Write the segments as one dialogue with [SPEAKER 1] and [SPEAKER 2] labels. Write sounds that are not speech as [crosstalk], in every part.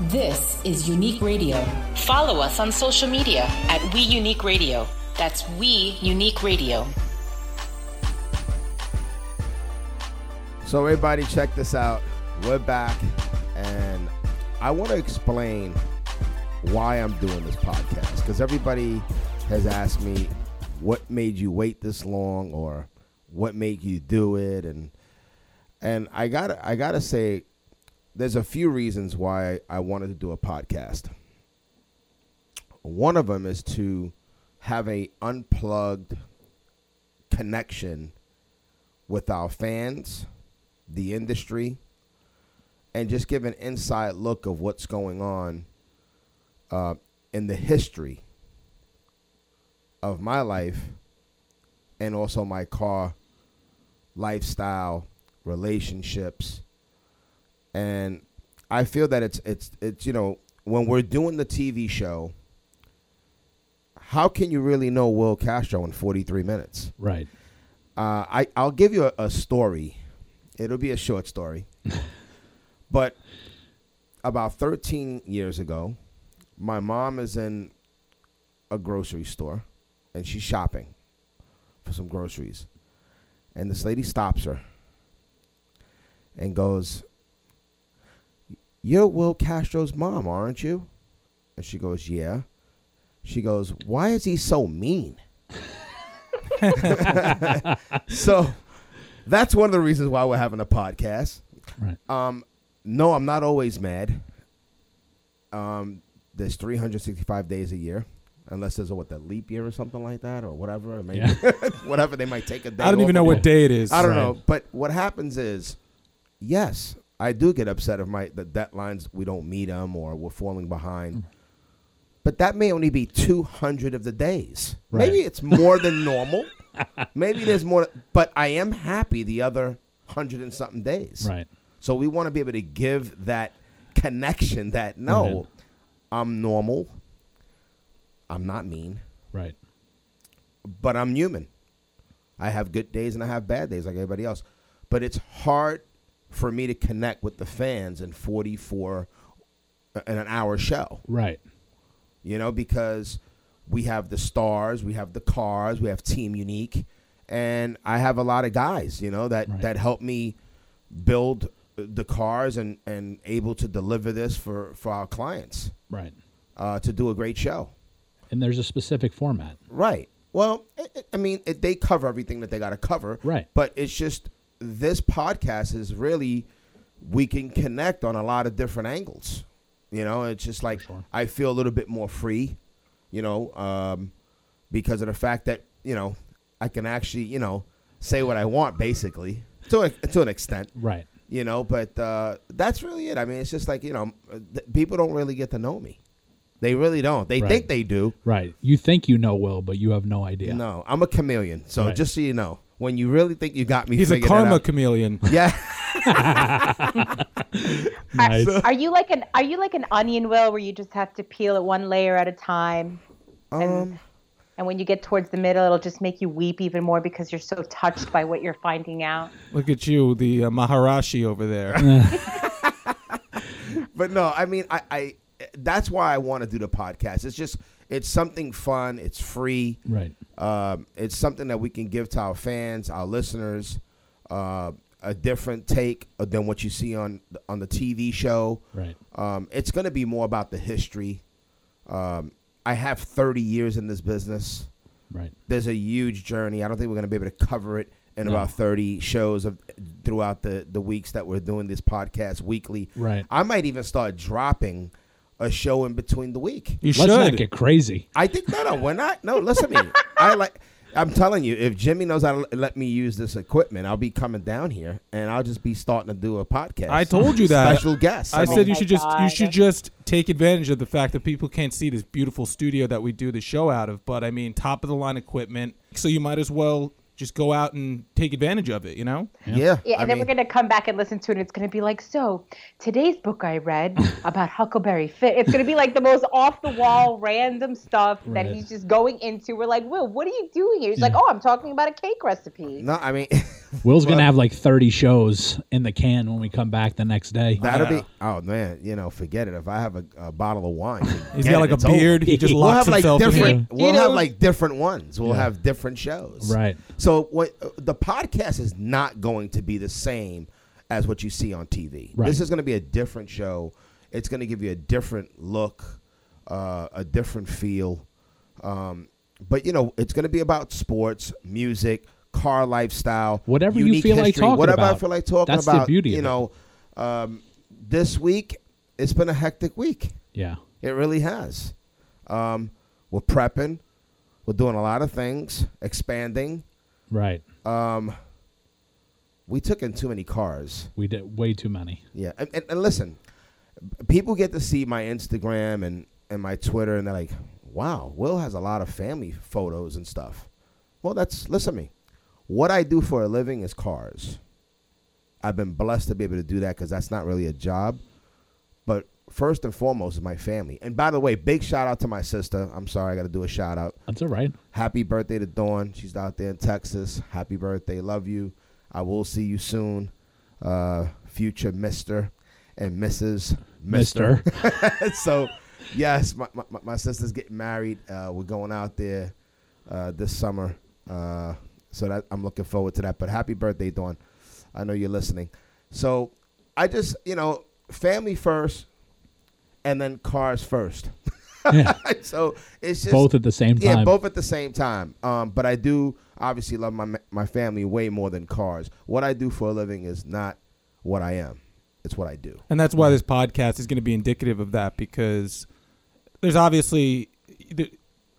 [SPEAKER 1] This is Unique Radio. Follow us on social media at We Unique Radio. That's We Unique Radio.
[SPEAKER 2] So everybody, check this out. We're back, and I want to explain why I'm doing this podcast because everybody has asked me what made you wait this long or what made you do it, and and I got to I gotta say, there's a few reasons why I wanted to do a podcast. One of them is to have a unplugged connection with our fans, the industry, and just give an inside look of what's going on uh, in the history of my life and also my car lifestyle, relationships, and I feel that it's it's it's you know when we're doing the TV show, how can you really know Will Castro in 43 minutes?
[SPEAKER 3] Right.
[SPEAKER 2] Uh, I I'll give you a, a story. It'll be a short story, but about 13 years ago, my mom is in a grocery store, and she's shopping for some groceries, and this lady stops her and goes, "You're Will Castro's mom, aren't you?" And she goes, "Yeah." She goes, "Why is he so mean?" [laughs] so that's one of the reasons why we're having a podcast.
[SPEAKER 3] Right.
[SPEAKER 2] Um, no, I'm not always mad. Um, there's 365 days a year, unless there's a, what the leap year or something like that, or whatever. Or maybe [laughs] whatever they might take a day.
[SPEAKER 4] I don't even
[SPEAKER 2] off.
[SPEAKER 4] know what day it is.
[SPEAKER 2] I don't
[SPEAKER 3] Right.
[SPEAKER 2] know. But what happens is, yes, I do get upset if my the deadlines we don't meet them or we're falling
[SPEAKER 3] Mm.
[SPEAKER 2] behind. But that may only be two hundred of the days. Maybe
[SPEAKER 3] Right.
[SPEAKER 2] it's more
[SPEAKER 3] [laughs]
[SPEAKER 2] than normal. Maybe there's more. But I am happy the other hundred and something days.
[SPEAKER 3] Right.
[SPEAKER 2] So we want to be able to give that connection that no,
[SPEAKER 3] Right.
[SPEAKER 2] I'm normal. I'm not mean
[SPEAKER 3] Right.
[SPEAKER 2] but I'm human. I have good days and I have bad days like everybody else. But it's hard for me to connect with the fans in 44 in an hour show,
[SPEAKER 3] Right.
[SPEAKER 2] you know, because we have the stars, we have the cars, we have Team Unique, and I have a lot of guys, you know, that
[SPEAKER 3] Right.
[SPEAKER 2] that help me build the cars and and able to deliver this for for our clients
[SPEAKER 3] Right.
[SPEAKER 2] uh, to do a great show.
[SPEAKER 3] And there's a specific format.
[SPEAKER 2] Right. Well, i I- I mean, it, they cover everything that they got to cover.
[SPEAKER 3] Right.
[SPEAKER 2] But it's just this podcast is really we can connect on a lot of different angles. You know, it's just like
[SPEAKER 3] sure.
[SPEAKER 2] I feel a little bit more free. You know, um, because of the fact that you know I can actually you know say what I want basically to a, to an extent.
[SPEAKER 3] Right.
[SPEAKER 2] You know, but uh, that's really it. I mean, it's just like you know, th- people don't really get to know me. They really don't. They
[SPEAKER 3] Right.
[SPEAKER 2] think they do.
[SPEAKER 3] Right. You think you know Will, but you have no idea.
[SPEAKER 2] No, I'm a chameleon. So
[SPEAKER 3] Right.
[SPEAKER 2] just so you know, when you really think you got me,
[SPEAKER 4] He's a
[SPEAKER 2] figured it
[SPEAKER 4] karma
[SPEAKER 2] out-
[SPEAKER 4] chameleon.
[SPEAKER 2] [laughs] yeah,
[SPEAKER 3] Nice.
[SPEAKER 5] [laughs] Are, are you like an are you like an onion will where you just have to peel it one layer at a time?
[SPEAKER 2] Um,
[SPEAKER 5] and, and when you get towards the middle, it'll just make you weep even more because you're so touched by what you're finding out.
[SPEAKER 4] Look at you, the uh, Maharashi over there.
[SPEAKER 2] but no, I mean, I, I that's why I want to do the podcast. It's just it's something fun. It's free.
[SPEAKER 3] [laughs] Right.
[SPEAKER 2] Um, it's something that we can give to our fans, our listeners, uh, a different take than what you see on on the TV show.
[SPEAKER 3] Right.
[SPEAKER 2] Um, it's going to be more about the history. Um, I have 30 years in this business.
[SPEAKER 3] Right.
[SPEAKER 2] there's a huge journey. I don't think we're going to be able to cover it in
[SPEAKER 3] No.
[SPEAKER 2] about 30 shows of throughout the the weeks that we're doing this podcast weekly.
[SPEAKER 3] Right.
[SPEAKER 2] I might even start dropping a show in between the week.
[SPEAKER 4] You
[SPEAKER 3] Let's not
[SPEAKER 4] should.
[SPEAKER 3] get crazy.
[SPEAKER 2] I think no, no, we're not. No, listen to me. I like. I'm telling you, if Jimmy knows how to l- let me use this equipment, I'll be coming down here and I'll just be starting to do a podcast.
[SPEAKER 4] I told you that.
[SPEAKER 2] Special guest.
[SPEAKER 4] I
[SPEAKER 2] mean,
[SPEAKER 4] said
[SPEAKER 5] Oh
[SPEAKER 4] you
[SPEAKER 5] my
[SPEAKER 4] should just you
[SPEAKER 5] God.
[SPEAKER 4] should just take advantage of the fact that people can't see this beautiful studio that we do the show out of. But I mean, top of the line equipment, so you might as well just go out and take advantage of it. You know,
[SPEAKER 2] Yeah.
[SPEAKER 5] Yeah, and
[SPEAKER 2] I
[SPEAKER 5] then
[SPEAKER 2] mean,
[SPEAKER 5] we're gonna come back and listen to it. and It's gonna be like, so today's book
[SPEAKER 2] [laughs]
[SPEAKER 5] I read about Huckleberry Finn. It's gonna be like the most off the wall, random stuff that
[SPEAKER 3] Right.
[SPEAKER 5] he's just going into. We're like, Will, what are you doing here? He's like,
[SPEAKER 3] Yeah.
[SPEAKER 5] Oh, I'm talking about a cake recipe.
[SPEAKER 2] No, I mean, [laughs]
[SPEAKER 3] Will's gonna have like thirty shows in the can when we come back the next day.
[SPEAKER 2] That'll be oh man, you know, forget it. If I have a, a bottle of wine,
[SPEAKER 4] He's
[SPEAKER 2] forget
[SPEAKER 4] got
[SPEAKER 2] it,
[SPEAKER 4] like a
[SPEAKER 2] it's over.
[SPEAKER 4] beard. He just
[SPEAKER 3] We'll
[SPEAKER 2] We'll
[SPEAKER 4] locks
[SPEAKER 2] have like
[SPEAKER 4] himself in
[SPEAKER 2] different.
[SPEAKER 4] here.
[SPEAKER 2] We'll
[SPEAKER 5] You
[SPEAKER 2] have
[SPEAKER 5] know-
[SPEAKER 2] like different ones. We'll have different shows.
[SPEAKER 3] Right.
[SPEAKER 2] So what the podcast is not going to be the same as what you see on TV.
[SPEAKER 3] Right.
[SPEAKER 2] This is going to be a different show. It's going to give you a different look, uh, a different feel. Um, but you know, it's going to be about sports, music, car lifestyle,
[SPEAKER 3] Whatever you
[SPEAKER 2] unique
[SPEAKER 3] feel like
[SPEAKER 2] history,
[SPEAKER 3] talking
[SPEAKER 2] whatever I
[SPEAKER 3] about.
[SPEAKER 2] feel like talking
[SPEAKER 3] That's the
[SPEAKER 2] about.
[SPEAKER 3] beauty
[SPEAKER 2] You
[SPEAKER 3] of it.
[SPEAKER 2] know, um, this week it's been a hectic week.
[SPEAKER 3] Yeah.
[SPEAKER 2] It really has. Um, we're prepping. We're doing a lot of things, expanding.
[SPEAKER 3] Right.
[SPEAKER 2] We took in too many cars.
[SPEAKER 3] we did way too many.
[SPEAKER 2] Yeah. And, and, and listen, people get to see my Instagram and, and my Twitter, and they're like, wow, Will has a lot of family photos and stuff. Well, that's, listen to me. What I do for a living is cars. I've been blessed to be able to do that because that's not really a job. But first and foremost is my family. And by the way, big shout out to my sister. I'm sorry, I got to do a shout out.
[SPEAKER 3] That's all right.
[SPEAKER 2] Happy birthday to Dawn. She's out there in Texas. Happy birthday. Love you. I will see you soon. Uh, future Mr. and Mrs. [laughs]
[SPEAKER 3] Mister.
[SPEAKER 2] so, yes, my, my, my sister's getting married. Uh, we're going out there uh, this summer. Uh, so that I'm looking forward to that. But happy birthday, Dawn. I know you're listening. So I just, you know, family first and then cars first.
[SPEAKER 3] yeah.
[SPEAKER 2] [laughs] so it's just
[SPEAKER 3] Both at the same
[SPEAKER 2] yeah,
[SPEAKER 3] time.
[SPEAKER 2] both at the same time. Um, but I do obviously love my my family way more than cars. What I do for a living is not what I am; it's what I do.
[SPEAKER 4] And that's why this podcast is going to be indicative of that because there's obviously the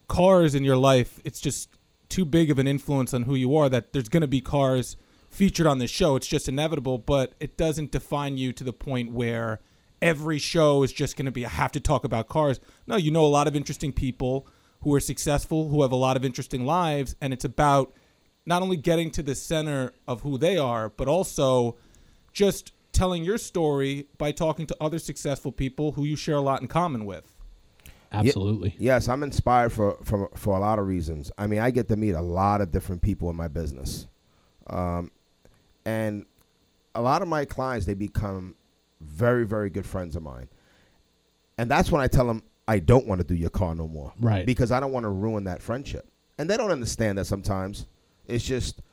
[SPEAKER 4] cars in your life. It's just too big of an influence on who you are that there's going to be cars featured on this show. It's just inevitable, but it doesn't define you to the point where every show is just going to be, I have to talk about cars. No, you know a lot of interesting people who are successful, who have a lot of interesting lives, and it's about not only getting to the center of who they are, but also just telling your story by talking to other successful people who you share a lot in common with.
[SPEAKER 3] Absolutely.
[SPEAKER 2] Yes, I'm inspired for for for a lot of reasons. I mean, I get to meet a lot of different people in my business, um, and a lot of my clients they become very very good friends of mine, and that's when I tell them I don't want to do your car no more,
[SPEAKER 3] Right.
[SPEAKER 2] Because I don't want to ruin that friendship, and they don't understand that sometimes. It's just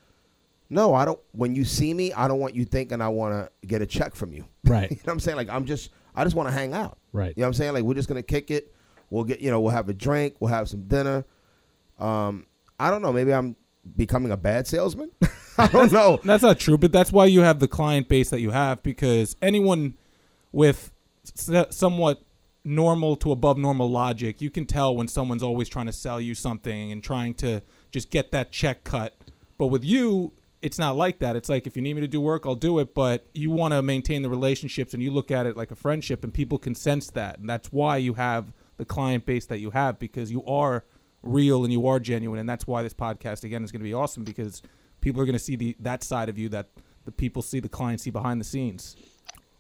[SPEAKER 2] no, I don't. When you see me, I don't want you thinking I want to get a check from you. [laughs]
[SPEAKER 3] Right.
[SPEAKER 2] you know what I'm saying? Like I'm just, I just want to hang out.
[SPEAKER 3] Right.
[SPEAKER 2] You know what I'm saying? Like we're just gonna kick it. We'll get, you know, we'll have a drink. We'll have some dinner. Um, I don't know. Maybe I'm becoming a bad salesman. [laughs] I don't know.
[SPEAKER 4] That's not true, but that's why you have the client base that you have because anyone with s- somewhat normal to above normal logic, you can tell when someone's always trying to sell you something and trying to just get that check cut. But with you, it's not like that. It's like if you need me to do work, I'll do it, but you want to maintain the relationships and you look at it like a friendship and people can sense that. And that's why you have the client base that you have because you are real and you are genuine and that's why this podcast again is going to be awesome because people are going to see the that side of you that the people see the clients see behind the scenes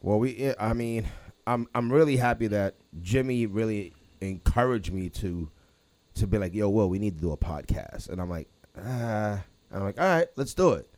[SPEAKER 2] Well, we. yeah, I mean, I'm I'm really happy that Jimmy really encouraged me to to be like, yo, Will, we need to do a podcast, and I'm like, ah, I'm like, all right, let's do it.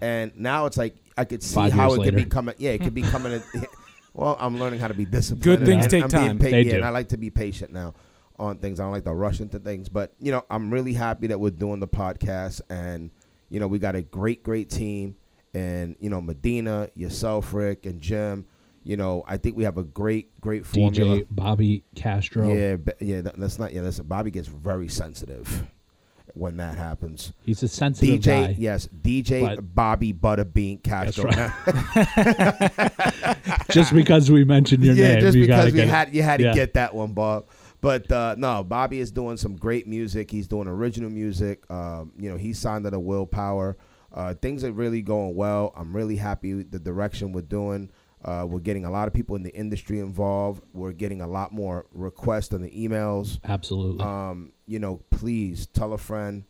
[SPEAKER 2] And now it's like I could see
[SPEAKER 3] Five
[SPEAKER 2] how
[SPEAKER 3] years
[SPEAKER 2] it could be
[SPEAKER 3] later.
[SPEAKER 2] coming. Yeah, it could be coming. in- [laughs] well, I'm learning how to be disciplined.
[SPEAKER 4] Good
[SPEAKER 2] and
[SPEAKER 4] things
[SPEAKER 2] I'm-
[SPEAKER 4] take
[SPEAKER 2] I'm being
[SPEAKER 4] time.
[SPEAKER 2] pa-
[SPEAKER 3] They
[SPEAKER 2] yeah,
[SPEAKER 3] do.
[SPEAKER 2] and I like to be patient now on things. I don't like to rush into things, but you know, I'm really happy that we're doing the podcast, and you know, we got a great, great team, and you know, Medina, yourself, Rick, and Jim. You know, I think we have a great, great formula.
[SPEAKER 3] DJ Bobby Castro.
[SPEAKER 2] Yeah, but, yeah. that- That's not. Yeah, listen. Bobby gets very sensitive when that happens.
[SPEAKER 3] He's a sensitive
[SPEAKER 2] DJ,
[SPEAKER 3] guy.
[SPEAKER 2] yes, DJ
[SPEAKER 3] But-
[SPEAKER 2] Bobby Butterbean Castro.
[SPEAKER 3] right. Just because we mentioned your
[SPEAKER 2] yeah,
[SPEAKER 3] name,
[SPEAKER 2] just
[SPEAKER 3] you gotta
[SPEAKER 2] because we
[SPEAKER 3] get it.
[SPEAKER 2] had you had to
[SPEAKER 3] Yeah.
[SPEAKER 2] get that one, Bob. But uh, no, Bobby is doing some great music. He's doing original music. Um, you know, he signed under Willpower. Uh, things are really going well. I'm really happy with the direction we're doing. Uh, we're getting a lot of people in the industry involved. We're getting a lot more requests on the emails.
[SPEAKER 3] Absolutely.
[SPEAKER 2] Um, you know, please tell a friend.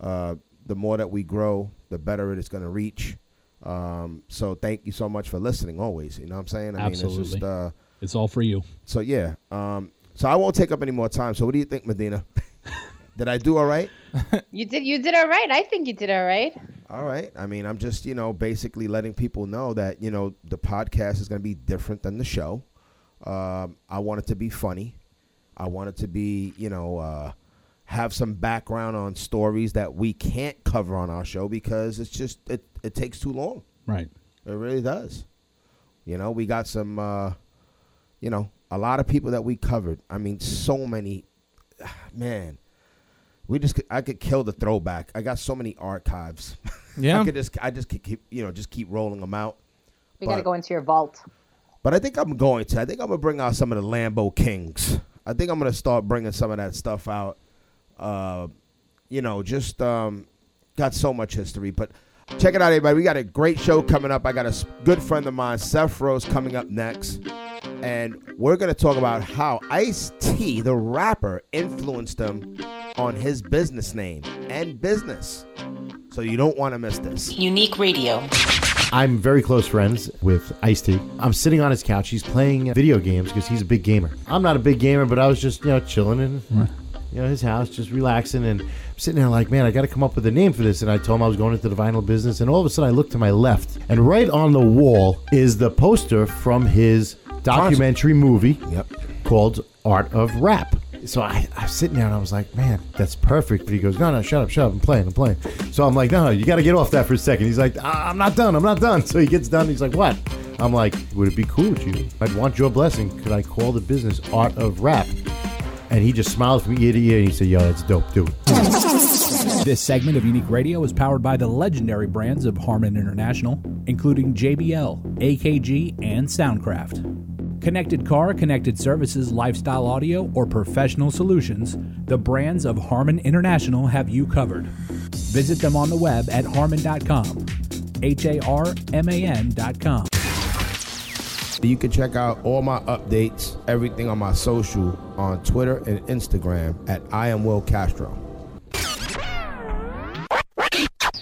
[SPEAKER 2] Uh, the more that we grow, the better it is going to reach. Um, so thank you so much for listening always. You know what I'm saying? I mean, it's just,
[SPEAKER 3] Absolutely.
[SPEAKER 2] uh,
[SPEAKER 3] it's all for you.
[SPEAKER 2] so yeah. Um, so I won't take up any more time. So what do you think, Medina? [laughs] Did I do all right?
[SPEAKER 5] You did. You did all right. I think you did all right.
[SPEAKER 2] All right. I mean, I'm just, you know, basically letting people know that, you know, the podcast is going to be different than the show. Um, I want it to be funny. I want it to be, you know, uh, have some background on stories that we can't cover on our show because it's just, it, it takes too long.
[SPEAKER 3] Right.
[SPEAKER 2] It really does. You know, we got some, uh, you know, a lot of people that we covered. I mean, so many, [sighs] man. We just, could, I could kill the throwback. I got so many archives. [laughs]
[SPEAKER 4] Yeah.
[SPEAKER 2] I could just, I just could keep, you know, just keep rolling them out.
[SPEAKER 5] We got to
[SPEAKER 2] But-
[SPEAKER 5] go into your vault.
[SPEAKER 2] But I think I'm going to. I think I'm gonna bring out some of the Lambo Kings. I think I'm gonna start bringing some of that stuff out. Uh, you know, just um, got so much history. But check it out, everybody. We got a great show coming up. I got a s- good friend of mine, Seth Rose, coming up next, and we're gonna talk about how Ice T, the rapper, influenced him on his business name and business. So you don't want to miss this.
[SPEAKER 1] Unique Radio.
[SPEAKER 6] [laughs] I'm very close friends with Ice T. I'm sitting on his couch. He's playing video games because he's a big gamer. I'm not a big gamer, but I was just you know chilling in you know his house, just relaxing, and I'm sitting there like, man, I got to come up with a name for this. And I told him I was going into the vinyl business, and all of a sudden I look to my left, and right on the wall is the poster from his documentary movie
[SPEAKER 2] Yep.
[SPEAKER 6] called Art of Rap. So I, I'm sitting there and I was like, man, that's perfect. But he goes, no, no, shut up, shut up. I'm playing, I'm playing. So I'm like, no, no, you got to get off that for a second. He's like, I- I'm not done, I'm not done. [laughs] So he gets done. He's like, what? I'm like, would it be cool with you? I'd want your blessing. Could I call the business Art of Rap? And he just smiles from ear to ear and he said, yo, that's dope, do it.
[SPEAKER 3] This segment of Unique Radio is powered by the legendary brands of Harman International, including JBL, AKG, and Soundcraft. Connected car, connected services, lifestyle audio, or professional solutions, the brands of Harman International have you covered. Visit them on the web at harman.com. H A R M A N.com.
[SPEAKER 2] You can check out all my updates, everything on my social, on Twitter and Instagram at I am Will Castro.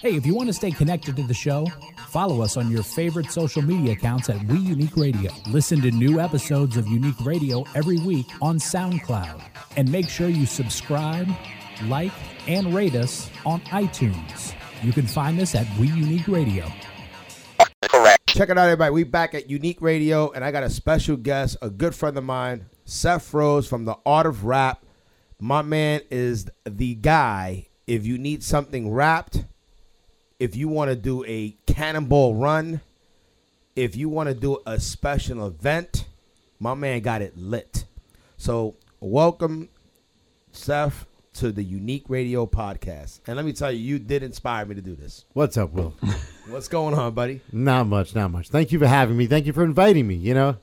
[SPEAKER 3] Hey, if you want to stay connected to the show, follow us on your favorite social media accounts at We Unique Radio. Listen to new episodes of Unique Radio every week on SoundCloud. And make sure you subscribe, like, and rate us on iTunes. You can find us at We Unique Radio.
[SPEAKER 2] Check it out, everybody. We back at Unique Radio, and I got a special guest, a good friend of mine, Seth Rose from the Art of Rap. My man is the guy. If you need something wrapped, if you want to do a cannonball run, if you want to do a special event, my man got it lit. So, welcome, Seth, to the Unique Radio podcast. And let me tell you, you did inspire me to do this.
[SPEAKER 6] What's up, Will?
[SPEAKER 2] What's going on, buddy?
[SPEAKER 6] Not much, not much. Thank you for having me. Thank you for inviting me. You know,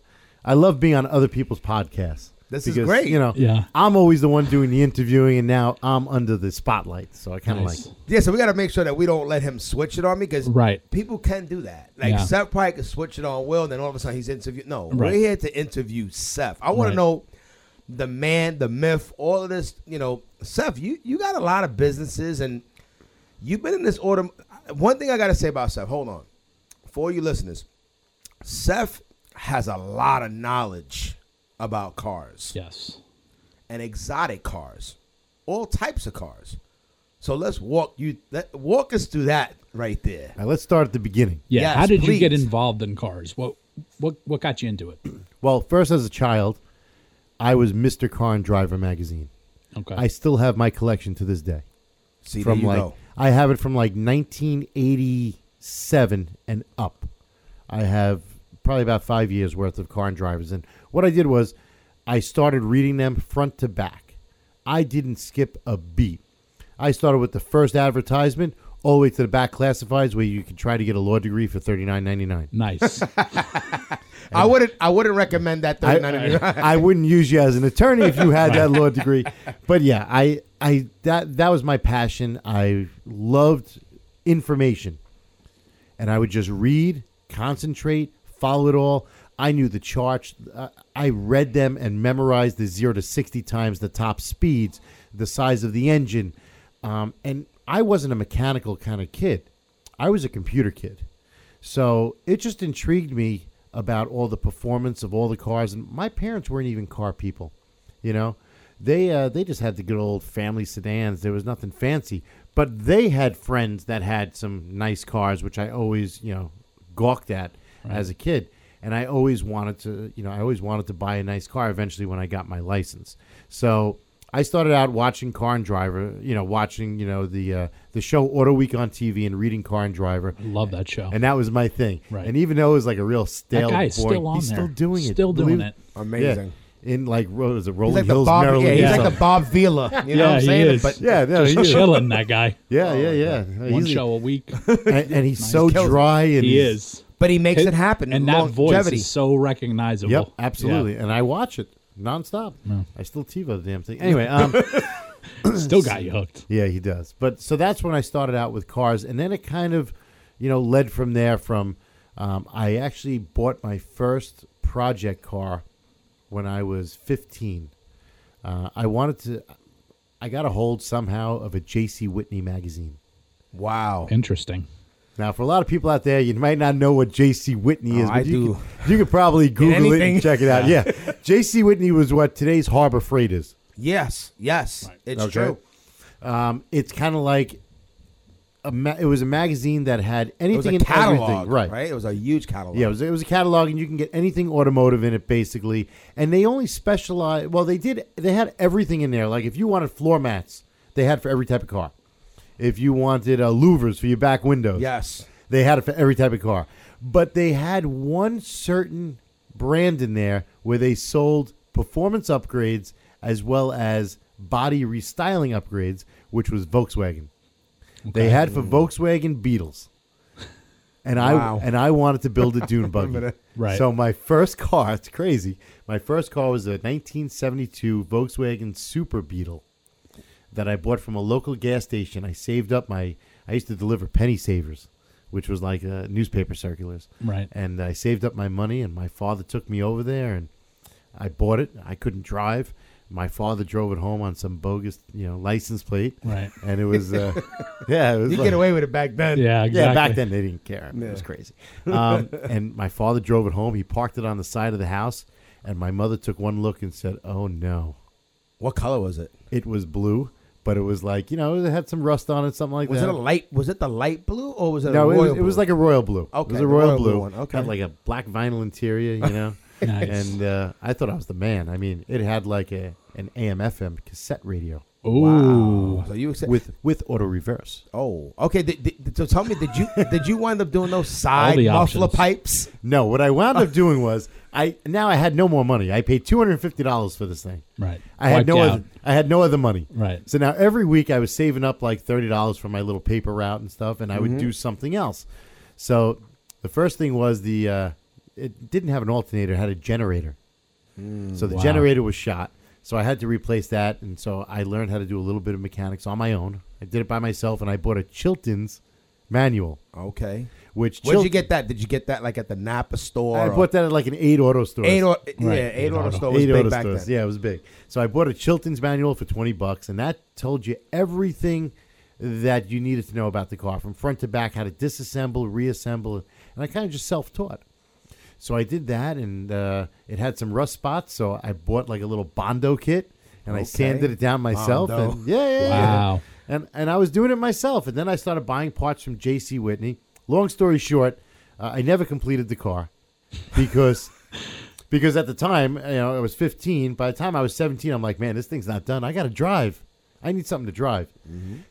[SPEAKER 6] I love being on other people's podcasts.
[SPEAKER 2] This is great.
[SPEAKER 6] You know,
[SPEAKER 3] Yeah.
[SPEAKER 6] I'm always the one doing the interviewing, and now I'm under the spotlight. So I kind of
[SPEAKER 3] Nice.
[SPEAKER 6] like it.
[SPEAKER 2] Yeah, so we got to make sure that we don't let him switch it on me because
[SPEAKER 3] Right.
[SPEAKER 2] people can do that. Like
[SPEAKER 3] Yeah.
[SPEAKER 2] Seth probably could switch it on Will, and then all of a sudden he's interviewed. No,
[SPEAKER 3] Right.
[SPEAKER 2] we're here to interview Seth. I want
[SPEAKER 3] Right.
[SPEAKER 2] to know the man, the myth, all of this. You know, Seth, you you got a lot of businesses, and you've been in this autumn. One thing I got to say about Seth, hold on, for you listeners, Seth has a lot of knowledge about cars
[SPEAKER 3] Yes.
[SPEAKER 2] and exotic cars, all types of cars. So let's walk you let, walk us through that right there.
[SPEAKER 6] All right, let's start at the beginning.
[SPEAKER 3] Yeah.
[SPEAKER 2] Yes, How did you get please.
[SPEAKER 3] involved in cars? What what what got you into it?
[SPEAKER 6] Well, first, as a child, I was Mr. Car and Driver magazine.
[SPEAKER 3] Okay.
[SPEAKER 6] I still have my collection to this day.
[SPEAKER 2] See,
[SPEAKER 6] from
[SPEAKER 2] there you
[SPEAKER 6] like
[SPEAKER 2] go.
[SPEAKER 6] I have it from like 1987 and up. I have probably about five years worth of car and drivers. And what I did was I started reading them front to back. I didn't skip a beat. I started with the first advertisement all the way to the back classifieds where you can try to get a law degree for thirty nine ninety nine.
[SPEAKER 3] nice.
[SPEAKER 2] I wouldn't I wouldn't recommend that.
[SPEAKER 6] I,
[SPEAKER 2] 39.
[SPEAKER 6] I wouldn't use you as an attorney if you had that law degree. But yeah, I I that that was my passion. I loved information. And I would just read, concentrate, follow it all. I knew the charts. Uh, I read them and memorized the 0 to 60 times the top speeds, the size of the engine. Um, and I wasn't a mechanical kind of kid. I was a computer kid. So it just intrigued me about all the performance of all the cars. And my parents weren't even car people, you know. They uh, they just had the good old family sedans. There was nothing fancy, but they had friends that had some nice cars, which I always you know gawked at as a kid. And I always wanted to, you know, I always wanted to buy a nice car eventually when I got my license. So I started out watching Car and Driver, you know, watching, you know, the uh, the show Auto Week on TV and reading Car and Driver.
[SPEAKER 3] Love that show.
[SPEAKER 6] And that was my thing.
[SPEAKER 3] Right.
[SPEAKER 6] And even though it was like a real stale
[SPEAKER 3] that guy is
[SPEAKER 6] boring-
[SPEAKER 3] still on
[SPEAKER 6] he's
[SPEAKER 3] there.
[SPEAKER 6] still doing it.
[SPEAKER 3] Still doing
[SPEAKER 6] Believe-
[SPEAKER 3] it.
[SPEAKER 2] Amazing.
[SPEAKER 6] Yeah. In like what was it
[SPEAKER 2] He's
[SPEAKER 6] Rolling
[SPEAKER 2] like the
[SPEAKER 6] Hills,
[SPEAKER 2] Bob.
[SPEAKER 6] Maryland.
[SPEAKER 2] Yeah, he's
[SPEAKER 6] or
[SPEAKER 2] like
[SPEAKER 6] something.
[SPEAKER 2] the Bob Vila. You know
[SPEAKER 3] yeah,
[SPEAKER 2] what I'm
[SPEAKER 3] he
[SPEAKER 2] saying?
[SPEAKER 3] is.
[SPEAKER 2] But
[SPEAKER 6] yeah, no, he
[SPEAKER 3] Just
[SPEAKER 6] is.
[SPEAKER 3] [laughs] chilling, that guy.
[SPEAKER 6] yeah, yeah, yeah.
[SPEAKER 3] Oh, One
[SPEAKER 6] He's-
[SPEAKER 3] show a week.
[SPEAKER 6] and, and he's so
[SPEAKER 2] Kills it.
[SPEAKER 6] dry. And
[SPEAKER 3] He
[SPEAKER 6] he's-
[SPEAKER 3] is.
[SPEAKER 2] but he makes
[SPEAKER 3] Hit-
[SPEAKER 2] it happen.
[SPEAKER 3] And that voice
[SPEAKER 2] longevity.
[SPEAKER 3] is so recognizable.
[SPEAKER 6] Yep, absolutely. And I watch it nonstop. I still TiVo the damn thing. Anyway, um,
[SPEAKER 3] Yeah. Still got you hooked.
[SPEAKER 6] yeah, he does. But so that's when I started out with cars, and then it kind of, you know, led from there. From um, I actually bought my first project car when I was 15. Uh, I wanted to. I got a hold somehow of a J.C. Whitney magazine.
[SPEAKER 2] wow.
[SPEAKER 3] Interesting.
[SPEAKER 6] Now, for a lot of people out there, you might not know what J.C. Whitney
[SPEAKER 2] Oh,
[SPEAKER 6] is.
[SPEAKER 2] I
[SPEAKER 6] but you
[SPEAKER 2] do.
[SPEAKER 6] Can, you
[SPEAKER 2] [laughs]
[SPEAKER 6] could probably Google it
[SPEAKER 2] anything.
[SPEAKER 6] and check it out.
[SPEAKER 2] [laughs]
[SPEAKER 6] Yeah, J.C. Whitney was what today's Harbor Freight is.
[SPEAKER 2] Yes, yes, it's
[SPEAKER 6] Okay.
[SPEAKER 2] true.
[SPEAKER 6] Um, it's kind of like a ma- it was a magazine that had
[SPEAKER 2] It was
[SPEAKER 6] anything
[SPEAKER 2] a
[SPEAKER 6] and
[SPEAKER 2] catalog,
[SPEAKER 6] everything. Right.
[SPEAKER 2] Right. It was a huge catalog.
[SPEAKER 6] Yeah, it was, it was a catalog, and you can get anything automotive in it basically. And they only specialized. Well, they did. They had everything in there. Like if you wanted floor mats, they had for every type of car. If you wanted uh, louvers for your back windows,
[SPEAKER 2] Yes.
[SPEAKER 6] they had it for every type of car. But they had one certain brand in there where they sold performance upgrades as well as body restyling upgrades, which was Volkswagen. They had for Volkswagen Beetles. And
[SPEAKER 2] Wow.
[SPEAKER 6] I and I wanted to build a dune buggy.
[SPEAKER 3] Right.
[SPEAKER 6] So my first car, [laughs] it's crazy. My first car was a 1972 Volkswagen Super Beetle that I bought from a local gas station. I saved up my. I used to deliver penny savers, which was like uh, newspaper circulars.
[SPEAKER 3] Right.
[SPEAKER 6] And I saved up my money, and my father took me over there, and I bought it. I couldn't drive. My father drove it home on some bogus, you know, license plate.
[SPEAKER 3] Right.
[SPEAKER 6] And it
[SPEAKER 2] [laughs]
[SPEAKER 6] was, uh, yeah, it was.
[SPEAKER 2] You
[SPEAKER 6] like-
[SPEAKER 2] get away with it back then.
[SPEAKER 3] Yeah, exactly.
[SPEAKER 6] yeah, back then they didn't care. It was crazy. Um, [laughs] and my father drove it home. He parked it on the side of the house, and my mother took one look and said, "Oh no."
[SPEAKER 2] What color was it?
[SPEAKER 6] It was blue, but it was like you know it had some rust on it, something like
[SPEAKER 2] Was
[SPEAKER 6] that.
[SPEAKER 2] it a light? Was it the light blue or was it
[SPEAKER 6] no,
[SPEAKER 2] a
[SPEAKER 6] it
[SPEAKER 2] royal
[SPEAKER 6] was, it was
[SPEAKER 2] blue?
[SPEAKER 6] like a royal blue. it
[SPEAKER 2] Okay,
[SPEAKER 6] was a
[SPEAKER 2] the
[SPEAKER 6] royal,
[SPEAKER 2] royal
[SPEAKER 6] blue.
[SPEAKER 2] blue one, okay.
[SPEAKER 6] had like a black vinyl interior, you know.
[SPEAKER 3] [laughs] Nice.
[SPEAKER 6] And uh, I thought I was the man. I mean, it had like a an AM/FM cassette radio
[SPEAKER 3] Ooh.
[SPEAKER 2] So you accept,
[SPEAKER 6] with with auto reverse.
[SPEAKER 2] Oh, okay. Did, did, so tell me, did
[SPEAKER 6] [laughs]
[SPEAKER 2] you did you wind up doing those side
[SPEAKER 3] the
[SPEAKER 2] muffler
[SPEAKER 3] options.
[SPEAKER 2] pipes?
[SPEAKER 6] No, what I
[SPEAKER 2] [laughs]
[SPEAKER 6] wound up doing was I now I had no more money. I paid two hundred and fifty dollars for this thing.
[SPEAKER 3] Right.
[SPEAKER 6] I had
[SPEAKER 3] Wiped
[SPEAKER 6] no
[SPEAKER 3] out.
[SPEAKER 6] other, I had no other money.
[SPEAKER 3] Right.
[SPEAKER 6] So now every week I was saving up like thirty dollars for my little paper route and stuff, and I
[SPEAKER 2] Mm-hmm.
[SPEAKER 6] would do something else. So the first thing was the uh, it didn't have an alternator; it had a generator.
[SPEAKER 2] Mm.
[SPEAKER 6] so the
[SPEAKER 3] Wow.
[SPEAKER 6] generator was shot. So I had to replace that, and so I learned how to do a little bit of mechanics on my own. I did it by myself, and I bought a Chilton's manual.
[SPEAKER 2] Okay.
[SPEAKER 6] Which
[SPEAKER 2] Where'd you
[SPEAKER 6] Chilton-
[SPEAKER 2] get that? Did you get that like at the Napa store?
[SPEAKER 6] I
[SPEAKER 2] or
[SPEAKER 6] bought that at like an eight auto store.
[SPEAKER 2] Eight or yeah,
[SPEAKER 3] Right,
[SPEAKER 2] eight,
[SPEAKER 3] eight
[SPEAKER 2] auto
[SPEAKER 3] auto.
[SPEAKER 2] store was
[SPEAKER 6] Eight
[SPEAKER 2] big
[SPEAKER 6] auto
[SPEAKER 2] back
[SPEAKER 6] stores.
[SPEAKER 2] then.
[SPEAKER 6] Yeah, it was big. So I bought a Chilton's manual for twenty bucks, and that told you everything that you needed to know about the car from front to back, how to disassemble, reassemble, and I kind of just self-taught. So I did that, and uh, it had some rust spots. So I bought like a little bondo kit, and I
[SPEAKER 2] Okay.
[SPEAKER 6] sanded it down myself.
[SPEAKER 2] Bondo.
[SPEAKER 6] And yeah, yeah, yeah.
[SPEAKER 3] Wow.
[SPEAKER 6] And and I was doing it myself, and then I started buying parts from J.C. Whitney. Long story short, uh, I never completed the car because [laughs] because at the time, you know, I was 15. By the time I was 17, I'm like, man, this thing's not done. I got to drive. I need something to drive.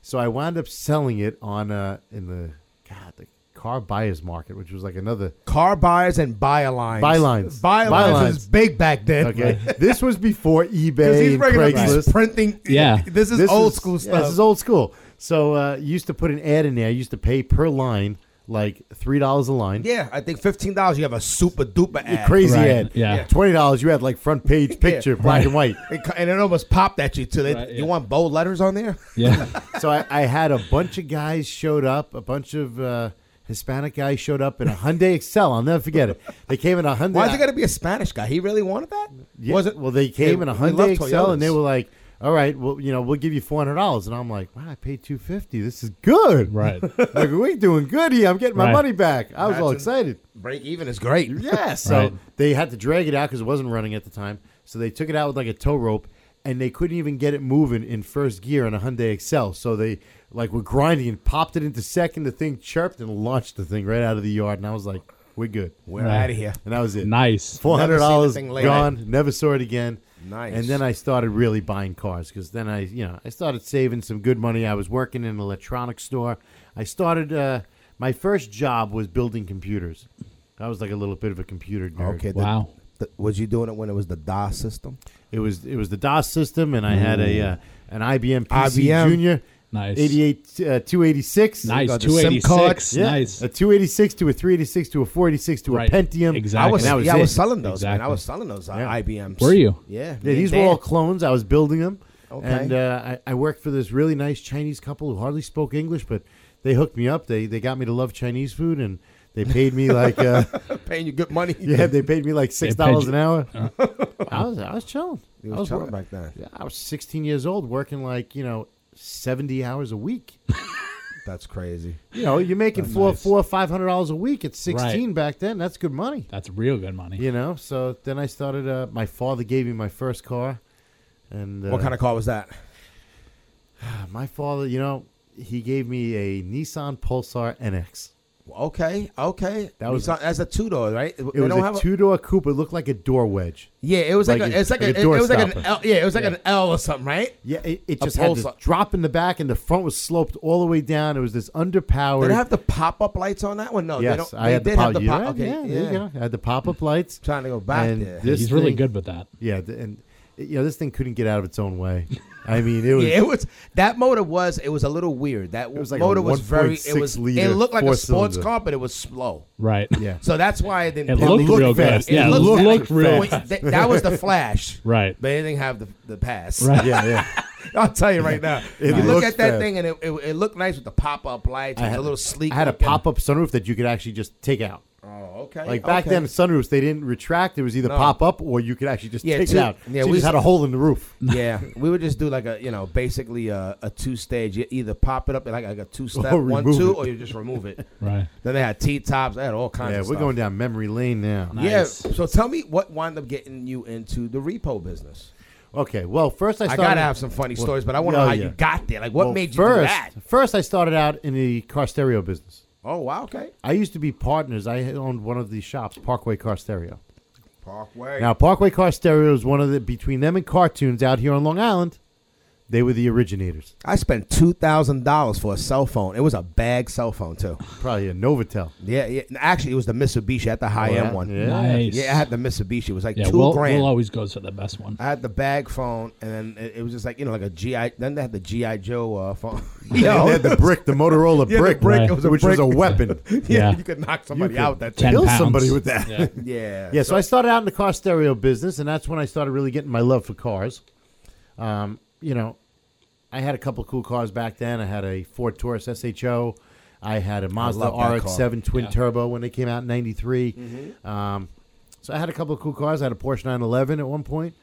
[SPEAKER 6] So I wound up selling it on uh, in the God the car buyers market, which was like another
[SPEAKER 2] Car buyers and buy lines.
[SPEAKER 6] Buy lines.
[SPEAKER 2] Buy
[SPEAKER 6] Buy
[SPEAKER 2] lines
[SPEAKER 6] lines.
[SPEAKER 2] was big back then. [laughs]
[SPEAKER 6] okay. this was before
[SPEAKER 2] Because
[SPEAKER 6] eBay
[SPEAKER 2] he's
[SPEAKER 6] and
[SPEAKER 2] regular he's
[SPEAKER 6] Craigslist.
[SPEAKER 2] printing.
[SPEAKER 3] Yeah.
[SPEAKER 2] This is
[SPEAKER 6] This
[SPEAKER 2] old
[SPEAKER 6] is-
[SPEAKER 2] school
[SPEAKER 6] yeah,
[SPEAKER 2] stuff.
[SPEAKER 6] This is old school. So uh, you used to put an ad in there. You used to pay per line like three dollars a line.
[SPEAKER 2] yeah, I think fifteen dollars. You have a super duper ad.
[SPEAKER 6] Crazy
[SPEAKER 3] Right,
[SPEAKER 6] ad.
[SPEAKER 3] yeah. Yeah.
[SPEAKER 6] Twenty dollars. You had like
[SPEAKER 2] [laughs]
[SPEAKER 6] front page picture, black and white.
[SPEAKER 2] It co- and it almost popped at you too. They,
[SPEAKER 3] Right, yeah.
[SPEAKER 2] You want bold letters on there?
[SPEAKER 3] Yeah.
[SPEAKER 6] so I, I had a bunch of guys showed up, a bunch of uh, Hispanic guys showed up in a Hyundai Excel. I'll never forget it. They came in a Hyundai.
[SPEAKER 2] Why is it got to be a Spanish guy? He really wanted that?
[SPEAKER 6] Yeah,
[SPEAKER 2] Was it?
[SPEAKER 6] Well, they came in a
[SPEAKER 2] they love
[SPEAKER 6] Hyundai Excel and they
[SPEAKER 2] Toyotas.
[SPEAKER 6] were like, "All right, well, you know, we'll give you four hundred dollars." And I'm like, "Wow, I paid two fifty. This is good.
[SPEAKER 3] Right.
[SPEAKER 6] [laughs] like we doing good here. I'm getting my
[SPEAKER 3] Right.
[SPEAKER 6] money back. I was all
[SPEAKER 2] Imagine. [laughs]
[SPEAKER 6] excited.
[SPEAKER 2] break even is great.
[SPEAKER 6] Yeah. So
[SPEAKER 3] Right.
[SPEAKER 6] they had to drag it out because it wasn't running at the time. So they took it out with like a tow rope and they couldn't even get it moving in first gear on a Hyundai Excel. So they like were grinding and popped it into second. The thing chirped and launched the thing right out of the yard, and I was like, "We're good."
[SPEAKER 2] We're out of here.
[SPEAKER 6] And that was
[SPEAKER 7] [laughs]
[SPEAKER 6] it.
[SPEAKER 7] Nice.
[SPEAKER 6] Four hundred
[SPEAKER 2] Never
[SPEAKER 6] dollars
[SPEAKER 2] seen the thing later.
[SPEAKER 6] gone. Never saw it again.
[SPEAKER 2] Nice.
[SPEAKER 6] And then I started really buying cars because then I, you know, I started saving some good money. I was working in an electronics store. I started. Uh, my first job was building computers. I was like a little bit of a computer nerd.
[SPEAKER 2] Okay. the-
[SPEAKER 7] Wow.
[SPEAKER 2] the- was you doing it when it was the DOS system?
[SPEAKER 6] It was it was the DOS system, and I had a uh, an IBM PC
[SPEAKER 2] IBM.
[SPEAKER 6] Junior.
[SPEAKER 7] Nice.
[SPEAKER 6] 88 uh, 286
[SPEAKER 7] Nice.
[SPEAKER 2] got the
[SPEAKER 7] Two
[SPEAKER 2] SIM
[SPEAKER 7] eighty
[SPEAKER 2] card.
[SPEAKER 7] six.
[SPEAKER 6] yeah.
[SPEAKER 7] Nice.
[SPEAKER 6] a 286 to a 386 to a 486 to
[SPEAKER 7] Right.
[SPEAKER 6] a Pentium
[SPEAKER 7] Exactly.
[SPEAKER 2] I was,
[SPEAKER 6] And that was
[SPEAKER 2] yeah, I
[SPEAKER 6] it.
[SPEAKER 2] was selling those, man. I
[SPEAKER 7] Exactly.
[SPEAKER 2] was selling those uh,
[SPEAKER 6] Yeah.
[SPEAKER 2] IBMs.
[SPEAKER 7] Were you?
[SPEAKER 2] Yeah.
[SPEAKER 6] Yeah,
[SPEAKER 2] me
[SPEAKER 6] these
[SPEAKER 2] and
[SPEAKER 6] were all
[SPEAKER 2] Dan.
[SPEAKER 6] clones. I was building them.
[SPEAKER 2] Okay.
[SPEAKER 6] And uh, I, I worked for this really nice Chinese couple who hardly spoke English, but they hooked me up. They they got me to love Chinese food, and they paid me
[SPEAKER 2] [laughs]
[SPEAKER 6] like uh, [laughs]
[SPEAKER 2] paying you good money.
[SPEAKER 6] yeah, they paid me like six
[SPEAKER 7] paid
[SPEAKER 6] dollars
[SPEAKER 7] you-
[SPEAKER 6] an hour. [laughs] I was I was chilling.
[SPEAKER 2] He
[SPEAKER 6] I
[SPEAKER 2] was
[SPEAKER 6] wor-
[SPEAKER 2] telling back then.
[SPEAKER 6] Yeah, I was 16 years old, working like you know 70 hours a week.
[SPEAKER 2] [laughs] That's crazy.
[SPEAKER 6] You know, you're making four,
[SPEAKER 7] nice.
[SPEAKER 6] four, five hundred dollars a week at 16 back then. That's good money.
[SPEAKER 7] That's real good money.
[SPEAKER 6] You know, so then I started. Uh, my father gave me my first car, and uh,
[SPEAKER 2] What kind of car was that?
[SPEAKER 6] My father, you know, he gave me a Nissan Pulsar NX.
[SPEAKER 2] Okay, okay.
[SPEAKER 6] That was-
[SPEAKER 2] Nissan- that's a two door, right?
[SPEAKER 6] It was a two door coupe. It looked like a door wedge.
[SPEAKER 2] yeah, it was like,
[SPEAKER 6] like
[SPEAKER 2] a,
[SPEAKER 6] a-
[SPEAKER 2] it's like,
[SPEAKER 6] like
[SPEAKER 2] a,
[SPEAKER 6] a
[SPEAKER 2] it,
[SPEAKER 6] door
[SPEAKER 2] was like an
[SPEAKER 6] stopper.
[SPEAKER 2] L, yeah, it was like an L or something, right?
[SPEAKER 6] Yeah, it, it
[SPEAKER 2] A
[SPEAKER 6] just had this
[SPEAKER 2] Pulsar.
[SPEAKER 6] drop in the back, and the front was sloped all the way down. It was this underpowered.
[SPEAKER 2] Did it have the pop up lights on that one? No, they
[SPEAKER 6] yes,
[SPEAKER 2] don't.
[SPEAKER 6] I
[SPEAKER 2] they
[SPEAKER 6] had
[SPEAKER 2] did
[SPEAKER 6] the
[SPEAKER 2] have
[SPEAKER 6] pop.
[SPEAKER 2] the
[SPEAKER 6] yeah,
[SPEAKER 2] pop. Okay,
[SPEAKER 6] yeah,
[SPEAKER 2] yeah.
[SPEAKER 6] there you go. I had the pop
[SPEAKER 2] [laughs]
[SPEAKER 6] up lights.
[SPEAKER 2] Trying to go back
[SPEAKER 6] and
[SPEAKER 2] there.
[SPEAKER 6] This
[SPEAKER 7] He's really
[SPEAKER 6] thing-
[SPEAKER 7] good with that.
[SPEAKER 6] Yeah, th- and you know this thing couldn't get out of its
[SPEAKER 2] [laughs]
[SPEAKER 6] own way. I mean, it was.
[SPEAKER 2] [laughs] Yeah, it was that motor was it was a little weird. That
[SPEAKER 6] was like a
[SPEAKER 2] motor was very it
[SPEAKER 6] 1.6
[SPEAKER 2] was it
[SPEAKER 6] liter
[SPEAKER 2] looked like a sports
[SPEAKER 6] four-cylinder.
[SPEAKER 2] car, but it was slow.
[SPEAKER 7] Right.
[SPEAKER 6] [laughs] yeah.
[SPEAKER 2] So that's why it didn't.
[SPEAKER 7] It looked real good.
[SPEAKER 2] fast.
[SPEAKER 7] Yeah, it
[SPEAKER 2] looked,
[SPEAKER 7] looked real
[SPEAKER 2] When-
[SPEAKER 7] fast.
[SPEAKER 2] that, that was the flash,
[SPEAKER 7] [laughs] Right.
[SPEAKER 2] But it didn't have the, the pass.
[SPEAKER 7] Right.
[SPEAKER 6] [laughs] yeah, yeah.
[SPEAKER 2] [laughs] I'll tell you right now.
[SPEAKER 6] It
[SPEAKER 2] you look
[SPEAKER 6] looked
[SPEAKER 2] at that
[SPEAKER 6] fast.
[SPEAKER 2] thing and it, it, it looked nice with the pop up lights. It
[SPEAKER 6] I
[SPEAKER 2] was
[SPEAKER 6] had
[SPEAKER 2] a little sleek.
[SPEAKER 6] I had a
[SPEAKER 2] looking.
[SPEAKER 6] pop up sunroof that you could actually just take out.
[SPEAKER 2] Oh, okay.
[SPEAKER 6] Like back
[SPEAKER 2] okay.
[SPEAKER 6] then, sunroofs they didn't retract. It was either
[SPEAKER 2] No.
[SPEAKER 6] pop up or you could actually just
[SPEAKER 2] Yeah,
[SPEAKER 6] take
[SPEAKER 2] two-
[SPEAKER 6] it out.
[SPEAKER 2] yeah,
[SPEAKER 6] so
[SPEAKER 2] we
[SPEAKER 6] you just had
[SPEAKER 2] s-
[SPEAKER 6] a hole in the roof.
[SPEAKER 2] yeah, we would just do like a you know basically a, a two stage. You either pop it up like, like a two step
[SPEAKER 6] [laughs] Or
[SPEAKER 2] one
[SPEAKER 6] remove
[SPEAKER 2] two,
[SPEAKER 6] it.
[SPEAKER 2] or you just remove
[SPEAKER 6] [laughs]
[SPEAKER 2] it.
[SPEAKER 7] [laughs] Right.
[SPEAKER 2] Then they had T tops. They had all kinds
[SPEAKER 6] Yeah,
[SPEAKER 2] of
[SPEAKER 6] we're
[SPEAKER 2] stuff.
[SPEAKER 6] going down memory lane now.
[SPEAKER 7] Nice.
[SPEAKER 2] Yeah. So tell me what wound up getting you into the repo business.
[SPEAKER 6] Okay, well, first I
[SPEAKER 2] I
[SPEAKER 6] started.
[SPEAKER 2] gotta have some funny stories, but I want to
[SPEAKER 6] oh,
[SPEAKER 2] know how
[SPEAKER 6] yeah.
[SPEAKER 2] you got there. Like, what
[SPEAKER 6] well,
[SPEAKER 2] made you
[SPEAKER 6] first,
[SPEAKER 2] do that?
[SPEAKER 6] First, I started out in the car stereo business.
[SPEAKER 2] Oh wow, okay.
[SPEAKER 6] I used to be partners. I had owned one of the shops, Parkway Car Stereo.
[SPEAKER 2] Parkway.
[SPEAKER 6] Now, Parkway Car Stereo is one of the between them and cartoons out here on Long Island. They were the originators.
[SPEAKER 2] I spent two thousand dollars for a cell phone. It was a bag cell phone too.
[SPEAKER 6] Probably a Novatel.
[SPEAKER 2] Yeah, yeah. Actually, it was the Mitsubishi at the high
[SPEAKER 6] Oh,
[SPEAKER 2] end
[SPEAKER 6] yeah?
[SPEAKER 2] one.
[SPEAKER 6] Yeah.
[SPEAKER 7] Nice.
[SPEAKER 2] Yeah, I had the Mitsubishi. It was like
[SPEAKER 7] Yeah,
[SPEAKER 2] 2
[SPEAKER 7] Will,
[SPEAKER 2] grand.
[SPEAKER 7] Will always goes for the best one.
[SPEAKER 2] I had the bag phone, and then it, it was just like you know, like a GI. Then they had the GI Joe uh,
[SPEAKER 6] [laughs]
[SPEAKER 2] phone. [laughs] Yo,
[SPEAKER 6] They
[SPEAKER 2] [laughs]
[SPEAKER 6] had the brick, the Motorola
[SPEAKER 2] Yeah, the
[SPEAKER 6] brick,
[SPEAKER 2] brick,
[SPEAKER 7] it was a
[SPEAKER 6] which was a
[SPEAKER 2] brick.
[SPEAKER 6] weapon.
[SPEAKER 2] [laughs] yeah,
[SPEAKER 7] Yeah.
[SPEAKER 2] you could knock somebody
[SPEAKER 6] could
[SPEAKER 2] out that
[SPEAKER 7] Ten
[SPEAKER 2] thing.
[SPEAKER 6] Kill
[SPEAKER 7] pounds.
[SPEAKER 6] somebody with that.
[SPEAKER 7] Yeah.
[SPEAKER 2] Yeah,
[SPEAKER 6] Yeah, so I started out in the car stereo business, and that's when I started really getting my love for cars. Um, you know, I had a couple cool cars back then. I had a Ford Taurus SHO. I had a Mazda
[SPEAKER 2] love that
[SPEAKER 6] RX-7 twin turbo when they came out in '93. Um, so I had a couple of cool cars. I had a Porsche 911 at one point,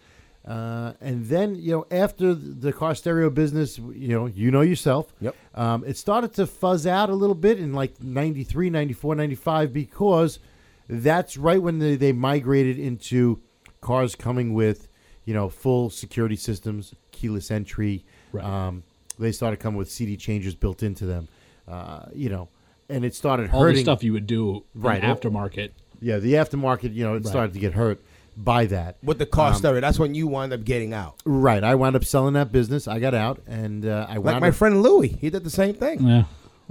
[SPEAKER 6] uh, and then you know after the car stereo business, you know you know yourself.
[SPEAKER 2] Yep.
[SPEAKER 6] Um, it started to fuzz out a little bit in like 93, 94, 95 because that's right when they, they migrated into cars coming with, you know, full security systems, keyless entry.
[SPEAKER 7] Right.
[SPEAKER 6] Um, they started coming with CD changers built into them, uh, you know, and it started
[SPEAKER 7] All the
[SPEAKER 6] hurting.
[SPEAKER 7] stuff you would do right
[SPEAKER 6] Right.
[SPEAKER 7] aftermarket.
[SPEAKER 6] yeah, the aftermarket, you know, it started to get hurt by that.
[SPEAKER 2] with the car
[SPEAKER 6] Um,
[SPEAKER 2] stereo. That's when you wind up getting out.
[SPEAKER 6] Right. I wound up selling that business. I got out and uh, I
[SPEAKER 2] Like
[SPEAKER 6] wound
[SPEAKER 2] my
[SPEAKER 6] up.
[SPEAKER 2] friend Louie, he did the same thing.
[SPEAKER 6] Uh,
[SPEAKER 7] Yeah.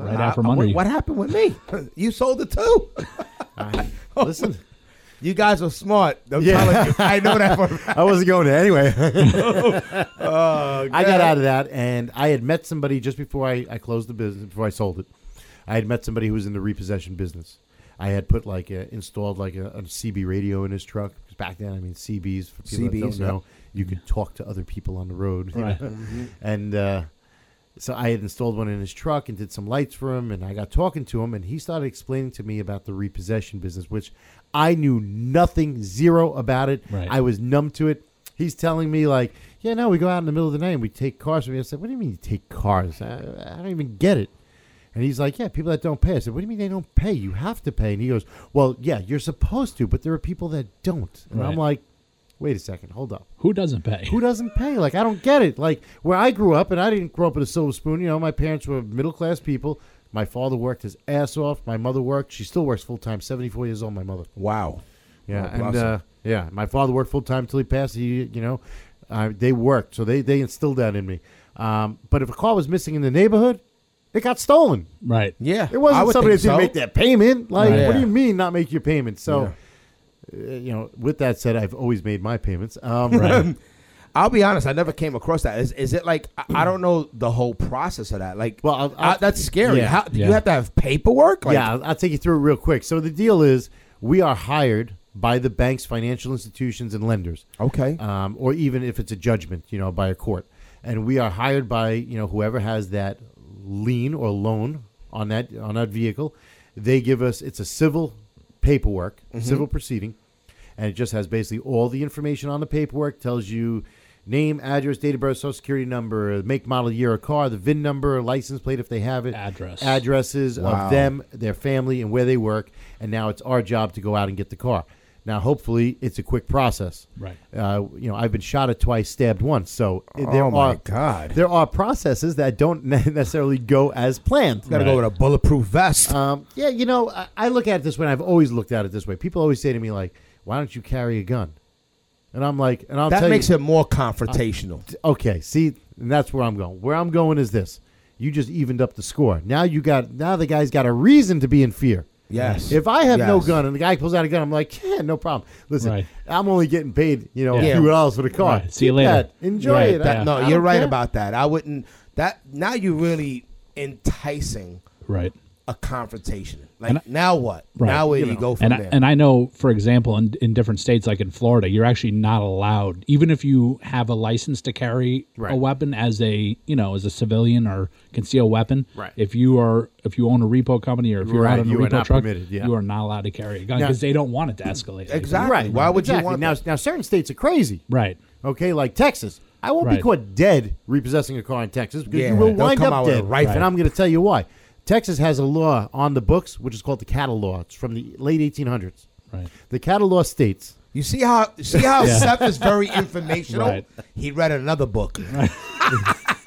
[SPEAKER 7] Right
[SPEAKER 2] I-
[SPEAKER 7] out from
[SPEAKER 2] I-
[SPEAKER 7] under
[SPEAKER 2] what,
[SPEAKER 7] you.
[SPEAKER 2] what happened with me? [laughs] you sold it
[SPEAKER 6] [laughs]
[SPEAKER 2] too. [laughs]
[SPEAKER 6] listen,
[SPEAKER 2] You guys are smart. I'm
[SPEAKER 6] Yeah.
[SPEAKER 2] telling you. I know that for
[SPEAKER 6] [laughs]
[SPEAKER 2] a fact.
[SPEAKER 6] I wasn't going to [laughs] anyway.
[SPEAKER 2] Oh,
[SPEAKER 6] I got
[SPEAKER 2] God.
[SPEAKER 6] out of that, and I had met somebody just before I, I closed the business, before I sold it. I had met somebody who was in the repossession business. I had put like a, installed like a, a CB radio in his truck. 'Cause back then, I mean, CBs for people that
[SPEAKER 2] CBs,
[SPEAKER 6] don't
[SPEAKER 2] yeah.
[SPEAKER 6] know, you could talk to other people on the road. you
[SPEAKER 7] Right.
[SPEAKER 6] know? and uh, so I had installed one in his truck and did some lights for him. And I got talking to him, and he started explaining to me about the repossession business, which I knew nothing, zero about it.
[SPEAKER 7] Right.
[SPEAKER 6] I was numb to it. He's telling me like, yeah, no, we go out in the middle of the night and we take cars from you. I said, what do you mean you take cars? I, I don't even get it. And he's like, yeah, people that don't pay. I said, what do you mean they don't pay? You have to pay. And he goes, well, yeah, you're supposed to, but there are people that don't. And I'm
[SPEAKER 7] Right.
[SPEAKER 6] like, wait a second, hold up.
[SPEAKER 7] Who doesn't pay?
[SPEAKER 6] Who doesn't pay? Like I don't get it. Like where I grew up, and I didn't grow up with a silver spoon. You know, my parents were middle class people. My father worked his ass off. My mother worked. She still works full time. Seventy four years old. My mother.
[SPEAKER 2] Wow.
[SPEAKER 6] Yeah,
[SPEAKER 2] Oh, bless
[SPEAKER 6] and
[SPEAKER 2] him.
[SPEAKER 6] uh, yeah, my father worked full time till he passed. He, you know, uh, they worked, so they they instilled that in me. Um, but if a car was missing in the neighborhood, it got stolen.
[SPEAKER 7] right.
[SPEAKER 2] yeah.
[SPEAKER 6] It
[SPEAKER 2] I
[SPEAKER 6] wasn't
[SPEAKER 2] would
[SPEAKER 6] somebody that
[SPEAKER 2] think so.
[SPEAKER 6] didn't make that payment. Like,
[SPEAKER 2] Right.
[SPEAKER 6] what do
[SPEAKER 2] Yeah.
[SPEAKER 6] you mean not make your payment? So, uh, you know, with that said, I've always made my payments.
[SPEAKER 2] [laughs]
[SPEAKER 6] Um,
[SPEAKER 7] Right.
[SPEAKER 2] I'll be honest. I never came across that. Is is it like I, I don't know the whole process of that? Like,
[SPEAKER 6] Well, I'll-
[SPEAKER 2] I-
[SPEAKER 6] I'll-
[SPEAKER 2] that's scary.
[SPEAKER 6] yeah,
[SPEAKER 2] How do you
[SPEAKER 7] yeah.
[SPEAKER 2] have to have paperwork? Like,
[SPEAKER 6] [laughs] yeah, I'll- I'll take you through it real quick. So the deal is, we are hired by the banks, financial institutions, and lenders.
[SPEAKER 2] Okay.
[SPEAKER 6] um, or even if it's a judgment, you know, by a court. And we are hired by you know whoever has that lien or loan on that on that vehicle. They give us it's a civil paperwork, civil proceeding, and it just has basically all the information on the paperwork. Tells you name, address, date of birth, social security number, make, model, year of car, the VIN number, license plate if they have it,
[SPEAKER 7] Address.
[SPEAKER 6] addresses
[SPEAKER 2] Wow.
[SPEAKER 6] of them, their family, and where they work. And now it's our job to go out and get the car. Now, hopefully, it's a quick process
[SPEAKER 7] Right.
[SPEAKER 6] uh, you know, I've been shot at twice, stabbed once. So i- there
[SPEAKER 2] Oh,
[SPEAKER 6] are
[SPEAKER 2] my God.
[SPEAKER 6] there are processes that don't [laughs] ne- necessarily go as planned.
[SPEAKER 2] gotta go
[SPEAKER 7] Right.
[SPEAKER 2] with a bulletproof vest.
[SPEAKER 6] Um, yeah, you know, I, I look at it this way. and I've always looked at it this way. People always say to me like, "Why don't you carry a gun?" And I'm like, and I'll
[SPEAKER 2] that
[SPEAKER 6] tell
[SPEAKER 2] makes
[SPEAKER 6] you, Uh,
[SPEAKER 2] it more confrontational.
[SPEAKER 6] okay. See, and that's where I'm going. Where I'm going is this: you just evened up the score. Now you got now the guy's got a reason to be in fear.
[SPEAKER 2] yes.
[SPEAKER 6] If I have no
[SPEAKER 2] Yes.
[SPEAKER 6] gun and the guy pulls out a gun, I'm like, yeah, no problem. Listen,
[SPEAKER 7] Right.
[SPEAKER 6] I'm only getting paid, you know,
[SPEAKER 2] Yeah.
[SPEAKER 6] a few dollars for the car.
[SPEAKER 7] Right. See you
[SPEAKER 6] Keep
[SPEAKER 7] later.
[SPEAKER 6] that. Enjoy
[SPEAKER 7] Right.
[SPEAKER 6] it. I-
[SPEAKER 2] That-
[SPEAKER 7] Yeah.
[SPEAKER 2] no,
[SPEAKER 6] I
[SPEAKER 2] you're
[SPEAKER 6] don't
[SPEAKER 2] right
[SPEAKER 6] care.
[SPEAKER 2] about that. I wouldn't. That now you're really enticing
[SPEAKER 7] Right.
[SPEAKER 2] a confrontation. Like
[SPEAKER 7] And I-
[SPEAKER 2] now what?
[SPEAKER 7] Right,
[SPEAKER 2] now where
[SPEAKER 7] you
[SPEAKER 2] do you
[SPEAKER 7] know.
[SPEAKER 2] go from
[SPEAKER 7] and I,
[SPEAKER 2] there?
[SPEAKER 7] and I know, for example, in, in different states, like in Florida, you're actually not allowed, even if you have a license to carry a
[SPEAKER 6] Right.
[SPEAKER 7] weapon as a you know as a civilian or concealed weapon.
[SPEAKER 6] Right.
[SPEAKER 7] If you are if you own a repo company or if you're
[SPEAKER 6] Right,
[SPEAKER 7] out on a
[SPEAKER 6] you are
[SPEAKER 7] repo
[SPEAKER 6] not
[SPEAKER 7] truck,
[SPEAKER 6] permitted, yeah.
[SPEAKER 7] you are not allowed to carry a gun
[SPEAKER 6] Now-
[SPEAKER 7] because they don't want it to escalate.
[SPEAKER 2] exactly.
[SPEAKER 6] Right.
[SPEAKER 2] Why would
[SPEAKER 6] exactly.
[SPEAKER 2] you want
[SPEAKER 6] now?
[SPEAKER 2] that?
[SPEAKER 6] Now, certain states are crazy.
[SPEAKER 7] Right.
[SPEAKER 6] Okay, like Texas. I won't be
[SPEAKER 7] Right.
[SPEAKER 6] caught dead repossessing a car in Texas because
[SPEAKER 2] Yeah,
[SPEAKER 6] you will
[SPEAKER 2] they'll
[SPEAKER 6] wind
[SPEAKER 2] come
[SPEAKER 6] up
[SPEAKER 2] out with a
[SPEAKER 6] dead.
[SPEAKER 2] rifle.
[SPEAKER 6] And I'm going to tell you why. Texas has a law on the books which is called the cattle law. It's from the late 1800s.
[SPEAKER 7] Right.
[SPEAKER 6] The cattle law states
[SPEAKER 2] You see how see
[SPEAKER 6] [laughs]
[SPEAKER 2] how Seth is very informational.
[SPEAKER 7] Right.
[SPEAKER 2] He read another book.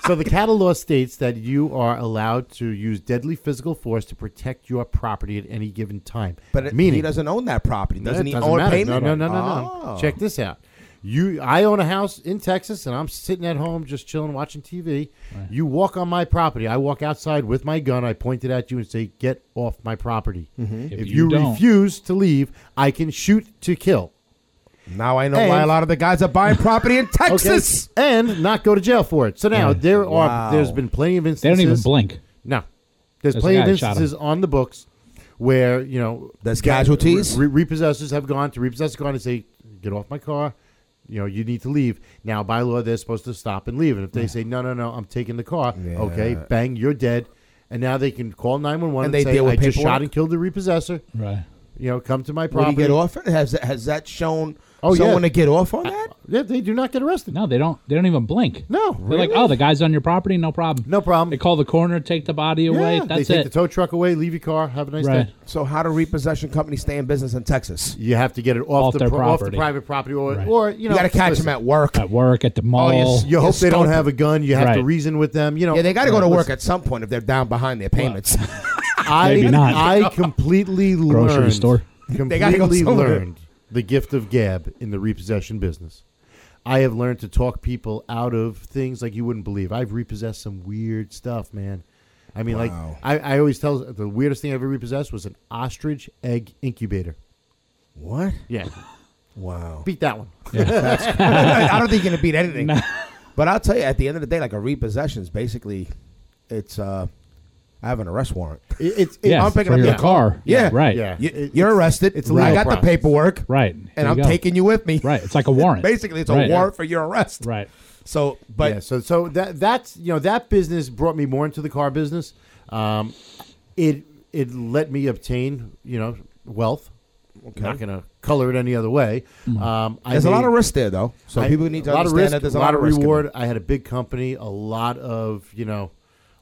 [SPEAKER 6] So the cattle law states that you are allowed to use deadly physical force to protect your property at any given time.
[SPEAKER 2] But it,
[SPEAKER 6] meaning
[SPEAKER 2] he doesn't own that property.
[SPEAKER 6] No, it
[SPEAKER 2] Doesn't he
[SPEAKER 6] doesn't
[SPEAKER 2] own
[SPEAKER 6] matter.
[SPEAKER 2] payment?
[SPEAKER 6] No, no, no, no, no.
[SPEAKER 2] Oh.
[SPEAKER 6] Check this out. You, I own a house in Texas, and I'm sitting at home just chilling, watching TV. You walk on my property. I walk outside with my gun. I point it at you and say, "Get off my property."
[SPEAKER 2] Mm-hmm.
[SPEAKER 6] If,
[SPEAKER 7] If you
[SPEAKER 6] you,
[SPEAKER 7] don't-
[SPEAKER 6] refuse to leave, I can shoot to kill.
[SPEAKER 2] Now I know why
[SPEAKER 6] And-
[SPEAKER 2] a lot of the guys are buying property [laughs] in Texas.
[SPEAKER 6] and not go to jail for it. So now there
[SPEAKER 2] Wow.
[SPEAKER 6] are. There's been plenty of
[SPEAKER 7] They
[SPEAKER 6] instances.
[SPEAKER 7] don't even blink.
[SPEAKER 6] No, there's,
[SPEAKER 7] There's a
[SPEAKER 6] plenty of
[SPEAKER 7] guy who shot
[SPEAKER 6] instances on the books where you know
[SPEAKER 2] There's
[SPEAKER 6] guy-
[SPEAKER 2] casualties?
[SPEAKER 6] re- repossessors have gone to repossess a car and say, "Get off my car." You know, you need to leave now. By law, they're supposed to stop and leave. And if they say, "No, no, no, I'm taking the car," okay,
[SPEAKER 2] Yeah.
[SPEAKER 6] bang, you're dead. And now they can call nine one one
[SPEAKER 2] And
[SPEAKER 6] and
[SPEAKER 2] they
[SPEAKER 6] say,
[SPEAKER 2] deal with
[SPEAKER 6] "I just
[SPEAKER 2] paperwork?
[SPEAKER 6] shot and killed the repossessor."
[SPEAKER 7] Right.
[SPEAKER 6] You know, come to my
[SPEAKER 2] Would he
[SPEAKER 6] property.
[SPEAKER 2] get off it? Has has that shown
[SPEAKER 6] Oh, yeah.
[SPEAKER 2] someone to get off on that?
[SPEAKER 6] Yeah, they do not get arrested.
[SPEAKER 7] No, they don't. They don't even blink.
[SPEAKER 6] No,
[SPEAKER 7] They're like,
[SPEAKER 6] really?
[SPEAKER 7] oh, the guy's on your property, no problem.
[SPEAKER 6] No problem.
[SPEAKER 7] They call the coroner, take the body away.
[SPEAKER 6] Yeah,
[SPEAKER 7] That's
[SPEAKER 6] they take
[SPEAKER 7] it.
[SPEAKER 6] the tow truck away, leave your car, have a nice
[SPEAKER 7] right.
[SPEAKER 6] day.
[SPEAKER 2] So how do repossession companies stay in business in Texas?
[SPEAKER 6] You have to get it off,
[SPEAKER 7] Off
[SPEAKER 6] the
[SPEAKER 7] their
[SPEAKER 6] pro- off the
[SPEAKER 7] property.
[SPEAKER 6] private property, or,
[SPEAKER 7] Right.
[SPEAKER 6] or you
[SPEAKER 2] You,
[SPEAKER 6] know,
[SPEAKER 2] got to catch
[SPEAKER 6] listen,
[SPEAKER 2] them at work.
[SPEAKER 7] At work, at the
[SPEAKER 6] Oh,
[SPEAKER 7] mall.
[SPEAKER 2] yes,
[SPEAKER 6] You hope they don't
[SPEAKER 2] Sculpted.
[SPEAKER 6] have a gun. You have to
[SPEAKER 7] Right.
[SPEAKER 6] reason with them. You know,
[SPEAKER 2] Yeah, they got to go to
[SPEAKER 6] Listen,
[SPEAKER 2] work at some point if they're down behind their [laughs] payments.
[SPEAKER 6] I
[SPEAKER 7] Maybe not.
[SPEAKER 6] I completely learned.
[SPEAKER 7] Grocery store.
[SPEAKER 6] Completely
[SPEAKER 2] gotta go somewhere.
[SPEAKER 6] learned the gift of gab in the repossession business. I have learned to talk people out of things like you wouldn't believe. I've repossessed some weird stuff, man. I mean,
[SPEAKER 2] Wow.
[SPEAKER 6] like I, I always tell the weirdest thing I ever repossessed was an ostrich egg incubator.
[SPEAKER 2] what?
[SPEAKER 6] Yeah,
[SPEAKER 2] Wow.
[SPEAKER 6] beat that one.
[SPEAKER 2] [laughs] I don't think you're gonna beat anything. [laughs] But I'll tell you, at the end of the day, like a repossession is basically, it's uh, I have an arrest warrant.
[SPEAKER 6] It, it's it,
[SPEAKER 7] Yes,
[SPEAKER 2] I'm picking up
[SPEAKER 7] for your
[SPEAKER 2] your
[SPEAKER 7] car.
[SPEAKER 2] Yeah,
[SPEAKER 7] Right.
[SPEAKER 6] yeah.
[SPEAKER 2] You,
[SPEAKER 6] It-
[SPEAKER 2] you're
[SPEAKER 6] it's-
[SPEAKER 2] arrested. It's
[SPEAKER 6] it's a
[SPEAKER 2] I
[SPEAKER 6] legal
[SPEAKER 2] got the
[SPEAKER 6] process.
[SPEAKER 2] paperwork.
[SPEAKER 7] Right. There
[SPEAKER 2] And
[SPEAKER 7] you
[SPEAKER 2] I'm
[SPEAKER 7] go.
[SPEAKER 2] taking you with me.
[SPEAKER 7] Right. It's like a warrant.
[SPEAKER 2] Basically, it's a
[SPEAKER 7] Right.
[SPEAKER 2] warrant for your arrest.
[SPEAKER 7] Right.
[SPEAKER 2] So, but
[SPEAKER 6] yeah, so so that that's you know that business brought me more into the car business. Um, it it let me obtain you know wealth. I'm not going to color it any other way. Um, I
[SPEAKER 2] there's a lot
[SPEAKER 6] made-
[SPEAKER 2] of risk there, though. So
[SPEAKER 6] I-
[SPEAKER 2] people need to
[SPEAKER 6] a lot
[SPEAKER 2] understand
[SPEAKER 6] of risk,
[SPEAKER 2] that there's
[SPEAKER 6] a lot, of
[SPEAKER 2] risk in it.
[SPEAKER 6] reward. I had a big company, a lot of you know,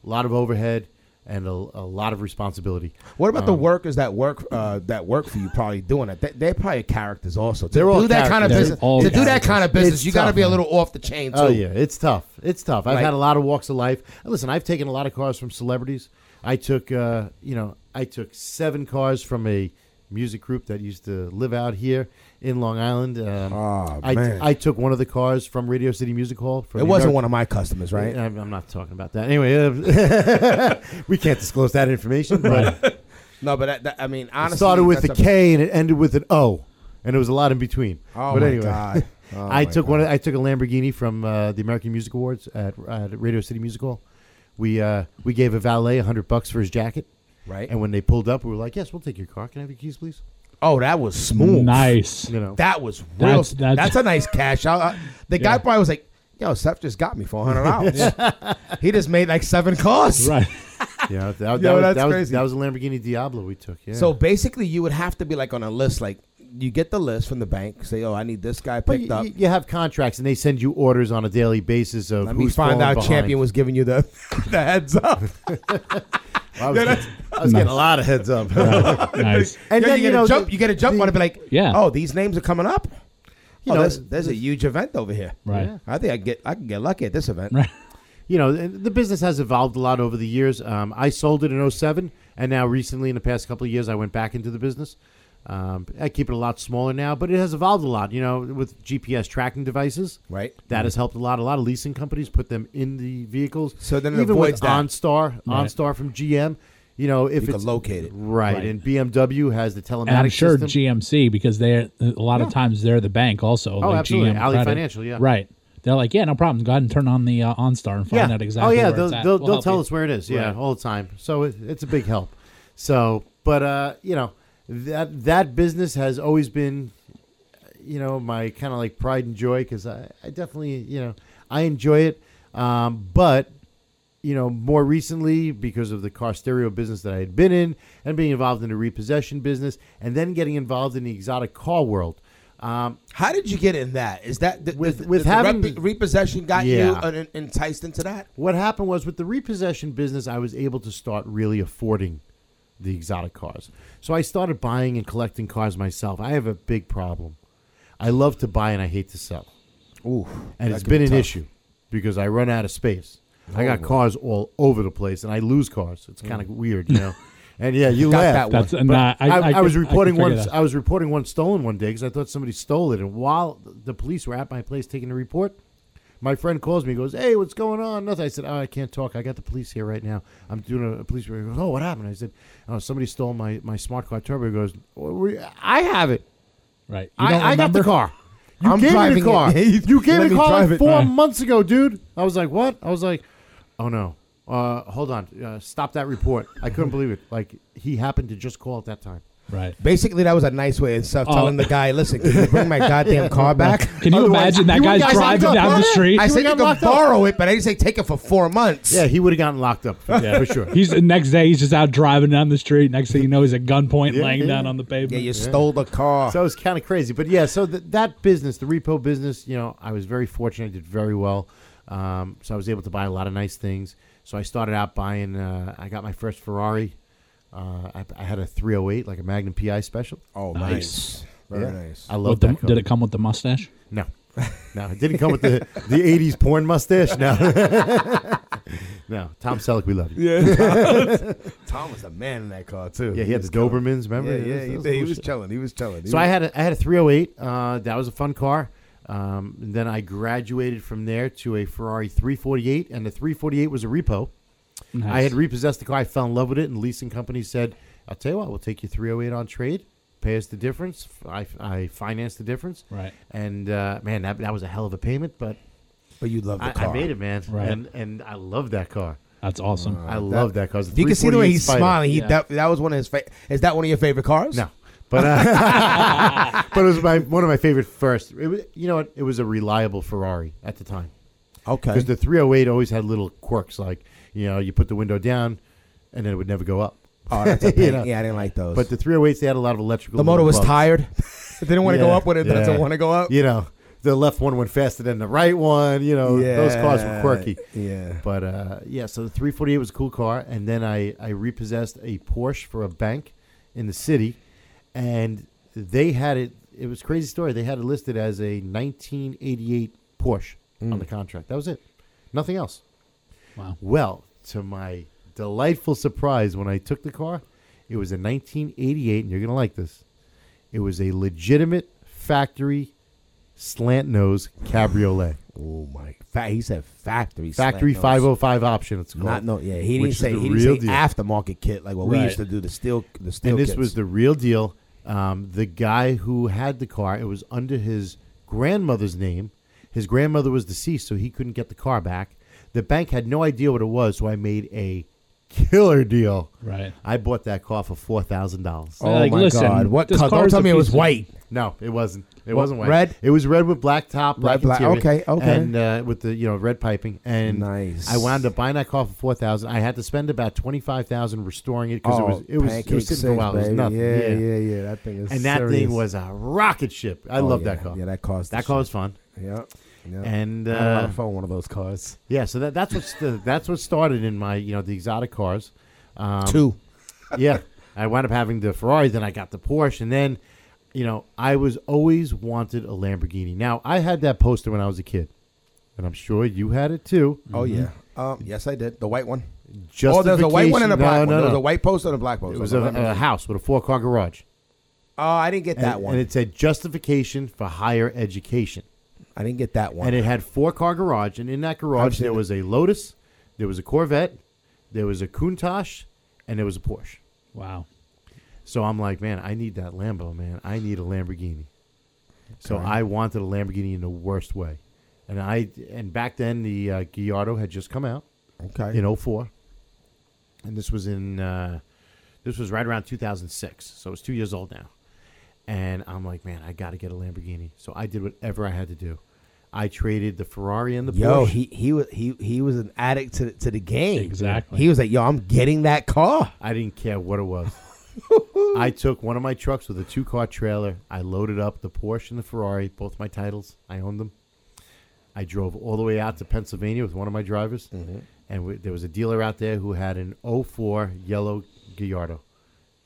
[SPEAKER 6] a lot of overhead. and a, a lot of responsibility.
[SPEAKER 2] What about the
[SPEAKER 6] um,
[SPEAKER 2] workers that work uh, that work for you? Probably doing that. They, they're probably characters also. To
[SPEAKER 6] They're
[SPEAKER 2] do
[SPEAKER 6] all
[SPEAKER 2] that kind of
[SPEAKER 6] characters.
[SPEAKER 2] business.
[SPEAKER 7] They're all
[SPEAKER 2] To do that kind of
[SPEAKER 6] characters.
[SPEAKER 2] business,
[SPEAKER 6] It's
[SPEAKER 2] you got to
[SPEAKER 6] tough,
[SPEAKER 2] be a
[SPEAKER 6] man.
[SPEAKER 2] little off the chain too.
[SPEAKER 6] Oh yeah, it's tough. It's tough. I've
[SPEAKER 2] Like-
[SPEAKER 6] had a lot of walks of life. Listen, I've taken a lot of cars from celebrities. I took, uh, you know, I took seven cars from a music group that used to live out here in Long Island. Um,
[SPEAKER 2] Oh,
[SPEAKER 6] I,
[SPEAKER 2] man.
[SPEAKER 6] I took one of the cars from Radio City Music Hall. From
[SPEAKER 2] It wasn't one of my customers, right?
[SPEAKER 6] I'm, I'm not talking about that. Anyway, uh, [laughs] we can't disclose that information. But
[SPEAKER 2] No, but that, that, I mean,
[SPEAKER 6] it
[SPEAKER 2] honestly,
[SPEAKER 6] started with a
[SPEAKER 2] that's
[SPEAKER 6] K and it ended with an O, and it was a lot in between.
[SPEAKER 2] Oh
[SPEAKER 6] but
[SPEAKER 2] my
[SPEAKER 6] anyway. [laughs]
[SPEAKER 2] god! Oh
[SPEAKER 6] I
[SPEAKER 2] my
[SPEAKER 6] took
[SPEAKER 2] God.
[SPEAKER 6] one. I took a Lamborghini from uh, the American Music Awards at, at Radio City Music Hall. We uh, we gave a valet hundred bucks for his jacket,
[SPEAKER 2] Right.
[SPEAKER 6] and when they pulled up, we were like, "Yes, we'll take your car. Can I have your keys,
[SPEAKER 2] [laughs]
[SPEAKER 6] please?"
[SPEAKER 2] Oh, that was smooth.
[SPEAKER 7] Nice.
[SPEAKER 6] You know,
[SPEAKER 2] That was real.
[SPEAKER 7] That's-
[SPEAKER 2] That's,
[SPEAKER 7] that's-
[SPEAKER 2] a nice cash out. Uh, the guy probably was like, "Yo, Seth just got me four hundred dollars.
[SPEAKER 6] [laughs]
[SPEAKER 2] He just made like seven calls."
[SPEAKER 7] Right.
[SPEAKER 6] yeah, that, that,
[SPEAKER 2] Yo,
[SPEAKER 6] was,
[SPEAKER 2] that's
[SPEAKER 6] that, was,
[SPEAKER 2] crazy.
[SPEAKER 6] that was a Lamborghini Diablo we took. Yeah.
[SPEAKER 2] So basically, you would have to be like on a list. Like you get the list from the bank. Say, "Oh, I need this guy
[SPEAKER 6] But
[SPEAKER 2] picked
[SPEAKER 6] y-
[SPEAKER 2] up."
[SPEAKER 6] y- you have contracts, and they send you orders on a daily basis of
[SPEAKER 2] Let
[SPEAKER 6] who's
[SPEAKER 2] me find
[SPEAKER 6] falling
[SPEAKER 2] out.
[SPEAKER 6] behind.
[SPEAKER 2] Champion was giving you the [laughs] the heads up. [laughs]
[SPEAKER 6] I was, getting, I was [laughs] getting a lot of heads up.
[SPEAKER 7] nice.
[SPEAKER 6] [laughs] And
[SPEAKER 2] Yo,
[SPEAKER 6] then
[SPEAKER 2] you
[SPEAKER 6] you,
[SPEAKER 2] get
[SPEAKER 6] know,
[SPEAKER 2] a jump. you get a jump
[SPEAKER 6] the-
[SPEAKER 2] on it. Be like,
[SPEAKER 7] Yeah.
[SPEAKER 2] Oh, these names are coming up.
[SPEAKER 6] You
[SPEAKER 2] oh,
[SPEAKER 6] know,
[SPEAKER 2] there's, there's a huge event over here.
[SPEAKER 7] Right. Yeah.
[SPEAKER 2] I think I can get I can get lucky at this event.
[SPEAKER 7] Right.
[SPEAKER 6] you know, and the business has evolved a lot over the years. Um, I sold it in 07, and now recently in the past couple of years, I went back into the business. Um, I keep it a lot smaller now, but it has evolved a lot, you know, with GPS tracking devices.
[SPEAKER 2] Right. Mm-hmm.
[SPEAKER 6] That has helped a lot. A lot of leasing companies put them in the vehicles.
[SPEAKER 2] So then it
[SPEAKER 6] Even
[SPEAKER 2] avoids
[SPEAKER 6] with
[SPEAKER 2] that.
[SPEAKER 6] OnStar,
[SPEAKER 7] Right.
[SPEAKER 6] OnStar from GM, you know, if
[SPEAKER 2] You
[SPEAKER 6] it's
[SPEAKER 2] can locate it.
[SPEAKER 6] Right,
[SPEAKER 7] Right.
[SPEAKER 6] and BMW has the
[SPEAKER 7] And
[SPEAKER 6] telematics
[SPEAKER 7] I'm sure
[SPEAKER 6] system.
[SPEAKER 7] GMC because they're a lot of times they're the bank also. Oh,
[SPEAKER 6] absolutely.
[SPEAKER 7] GM
[SPEAKER 6] Ally
[SPEAKER 7] credit.
[SPEAKER 6] Financial, yeah.
[SPEAKER 7] Right. They're like, yeah, no problem. Go ahead and turn on the uh, OnStar and find out exactly.
[SPEAKER 6] Oh yeah,
[SPEAKER 7] where
[SPEAKER 6] they'll
[SPEAKER 7] it's at.
[SPEAKER 6] they'll,
[SPEAKER 7] We'll
[SPEAKER 6] they'll
[SPEAKER 7] help
[SPEAKER 6] tell
[SPEAKER 7] you.
[SPEAKER 6] us where it is. Yeah,
[SPEAKER 7] Right.
[SPEAKER 6] all the time. So it, it's a big help. So, but uh, you know, that that business has always been, you know, my kind of like pride and joy because I, I definitely you know I enjoy it, um, but. You know, more recently because of the car stereo business that I had been in, and being involved in the repossession business, and then getting involved in the exotic car world, um,
[SPEAKER 2] How did you get in that? Is that the,
[SPEAKER 6] With-
[SPEAKER 2] the-
[SPEAKER 6] with
[SPEAKER 2] the
[SPEAKER 6] having-
[SPEAKER 2] rep- repossession got you
[SPEAKER 6] Yeah.
[SPEAKER 2] en- enticed into that?
[SPEAKER 6] what happened was with the repossession business, I was able to start really affording the exotic cars. So I started buying and collecting cars myself. I have a big problem. I love to buy and I hate to sell.
[SPEAKER 2] Ooh,
[SPEAKER 6] And it's been an issue because I run out of space.
[SPEAKER 2] Oh,
[SPEAKER 6] I got cars all over the place and I lose cars. It's kind of weird, you
[SPEAKER 2] [laughs]
[SPEAKER 6] know. And yeah, you
[SPEAKER 2] Mm. Got
[SPEAKER 6] laugh.
[SPEAKER 2] that
[SPEAKER 7] That's
[SPEAKER 2] one.
[SPEAKER 6] But
[SPEAKER 7] nah, I,
[SPEAKER 6] I, I, was
[SPEAKER 7] could- could
[SPEAKER 6] reporting uh,
[SPEAKER 7] figure
[SPEAKER 6] one.
[SPEAKER 7] that.
[SPEAKER 6] I was reporting one stolen one day because I thought somebody stole it. And while the police were at my place taking the report, my friend calls me. Goes, "Hey, what's going on?" Nothing. I said, "Oh, I can't talk. I got the police here right now. I'm doing a, a police report." He goes, "Oh, what happened?" I said, "Oh, somebody stole my my smart car turbo." He goes, "Well, we- "I have it.
[SPEAKER 7] Right. You
[SPEAKER 6] I,
[SPEAKER 7] don't
[SPEAKER 6] I got the
[SPEAKER 7] remember?
[SPEAKER 6] car." You
[SPEAKER 2] I'm
[SPEAKER 6] gave me
[SPEAKER 2] driving
[SPEAKER 6] the car.
[SPEAKER 2] it.
[SPEAKER 6] you gave
[SPEAKER 2] Let
[SPEAKER 6] me the
[SPEAKER 2] me
[SPEAKER 6] car
[SPEAKER 2] drive
[SPEAKER 6] like
[SPEAKER 2] it.
[SPEAKER 6] four
[SPEAKER 7] Right.
[SPEAKER 6] months ago, dude. I was like, what? I was like, oh no. Uh, hold on. Uh, stop that report. I couldn't believe it. Like he happened to just call at that time. [laughs]
[SPEAKER 7] Right.
[SPEAKER 2] Basically, that was a nice way of Seth
[SPEAKER 7] Oh.
[SPEAKER 2] telling the guy, "Listen, can you bring
[SPEAKER 6] [laughs]
[SPEAKER 2] my goddamn car back?"
[SPEAKER 7] Can you
[SPEAKER 6] Otherwise-
[SPEAKER 7] imagine that
[SPEAKER 6] Oh, You
[SPEAKER 7] guy's
[SPEAKER 6] guys
[SPEAKER 7] driving
[SPEAKER 6] locked up,
[SPEAKER 7] down the
[SPEAKER 6] right?
[SPEAKER 7] street?
[SPEAKER 2] I said
[SPEAKER 6] got
[SPEAKER 2] you can
[SPEAKER 6] locked up.
[SPEAKER 2] borrow it, but I didn't say take it for four months.
[SPEAKER 6] Yeah, he would have gotten locked up for,
[SPEAKER 7] [laughs]
[SPEAKER 6] for sure.
[SPEAKER 7] He's the next day. He's just out driving down the street. Next thing you know, he's at gunpoint, laying down on the
[SPEAKER 2] yeah,
[SPEAKER 7] pavement.
[SPEAKER 2] you stole the car.
[SPEAKER 6] so it was kind of crazy, but yeah. So th- that business, the repo business, you know, I was very fortunate. I did very well. Um, so I was able to buy a lot of nice things. So I started out buying. Uh, I got my first Ferrari. Uh, I, I had a 308, like a Magnum PI special.
[SPEAKER 2] oh,
[SPEAKER 7] Nice.
[SPEAKER 2] nice, very
[SPEAKER 6] Yeah.
[SPEAKER 2] nice.
[SPEAKER 6] I
[SPEAKER 7] With
[SPEAKER 6] love
[SPEAKER 7] the-
[SPEAKER 6] that. car.
[SPEAKER 7] did it come with the mustache?
[SPEAKER 6] No, [laughs] no, it didn't come with the the '80s porn mustache. [laughs] No, no. Tom Selleck, we love you. Yeah,
[SPEAKER 2] Tom was the man in that car too.
[SPEAKER 6] he had the Dobermans.
[SPEAKER 2] Yeah,
[SPEAKER 6] Remember?
[SPEAKER 2] yeah,
[SPEAKER 6] That
[SPEAKER 2] he,
[SPEAKER 6] was- that
[SPEAKER 2] he
[SPEAKER 6] cool
[SPEAKER 2] was
[SPEAKER 6] shit.
[SPEAKER 2] chilling. He was chilling. He
[SPEAKER 6] So I
[SPEAKER 2] was-
[SPEAKER 6] had a, I had a 308. Uh, that was a fun car. Um, and then I graduated from there to a Ferrari 348, and the 348 was a repo. I had repossessed the car. I fell in love with it, and the leasing company said, "I'll tell you what, we'll take your 308 on trade, pay us the difference. I, I financed the difference,
[SPEAKER 7] Right.
[SPEAKER 6] And uh, man, that, that was a hell of a payment, but
[SPEAKER 2] but you love the
[SPEAKER 6] I,
[SPEAKER 2] car.
[SPEAKER 6] I made it, man.
[SPEAKER 7] Right. Uh,
[SPEAKER 6] And and I love that car.
[SPEAKER 7] That's awesome.
[SPEAKER 6] I love that car. It's a
[SPEAKER 2] You can see the
[SPEAKER 6] 348
[SPEAKER 2] way he's
[SPEAKER 6] Spider.
[SPEAKER 2] smiling. He that, that was one of his. Fa- is that one of your favorite cars?
[SPEAKER 6] No, but uh, [laughs] but it was my one of my favorite first. It was, you know what? It was a reliable Ferrari at the time
[SPEAKER 2] Okay.
[SPEAKER 6] because the 308 always had little quirks like you know you put the window down and then it would never go up.
[SPEAKER 2] oh,
[SPEAKER 6] [laughs]
[SPEAKER 2] that's a
[SPEAKER 6] you
[SPEAKER 2] pain.
[SPEAKER 6] know.
[SPEAKER 2] Yeah, I didn't like those.
[SPEAKER 6] But the 308s they had a lot of electrical.
[SPEAKER 2] the motor
[SPEAKER 6] little
[SPEAKER 2] was
[SPEAKER 6] bugs.
[SPEAKER 2] tired. It [laughs] didn't want to go
[SPEAKER 6] Yeah,
[SPEAKER 2] up when it
[SPEAKER 6] yeah.
[SPEAKER 2] doesn't want to go up.
[SPEAKER 6] You know, the left one went faster than the right one. You know, those cars were
[SPEAKER 2] Yeah,
[SPEAKER 6] quirky.
[SPEAKER 2] yeah.
[SPEAKER 6] But uh, yeah, so the 348 was a cool car, and then I I repossessed a Porsche for a bank in the city, and they had it. It was a crazy story. They had it listed as a 1988 Porsche
[SPEAKER 2] Hmm.
[SPEAKER 6] on the contract. That was it. Nothing else.
[SPEAKER 7] Wow.
[SPEAKER 6] Well, to my delightful surprise, when I took the car, it was a 1988, and you're going to like this. It was a legitimate factory slant nose cabriolet.
[SPEAKER 2] Oh my! Fa- he said factory.
[SPEAKER 6] Factory
[SPEAKER 2] slant nose.
[SPEAKER 6] 505 option, it's called.
[SPEAKER 2] Not no. Yeah, he didn't
[SPEAKER 6] Which is
[SPEAKER 2] say
[SPEAKER 6] the
[SPEAKER 2] he
[SPEAKER 6] real
[SPEAKER 2] didn't say
[SPEAKER 6] deal.
[SPEAKER 2] aftermarket kit like what we
[SPEAKER 7] Right.
[SPEAKER 2] used to do. The steel. The steel.
[SPEAKER 6] and this
[SPEAKER 2] kits.
[SPEAKER 6] was the real deal. Um, the guy who had the car, it was under his grandmother's name. His grandmother was deceased, so he couldn't get the car back. The bank had no idea what it was, so I made a killer deal.
[SPEAKER 7] Right.
[SPEAKER 6] I bought that car for four thousand dollars.
[SPEAKER 2] Oh
[SPEAKER 7] Like,
[SPEAKER 2] my
[SPEAKER 7] listen,
[SPEAKER 2] god! What?
[SPEAKER 7] this
[SPEAKER 2] Color?
[SPEAKER 7] car
[SPEAKER 2] Don't
[SPEAKER 7] is
[SPEAKER 2] tell
[SPEAKER 7] a
[SPEAKER 2] me it was
[SPEAKER 7] piece of-
[SPEAKER 2] white.
[SPEAKER 6] No, it wasn't. It
[SPEAKER 2] What,
[SPEAKER 6] wasn't white.
[SPEAKER 2] red?
[SPEAKER 6] It was red with black top, black,
[SPEAKER 2] Red, black-
[SPEAKER 6] interior,
[SPEAKER 2] okay, okay.
[SPEAKER 6] and uh, with the you know red piping. And
[SPEAKER 2] Nice.
[SPEAKER 6] I wound up buying that car for four thousand. I had to spend about twenty five thousand restoring it because
[SPEAKER 2] oh,
[SPEAKER 6] it was it was, it
[SPEAKER 2] pancake
[SPEAKER 6] was sitting for a
[SPEAKER 2] six,
[SPEAKER 6] while. It was
[SPEAKER 2] baby.
[SPEAKER 6] nothing.
[SPEAKER 2] Yeah, yeah, yeah, That thing is.
[SPEAKER 6] And that
[SPEAKER 2] serious.
[SPEAKER 6] thing was a rocket ship. I
[SPEAKER 2] Oh,
[SPEAKER 6] love
[SPEAKER 2] yeah.
[SPEAKER 6] that car.
[SPEAKER 2] Yeah, that car's the
[SPEAKER 6] that car was fun.
[SPEAKER 2] shit. Yeah. yeah.
[SPEAKER 6] And
[SPEAKER 2] I had a lot
[SPEAKER 6] uh,
[SPEAKER 2] of fun with one of those cars.
[SPEAKER 6] yeah, so that, that's what's the, that's what started in my you know the exotic cars. Um,
[SPEAKER 2] Two.
[SPEAKER 6] yeah, I wound up having the Ferrari. Then I got the Porsche, and then, you know, I was always wanted a Lamborghini. Now I had that poster when I was a kid, and I'm sure you had it too.
[SPEAKER 2] Oh yeah. Um, yes, I did the white one.
[SPEAKER 6] Mm-hmm. Just
[SPEAKER 2] oh, there's a white one and a
[SPEAKER 6] no,
[SPEAKER 2] black one.
[SPEAKER 6] No,
[SPEAKER 2] There
[SPEAKER 6] no.
[SPEAKER 2] was a white post and a black post.
[SPEAKER 6] It was a, a house with a four car garage.
[SPEAKER 2] oh, I didn't get that
[SPEAKER 6] and,
[SPEAKER 2] one.
[SPEAKER 6] and it said justification for higher education.
[SPEAKER 2] I didn't get that one.
[SPEAKER 6] And it had four car garage, and in that
[SPEAKER 2] I've
[SPEAKER 6] garage
[SPEAKER 2] seen
[SPEAKER 6] there
[SPEAKER 2] it.
[SPEAKER 6] was a Lotus, there was a Corvette, there was a Countach, and there was a Porsche.
[SPEAKER 7] Wow.
[SPEAKER 6] So I'm like, man, I need that Lambo, man. I need a Lamborghini. So I wanted a Lamborghini in the worst way, and I and back then the uh, Gallardo had just come out
[SPEAKER 2] okay.
[SPEAKER 6] in 04. and this was in uh, this was right around 2006, so it's two years old now. And I'm like, man, I got to get a Lamborghini. So I did whatever I had to do. I traded the Ferrari and the
[SPEAKER 2] Yo,
[SPEAKER 6] Porsche.
[SPEAKER 2] he he was he he was an addict to the- to the game.
[SPEAKER 7] Exactly.
[SPEAKER 2] He was like, yo, I'm getting that car.
[SPEAKER 6] I didn't care what it was. I took one of my trucks with a two car trailer. I loaded up the Porsche and the Ferrari, both my titles. I owned them. I drove all the way out to Pennsylvania with one of my drivers. And we, there was a dealer out there who had an 04 yellow Gallardo.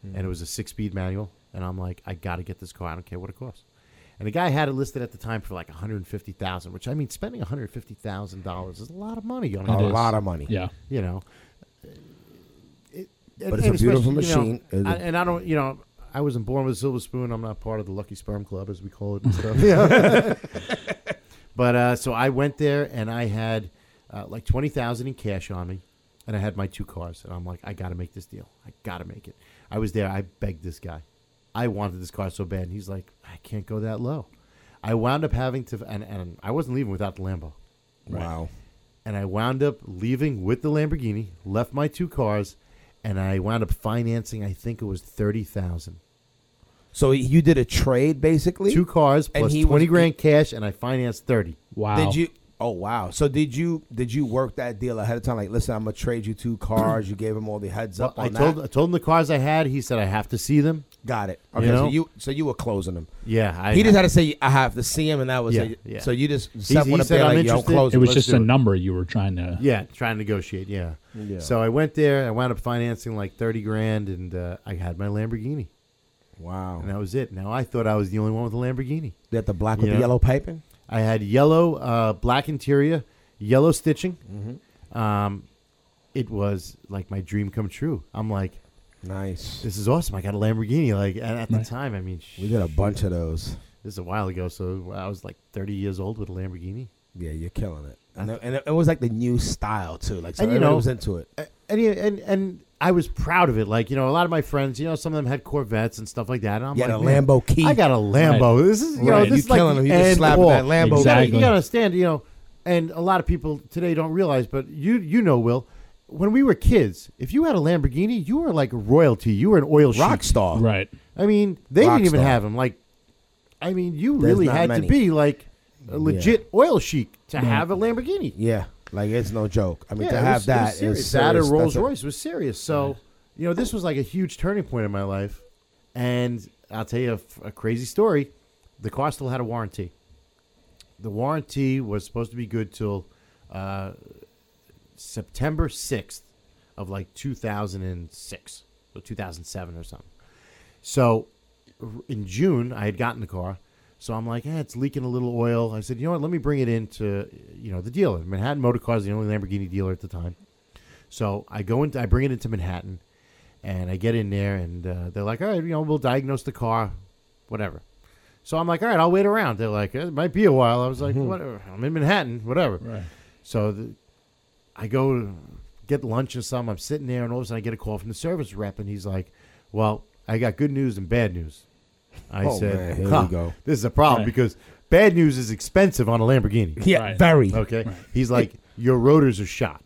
[SPEAKER 6] And it was a six speed manual. And I'm like, I got to get this car. I don't care what it costs. And the guy had it listed at the time for like 150000 which I mean, spending $150,000 is a lot of money on a
[SPEAKER 2] A
[SPEAKER 6] car,
[SPEAKER 7] is.
[SPEAKER 2] lot of money.
[SPEAKER 7] Yeah.
[SPEAKER 6] you know. It,
[SPEAKER 2] But it's a beautiful
[SPEAKER 6] especially, you know,
[SPEAKER 2] machine.
[SPEAKER 6] I- and I don't, you know, I wasn't born with a silver spoon. I'm not part of the Lucky Sperm Club, as we call it and stuff.
[SPEAKER 2] [laughs]
[SPEAKER 6] [laughs] but uh, so I went there and I had uh, like 20000 in cash on me. And I had my two cars. And I'm like, I got to make this deal. I got to make it. I was there. I begged this guy. I wanted this car so bad. And he's like, I can't go that low. I wound up having to, and, and I wasn't leaving without the Lambo
[SPEAKER 2] Wow.
[SPEAKER 6] and I wound up leaving with the Lamborghini, left my two cars, and I wound up financing. I think it was thirty thousand.
[SPEAKER 2] So you did a trade basically.
[SPEAKER 6] Two cars
[SPEAKER 2] And
[SPEAKER 6] plus
[SPEAKER 2] he
[SPEAKER 6] twenty
[SPEAKER 2] was-
[SPEAKER 6] grand cash, and I financed thirty.
[SPEAKER 7] Wow.
[SPEAKER 2] Did you? Oh wow. So did you did you work that deal ahead of time? Like, listen, I'm gonna trade you two cars. you gave him all the heads up
[SPEAKER 6] I
[SPEAKER 2] on
[SPEAKER 6] told
[SPEAKER 2] that.
[SPEAKER 6] I told him the cars I had. He said I have to see them.
[SPEAKER 2] Got it. Okay.
[SPEAKER 6] know?
[SPEAKER 2] So you so you were closing them.
[SPEAKER 6] Yeah, I,
[SPEAKER 2] he just had to say I have to see him, and that was
[SPEAKER 6] Yeah,
[SPEAKER 2] it.
[SPEAKER 6] yeah.
[SPEAKER 2] So you just
[SPEAKER 6] He-
[SPEAKER 2] set
[SPEAKER 6] he
[SPEAKER 2] one up
[SPEAKER 6] said,
[SPEAKER 2] there
[SPEAKER 6] "I'm
[SPEAKER 2] like, yo,
[SPEAKER 6] interested."
[SPEAKER 2] close
[SPEAKER 7] It was
[SPEAKER 6] Let's
[SPEAKER 7] just
[SPEAKER 6] do
[SPEAKER 7] a
[SPEAKER 6] it.
[SPEAKER 7] number you were trying to.
[SPEAKER 6] yeah, trying to negotiate. Yeah. So I went there. I wound up financing like thirty grand, and uh, I had my Lamborghini,
[SPEAKER 2] Wow.
[SPEAKER 6] and that was it. Now I thought I was the only one with a Lamborghini.
[SPEAKER 2] They had the black with
[SPEAKER 6] Yeah.
[SPEAKER 2] the yellow piping.
[SPEAKER 6] I had yellow, uh, black interior, yellow stitching.
[SPEAKER 2] Mm-hmm.
[SPEAKER 6] Um, it was like my dream come true. I'm like,
[SPEAKER 2] Nice.
[SPEAKER 6] this is awesome. I got a Lamborghini. Like and at the time, I mean, sh-
[SPEAKER 2] We did a bunch of those.
[SPEAKER 6] this is a while ago, so I was like 30 years old with a Lamborghini.
[SPEAKER 2] Yeah, you're killing it. And, it- and it, it was like the new style too. Like so
[SPEAKER 6] And, you
[SPEAKER 2] everybody
[SPEAKER 6] know-
[SPEAKER 2] was into it.
[SPEAKER 6] A- And yeah, and and I was proud of it. Like you know, a lot of my friends, you know, some of them had Corvettes and stuff like that. And I'm
[SPEAKER 2] You had
[SPEAKER 6] like,
[SPEAKER 2] a
[SPEAKER 6] man,
[SPEAKER 2] Lambo key.
[SPEAKER 6] I got a Lambo. This is you know,
[SPEAKER 7] Right.
[SPEAKER 6] this
[SPEAKER 7] You
[SPEAKER 6] is like
[SPEAKER 2] killing
[SPEAKER 6] the
[SPEAKER 2] them. You just
[SPEAKER 6] end
[SPEAKER 2] slapping
[SPEAKER 6] all.
[SPEAKER 2] that Lambo.
[SPEAKER 6] You gotta,
[SPEAKER 7] Exactly.
[SPEAKER 6] you gotta understand, you know, and a lot of people today don't realize, but you you know, Will, when we were kids, if you had a Lamborghini, you were like royalty. You were an oil sheik.
[SPEAKER 2] Rock star.
[SPEAKER 7] Right.
[SPEAKER 6] I mean, they
[SPEAKER 2] Rock
[SPEAKER 6] didn't even
[SPEAKER 2] star.
[SPEAKER 6] have them. Like, I mean, you
[SPEAKER 2] There's
[SPEAKER 6] really
[SPEAKER 2] not
[SPEAKER 6] had
[SPEAKER 2] many.
[SPEAKER 6] to be like a legit oil chic to have a Lamborghini.
[SPEAKER 2] Yeah, like it's no joke. I mean,
[SPEAKER 6] Yeah,
[SPEAKER 2] to
[SPEAKER 6] it
[SPEAKER 2] have
[SPEAKER 6] was- it was
[SPEAKER 2] that
[SPEAKER 6] serious.
[SPEAKER 2] is
[SPEAKER 6] that or
[SPEAKER 2] serious. That's
[SPEAKER 6] Rolls
[SPEAKER 2] a-
[SPEAKER 6] Royce was serious. So, you know, this was like a huge turning point in my life. And I'll tell you a, f- a crazy story. The car still had a warranty. the warranty was supposed to be good till uh, September 6th of like 2006 or 2007 or something. So r- in June, I had gotten the car. So I'm like, eh, it's leaking a little oil. I said, you know what? Let me bring it into, you know, the dealer. Manhattan Motor Cars, the only Lamborghini dealer at the time. So I go into, I bring it into Manhattan, and I get in there, and uh, they're like, all right, you know, we'll diagnose the car, whatever. So I'm like, all right, I'll wait around. They're like, "Eh, it might be a while. I was like, whatever. I'm in Manhattan, whatever. Right. So the, I go get lunch or something. I'm sitting there, and all of a sudden I get a call from the service rep, and he's like, "Well, I got good news and bad news." I
[SPEAKER 2] Oh,
[SPEAKER 6] said,
[SPEAKER 2] man, here we
[SPEAKER 6] "Huh,
[SPEAKER 2] go."
[SPEAKER 6] "This is a problem
[SPEAKER 7] Right.
[SPEAKER 6] because bad news is expensive on a
[SPEAKER 2] [laughs]
[SPEAKER 6] Lamborghini."
[SPEAKER 4] Yeah,
[SPEAKER 7] Right.
[SPEAKER 4] very.
[SPEAKER 6] Okay, he's like, "Your rotors are shot."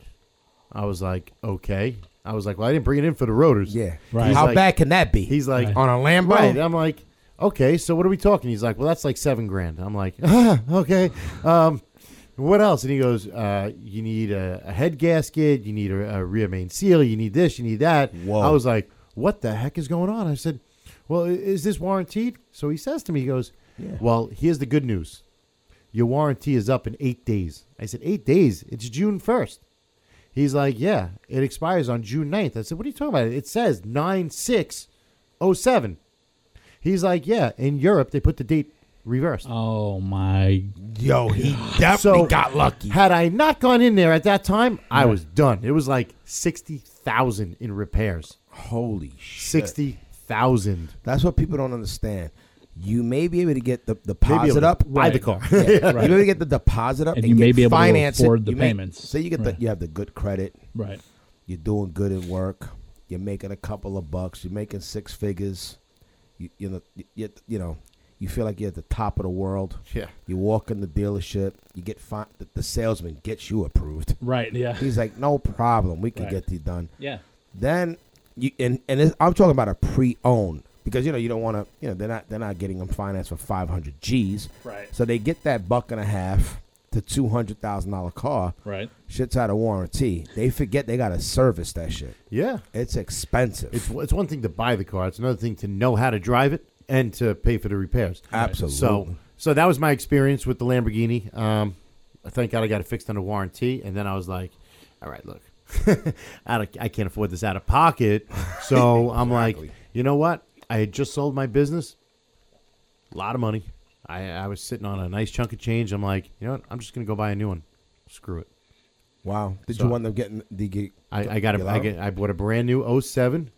[SPEAKER 6] I was like, "Okay." I was like, "Well, I didn't bring it in for the rotors."
[SPEAKER 2] Yeah.
[SPEAKER 7] Right.
[SPEAKER 2] How
[SPEAKER 6] like-
[SPEAKER 2] bad can that be?
[SPEAKER 6] He's like,
[SPEAKER 2] on a Lambo.
[SPEAKER 6] Right. I'm like, okay, so what are we talking? He's like, well, that's like seven grand. I'm like, [laughs] ah, okay. Um, what else? And he goes, uh, you need a, a head gasket, you need a, a rear main seal, you need this, you need that.
[SPEAKER 2] Whoa.
[SPEAKER 6] I was like, what the heck is going on? I said, well, i- is this warranted? So he says to me, he goes, well, here's the good news. Your warranty is up in eight days. I said, eight days? It's June 1st. He's like, yeah, it expires on June 9th. I said, what are you talking about? It says 9 6 07. He's like, yeah, in Europe, they put the date reversed.
[SPEAKER 7] Oh my!
[SPEAKER 2] Yo, he definitely
[SPEAKER 6] So-
[SPEAKER 2] got lucky.
[SPEAKER 6] Had I not gone in there at that time, I was done. It was like 60,000 in repairs.
[SPEAKER 2] Holy shit.
[SPEAKER 6] 60,000.
[SPEAKER 2] That's what people don't understand. You may be able to get the
[SPEAKER 6] Maybe
[SPEAKER 2] deposit
[SPEAKER 6] able to
[SPEAKER 2] up.
[SPEAKER 6] buy
[SPEAKER 7] [laughs]
[SPEAKER 6] the car.
[SPEAKER 2] Yeah, You may be able to get the deposit up,
[SPEAKER 7] And you may
[SPEAKER 2] get
[SPEAKER 7] be able to
[SPEAKER 2] finance it.
[SPEAKER 7] afford the
[SPEAKER 2] You may-
[SPEAKER 7] payments.
[SPEAKER 2] Say you get
[SPEAKER 7] Right.
[SPEAKER 2] the, you have the good credit.
[SPEAKER 7] Right.
[SPEAKER 2] You're doing good at work. You're making a couple of bucks. You're making six figures. You, you know, you, you know, you feel like you're at the top of the world.
[SPEAKER 6] Yeah.
[SPEAKER 2] You walk in the dealership. You get fi- the, the salesman gets you approved. [laughs]
[SPEAKER 7] Right. Yeah.
[SPEAKER 2] He's like, no problem. We can
[SPEAKER 7] Right.
[SPEAKER 2] get these done.
[SPEAKER 7] Yeah.
[SPEAKER 2] Then you and and this, I'm talking about a pre-owned because you know you don't want to you know they're not they're not getting them financed for 500 G's.
[SPEAKER 7] Right.
[SPEAKER 2] So they get that buck and a half to two hundred thousand dollar car.
[SPEAKER 7] Right.
[SPEAKER 2] Shit's out of warranty. They forget they got to service that shit.
[SPEAKER 6] Yeah.
[SPEAKER 2] It's expensive.
[SPEAKER 6] It's, it's one thing to buy the car, it's another thing to know how to drive it and to pay for the repairs.
[SPEAKER 2] Absolutely.
[SPEAKER 6] So, so that was my experience with the Lamborghini. Um, thank God I got it fixed under warranty, and then I was like, "All right, look, [laughs] out of, I can't afford this out of pocket." So I'm like, "You know what? I had just sold my business, a lot of money. I, I was sitting on a nice chunk of change. I'm like, you know what? I'm just gonna go buy a new one. Screw it.
[SPEAKER 2] wow. Did
[SPEAKER 6] So-
[SPEAKER 2] you end up getting the? Get,
[SPEAKER 6] I, I got a,
[SPEAKER 2] get
[SPEAKER 6] I,
[SPEAKER 2] out?
[SPEAKER 6] get, I bought a brand new 07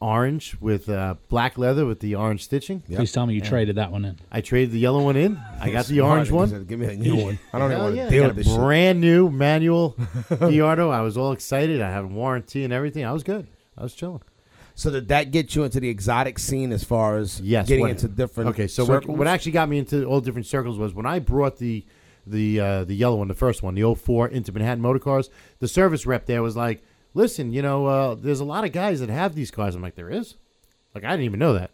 [SPEAKER 6] orange with uh, black leather with the orange stitching.
[SPEAKER 7] Please tell me you traded that one in.
[SPEAKER 6] I traded the yellow one in. I got the orange
[SPEAKER 2] Martin,
[SPEAKER 6] one.
[SPEAKER 2] he said, Give me a new one. I don't even
[SPEAKER 6] Hell
[SPEAKER 2] want to
[SPEAKER 6] yeah, I
[SPEAKER 2] deal
[SPEAKER 6] got
[SPEAKER 2] with
[SPEAKER 6] a
[SPEAKER 2] this. shit.
[SPEAKER 6] brand new
[SPEAKER 2] [laughs]
[SPEAKER 6] manual Giardo. I was all excited. I had a warranty and everything. I was good. I was chilling.
[SPEAKER 2] So did that get you into the exotic scene as far as
[SPEAKER 6] Yes,
[SPEAKER 2] getting
[SPEAKER 6] what-
[SPEAKER 2] into different?
[SPEAKER 6] Okay, so what,
[SPEAKER 2] circles?
[SPEAKER 6] what actually got me into all different circles was when I brought the the uh, the yellow one, the first one, the 04 into Manhattan Motor Cars. The service rep there was like, "Listen, you know, uh, there's a lot of guys that have these cars." I'm like, "There is." Like I didn't even know that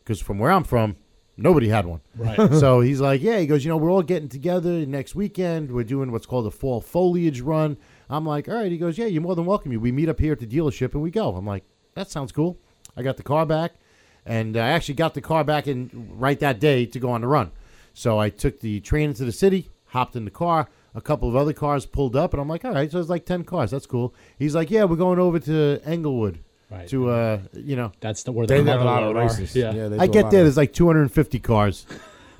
[SPEAKER 6] because from where I'm from, nobody had one.
[SPEAKER 7] Right.
[SPEAKER 6] [laughs] so he's like, yeah. He goes, you know, we're all getting together next weekend. We're doing what's called a fall foliage run. I'm like, all right. He goes, yeah, you're more than welcome. You. We meet up here at the dealership and we go. I'm like, that sounds cool. I got the car back, and I actually got the car back in right that day to go on the run. So I took the train into the city, hopped in the car. A couple of other cars pulled up, and I'm like, all right. So it's like ten cars. That's cool. He's like, yeah, we're going over to Englewood.
[SPEAKER 7] Right.
[SPEAKER 6] To uh, you know,
[SPEAKER 7] That's the where
[SPEAKER 2] They
[SPEAKER 7] the
[SPEAKER 2] have a
[SPEAKER 7] mother
[SPEAKER 2] lot of
[SPEAKER 7] load are.
[SPEAKER 2] races.
[SPEAKER 7] Yeah.
[SPEAKER 2] they
[SPEAKER 6] I
[SPEAKER 2] do a lot
[SPEAKER 6] get
[SPEAKER 2] of-
[SPEAKER 6] there. There's like 250 cars,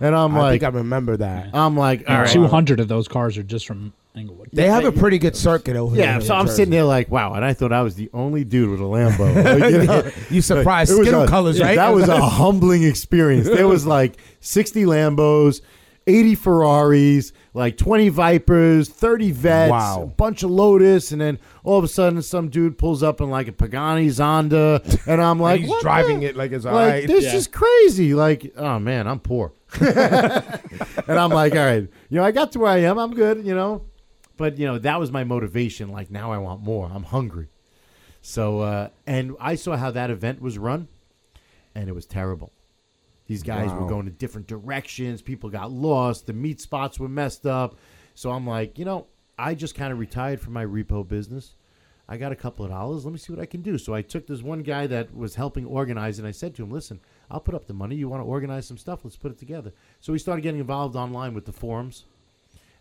[SPEAKER 6] and I'm
[SPEAKER 2] I
[SPEAKER 6] like, Uh,
[SPEAKER 2] think I remember that.
[SPEAKER 6] I'm like, all right.
[SPEAKER 7] Two hundred of those cars are just from Englewood.
[SPEAKER 2] They have a pretty good circuit over there.
[SPEAKER 6] Yeah,
[SPEAKER 2] in
[SPEAKER 6] so I'm
[SPEAKER 2] Jersey.
[SPEAKER 6] sitting there like, wow, and I thought I was the only dude with a Lambo. [laughs]
[SPEAKER 2] [laughs]
[SPEAKER 6] Like, you know?
[SPEAKER 2] You surprised
[SPEAKER 6] It was
[SPEAKER 2] Skittle
[SPEAKER 6] a-
[SPEAKER 2] colors, right?
[SPEAKER 6] That
[SPEAKER 2] [laughs]
[SPEAKER 6] was a humbling experience. There was like 60 Lambos, 80 Ferraris, like 20 Vipers, 30 Vets,
[SPEAKER 2] Wow.
[SPEAKER 6] a bunch of Lotus, and then all of a sudden some dude pulls up in like a Pagani Zonda, and I'm like,
[SPEAKER 2] he's
[SPEAKER 6] what
[SPEAKER 2] driving
[SPEAKER 6] the-
[SPEAKER 2] it like it's
[SPEAKER 6] like,
[SPEAKER 2] all right.
[SPEAKER 6] This
[SPEAKER 7] Yeah.
[SPEAKER 6] is crazy. Like, oh man, I'm poor. [laughs] and I'm like, all right, you know, I got to where I am. I'm good, you know. But you know, that was my motivation. Like now, I want more. I'm hungry. So, uh, and I saw how that event was run, and it was terrible. These guys were
[SPEAKER 2] Wow.
[SPEAKER 6] going to different directions. People got lost. The meat spots were messed up. So I'm like, you know, I just kind of retired from my repo business. I got a couple of dollars. Let me see what I can do. So I took this one guy that was helping organize, and I said to him, listen, I'll put up the money. You want to organize some stuff? Let's put it together. So we started getting involved online with the forums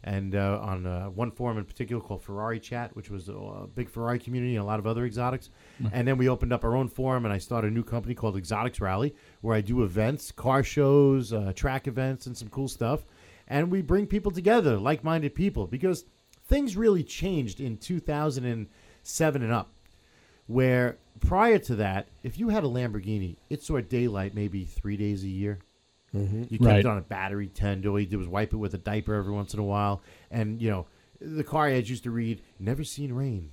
[SPEAKER 6] and uh, on uh, one forum in particular called Ferrari Chat, which was a uh, big Ferrari community and a lot of other exotics. And then we opened up our own forum, and I started a new company called Exotics Rally, where I do events, car shows, uh, track events, and some cool stuff. And we bring people together, like minded people, because things really changed in 2007 and up where prior to that, if you had a Lamborghini, it saw daylight maybe three days a year. You kept
[SPEAKER 7] Right.
[SPEAKER 6] it on a battery tent. All you did was wipe it with a diaper every once in a while. And, you know, the car ads used to read, never seen rain,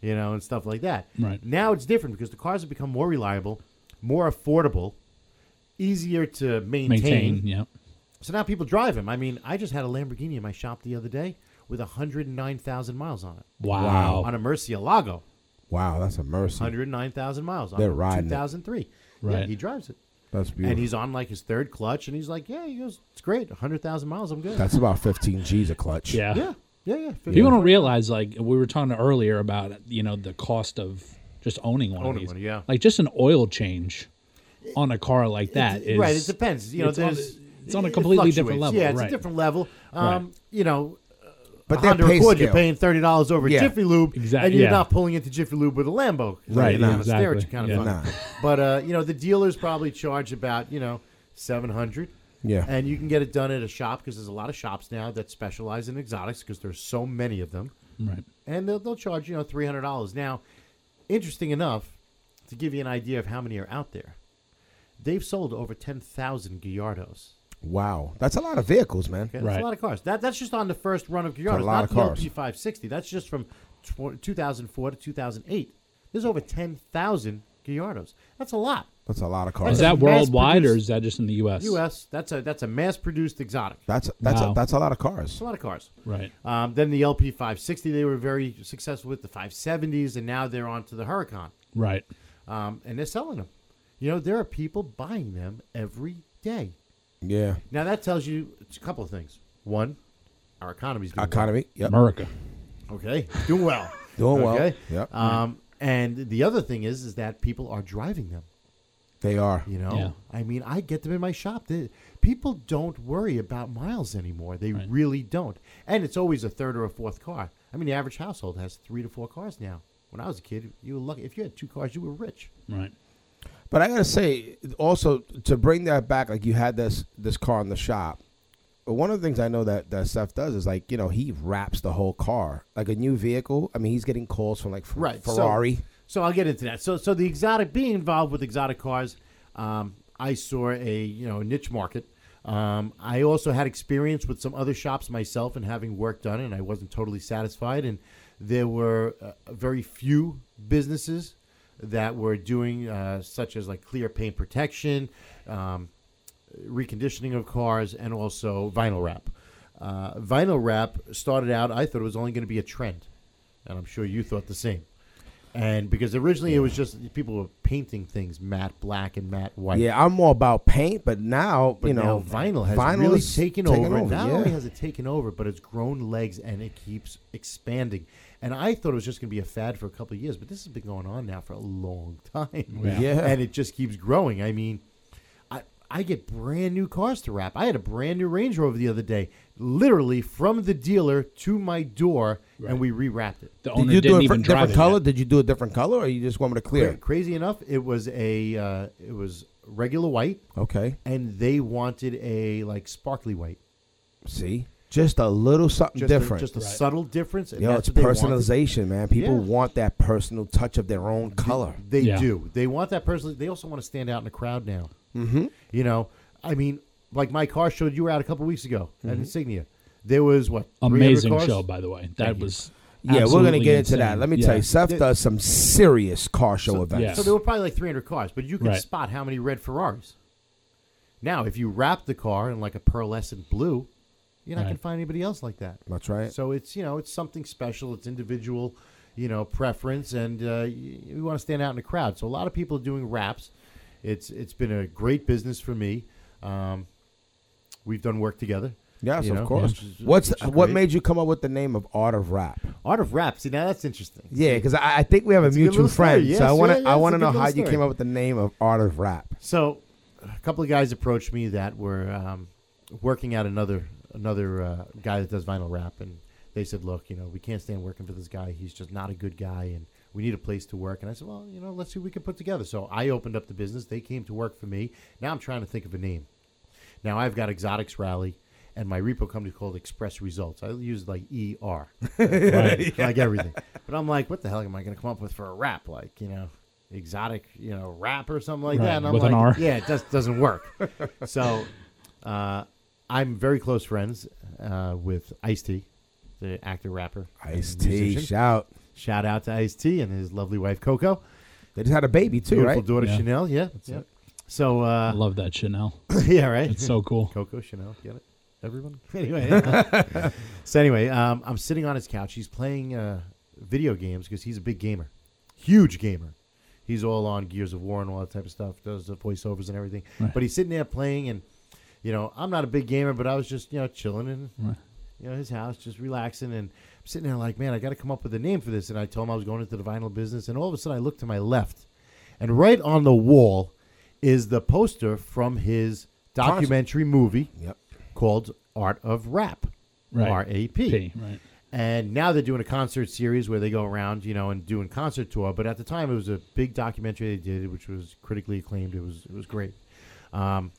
[SPEAKER 6] you know, and stuff like that.
[SPEAKER 7] Right.
[SPEAKER 6] Now it's different because the cars have become more reliable, more affordable, easier to maintain.
[SPEAKER 7] Maintain. Yeah.
[SPEAKER 6] So now people drive them. I mean, I just had a Lamborghini in my shop the other day with 109,000 miles on it.
[SPEAKER 7] Wow.
[SPEAKER 6] On a Murcielago.
[SPEAKER 2] Wow, that's a mercy.
[SPEAKER 6] 109,000 miles. on
[SPEAKER 2] They're
[SPEAKER 6] it,
[SPEAKER 2] riding it.
[SPEAKER 6] 2003. Yeah,
[SPEAKER 7] Right.
[SPEAKER 6] he drives it.
[SPEAKER 2] That's beautiful.
[SPEAKER 6] And he's on like his third clutch, and he's like, yeah, he goes, it's great. 100,000 miles, I'm good.
[SPEAKER 2] that's about 15 G's a clutch.
[SPEAKER 7] Yeah.
[SPEAKER 6] yeah, yeah, yeah.
[SPEAKER 7] People don't realize, like we were talking earlier about, you know, the cost of just owning one
[SPEAKER 6] Owning
[SPEAKER 7] of these.
[SPEAKER 6] one, yeah.
[SPEAKER 7] Like just an oil change on a car like that is
[SPEAKER 6] right, it depends. You know,
[SPEAKER 7] it's on
[SPEAKER 6] there's.
[SPEAKER 7] a- it's on a
[SPEAKER 6] it
[SPEAKER 7] completely different
[SPEAKER 6] fluctuates.
[SPEAKER 7] level,
[SPEAKER 6] Yeah, it's
[SPEAKER 7] right.
[SPEAKER 6] a different level. Um, You know,
[SPEAKER 2] But
[SPEAKER 6] a
[SPEAKER 2] that
[SPEAKER 6] Honda
[SPEAKER 2] pay
[SPEAKER 6] Accord,
[SPEAKER 2] scale.
[SPEAKER 6] you're paying thirty dollars over
[SPEAKER 2] Yeah.
[SPEAKER 6] Jiffy Lube,
[SPEAKER 7] Exact-
[SPEAKER 6] and you're
[SPEAKER 7] yeah.
[SPEAKER 6] not pulling into Jiffy Lube with a Lambo.
[SPEAKER 2] Right,
[SPEAKER 6] You
[SPEAKER 2] nah,
[SPEAKER 6] know, it's there,
[SPEAKER 7] exactly.
[SPEAKER 6] it's kind of
[SPEAKER 7] Yeah.
[SPEAKER 6] fun.
[SPEAKER 2] Nah.
[SPEAKER 6] But uh, you know, the dealers probably charge about you know seven hundred.
[SPEAKER 2] Yeah.
[SPEAKER 6] and you can get it done at a shop because there's a lot of shops now that specialize in exotics because there's so many of them,
[SPEAKER 7] right.
[SPEAKER 6] and they'll they'll charge you know three hundred dollars. Now, interesting enough, to give you an idea of how many are out there, they've sold over ten thousand Gallardos.
[SPEAKER 2] Wow, that's a lot of vehicles, man.
[SPEAKER 6] Okay, that's
[SPEAKER 7] Right.
[SPEAKER 6] a lot of cars. That that's just on the first run of Gallardo.
[SPEAKER 2] a lot
[SPEAKER 6] not
[SPEAKER 2] of
[SPEAKER 6] the
[SPEAKER 2] cars.
[SPEAKER 6] LP 560. That's just from tw- 2004 to 2008. There's over 10,000 Gallardos. That's a lot.
[SPEAKER 2] That's a lot of
[SPEAKER 6] That's
[SPEAKER 2] cars.
[SPEAKER 7] Is that
[SPEAKER 6] mass-produced-
[SPEAKER 7] worldwide or is that just in the U.S.?
[SPEAKER 6] U.S. That's a that's a mass-produced exotic.
[SPEAKER 2] That's that's
[SPEAKER 7] Wow.
[SPEAKER 2] a, that's a lot of
[SPEAKER 6] It's
[SPEAKER 2] cars.
[SPEAKER 6] a lot of cars.
[SPEAKER 7] Right.
[SPEAKER 6] Um, then the LP 560. They were very successful with the 570s, and now they're on to the Huracan,
[SPEAKER 7] Right.
[SPEAKER 6] um, and they're selling them. You know, there are people buying them every day.
[SPEAKER 2] Yeah,
[SPEAKER 6] Now that tells you a couple of things. One, our economy's doing well.
[SPEAKER 2] economy. Yep,
[SPEAKER 7] America.
[SPEAKER 6] Okay, doing well.
[SPEAKER 2] [laughs] doing well.
[SPEAKER 6] Okay.
[SPEAKER 2] Yep,
[SPEAKER 6] Um, and the other thing is, is that people are driving them.
[SPEAKER 2] they are.
[SPEAKER 6] You know,
[SPEAKER 7] Yeah.
[SPEAKER 6] I mean, I get them in my shop. They, people don't worry about miles anymore. They really don't. And it's always a third or a fourth car. I mean, the average household has three to four cars now. When I was a kid, you were lucky. If you had two cars, you were rich.
[SPEAKER 7] Right.
[SPEAKER 2] But I gotta say, also to bring that back, like you had this this car in the shop. But one of the things I know that that Seth does is like you know he wraps the whole car like a new vehicle. I mean he's getting calls from like Fer-
[SPEAKER 6] so-
[SPEAKER 2] Ferrari.
[SPEAKER 6] So, I'll get into that. So so the exotic being involved with exotic cars, um, I saw a you know niche market. Um, I also had experience with some other shops myself and having work done, and I wasn't totally satisfied. And there were uh, very few businesses that were doing uh, such as like clear paint protection, um, reconditioning of cars, and also vinyl wrap. Uh, vinyl wrap started out, I thought it was only going to be a trend, and I'm sure you thought the same. And because originally it was just people were painting things matte black and matte white.
[SPEAKER 2] Yeah, I'm all about paint, but now
[SPEAKER 6] But
[SPEAKER 2] you know
[SPEAKER 6] now vinyl has really
[SPEAKER 2] is
[SPEAKER 6] taken, over. Not
[SPEAKER 2] yeah.
[SPEAKER 6] only has it taken over, but it's grown legs and it keeps expanding. And I thought it was just going to be a fad for a couple of years, but this has been going on now for a long [laughs] time.
[SPEAKER 7] Yeah.
[SPEAKER 2] Yeah.
[SPEAKER 6] And it just keeps growing. I mean, I I get brand new cars to wrap. I had a brand new Range Rover the other day, literally from the dealer to my door, and we rewrapped it.
[SPEAKER 7] The
[SPEAKER 2] Did
[SPEAKER 7] owner
[SPEAKER 2] you do
[SPEAKER 7] didn't
[SPEAKER 2] a fr-
[SPEAKER 7] even drive
[SPEAKER 2] different
[SPEAKER 7] it
[SPEAKER 2] color?
[SPEAKER 7] yet.
[SPEAKER 2] Did you do a different color, or you just want me to clear?
[SPEAKER 6] Cra- Crazy enough, it was a uh, it was regular white,
[SPEAKER 2] Okay,
[SPEAKER 6] and they wanted a like sparkly white,
[SPEAKER 2] see, just a little something
[SPEAKER 6] just
[SPEAKER 2] different.
[SPEAKER 6] a, just a subtle difference. And
[SPEAKER 2] Yo, it's
[SPEAKER 6] that's what they wanted.
[SPEAKER 2] personalization, man. People
[SPEAKER 6] Yeah.
[SPEAKER 2] want that personal touch of their own color.
[SPEAKER 6] They
[SPEAKER 7] Yeah.
[SPEAKER 6] do. They want that person. They also want to stand out in the crowd now. Mm-hmm. You know, I mean, like my car showed you were out a couple weeks ago
[SPEAKER 2] Mm-hmm.
[SPEAKER 6] at Insignia. There was what 300
[SPEAKER 7] Amazing
[SPEAKER 6] cars?
[SPEAKER 7] show, by the way. That was.
[SPEAKER 2] Yeah, we're gonna
[SPEAKER 7] absolutely
[SPEAKER 2] get into
[SPEAKER 7] insane.
[SPEAKER 2] that. Let me
[SPEAKER 7] Yeah.
[SPEAKER 2] tell you, Seth
[SPEAKER 6] Th-
[SPEAKER 2] does some serious car show events.
[SPEAKER 6] So there were probably like 300 cars, but you could
[SPEAKER 7] Right.
[SPEAKER 6] spot how many red Ferraris. Now, if you wrap the car in like a pearlescent blue, you're not
[SPEAKER 7] Right.
[SPEAKER 6] going to find anybody else like that.
[SPEAKER 2] That's right.
[SPEAKER 6] So it's you know it's something special. It's individual, you know, preference, and uh, you, you want to stand out in the crowd. So a lot of people are doing raps. It's it's been a great business for me. Um, we've done work together.
[SPEAKER 2] yes,
[SPEAKER 6] you
[SPEAKER 2] of
[SPEAKER 6] know,
[SPEAKER 2] course.
[SPEAKER 6] which is-
[SPEAKER 2] What's
[SPEAKER 6] which is
[SPEAKER 2] what
[SPEAKER 6] great.
[SPEAKER 2] made you come up with the name of Art of Rap?
[SPEAKER 6] art of rap? See, now that's interesting.
[SPEAKER 2] Yeah, because I, I think we have a
[SPEAKER 6] a good
[SPEAKER 2] mutual
[SPEAKER 6] little story.
[SPEAKER 2] friend.
[SPEAKER 6] Yes,
[SPEAKER 2] so I want to
[SPEAKER 6] yeah, yeah,
[SPEAKER 2] I
[SPEAKER 6] it's
[SPEAKER 2] want
[SPEAKER 6] a
[SPEAKER 2] to know
[SPEAKER 6] good
[SPEAKER 2] how
[SPEAKER 6] little
[SPEAKER 2] you came
[SPEAKER 6] story.
[SPEAKER 2] up with the name of Art of Rap.
[SPEAKER 6] So, a couple of guys approached me that were um, working at another another uh, guy that does vinyl rap, and they said, "Look, you know, we can't stand working for this guy. He's just not a good guy, and we need a place to work." And I said, "Well, you know, let's see what we can put together." So I opened up the business. They came to work for me. Now I'm trying to think of a name. Now I've got Exotics Rally, and my repo company is called Express Results. I use like ER, [laughs] like everything. But I'm like, what the hell am I going to come up with for a rap? Like, you know, exotic, you know, rap or something like
[SPEAKER 7] Right,
[SPEAKER 6] that. And I'm
[SPEAKER 7] with
[SPEAKER 6] like,
[SPEAKER 7] an R.
[SPEAKER 6] yeah, it just doesn't work. [laughs] so uh, I'm very close friends uh, with Ice T, the actor rapper. and
[SPEAKER 2] Ice T,
[SPEAKER 6] musician.
[SPEAKER 2] shout.
[SPEAKER 6] Shout out to Ice T and his lovely wife Coco,
[SPEAKER 2] They just had a baby too,
[SPEAKER 6] beautiful
[SPEAKER 2] right?
[SPEAKER 6] daughter
[SPEAKER 7] Yeah.
[SPEAKER 6] Chanel. Yeah, yeah. So
[SPEAKER 7] I
[SPEAKER 6] uh,
[SPEAKER 7] love that Chanel.
[SPEAKER 6] [laughs] yeah, right. [laughs]
[SPEAKER 7] It's
[SPEAKER 2] [laughs]
[SPEAKER 7] so cool.
[SPEAKER 6] Coco Chanel, get it? Everyone. [laughs] Anyway, [laughs] so anyway, um, I'm sitting on his couch. He's playing uh, video games because he's a big gamer, huge gamer. He's all on Gears of War and all that type of stuff. Does the voiceovers and everything. But he's sitting there playing, and you know, I'm not a big gamer, but I was just you know chilling and you know his house, just relaxing, and I'm sitting there like, man, I got to come up with a name for this. And I told him I was going into the vinyl business, and all of a sudden I look to my left, and right on the wall is the poster from his documentary movie
[SPEAKER 2] Yep.
[SPEAKER 6] called Art of Rap,
[SPEAKER 7] Right.
[SPEAKER 6] R A
[SPEAKER 7] P, right.
[SPEAKER 6] and now they're doing a concert series where they go around, you know, and doing concert tour. But at the time, it was a big documentary they did, which was critically acclaimed. It was it was great. Um,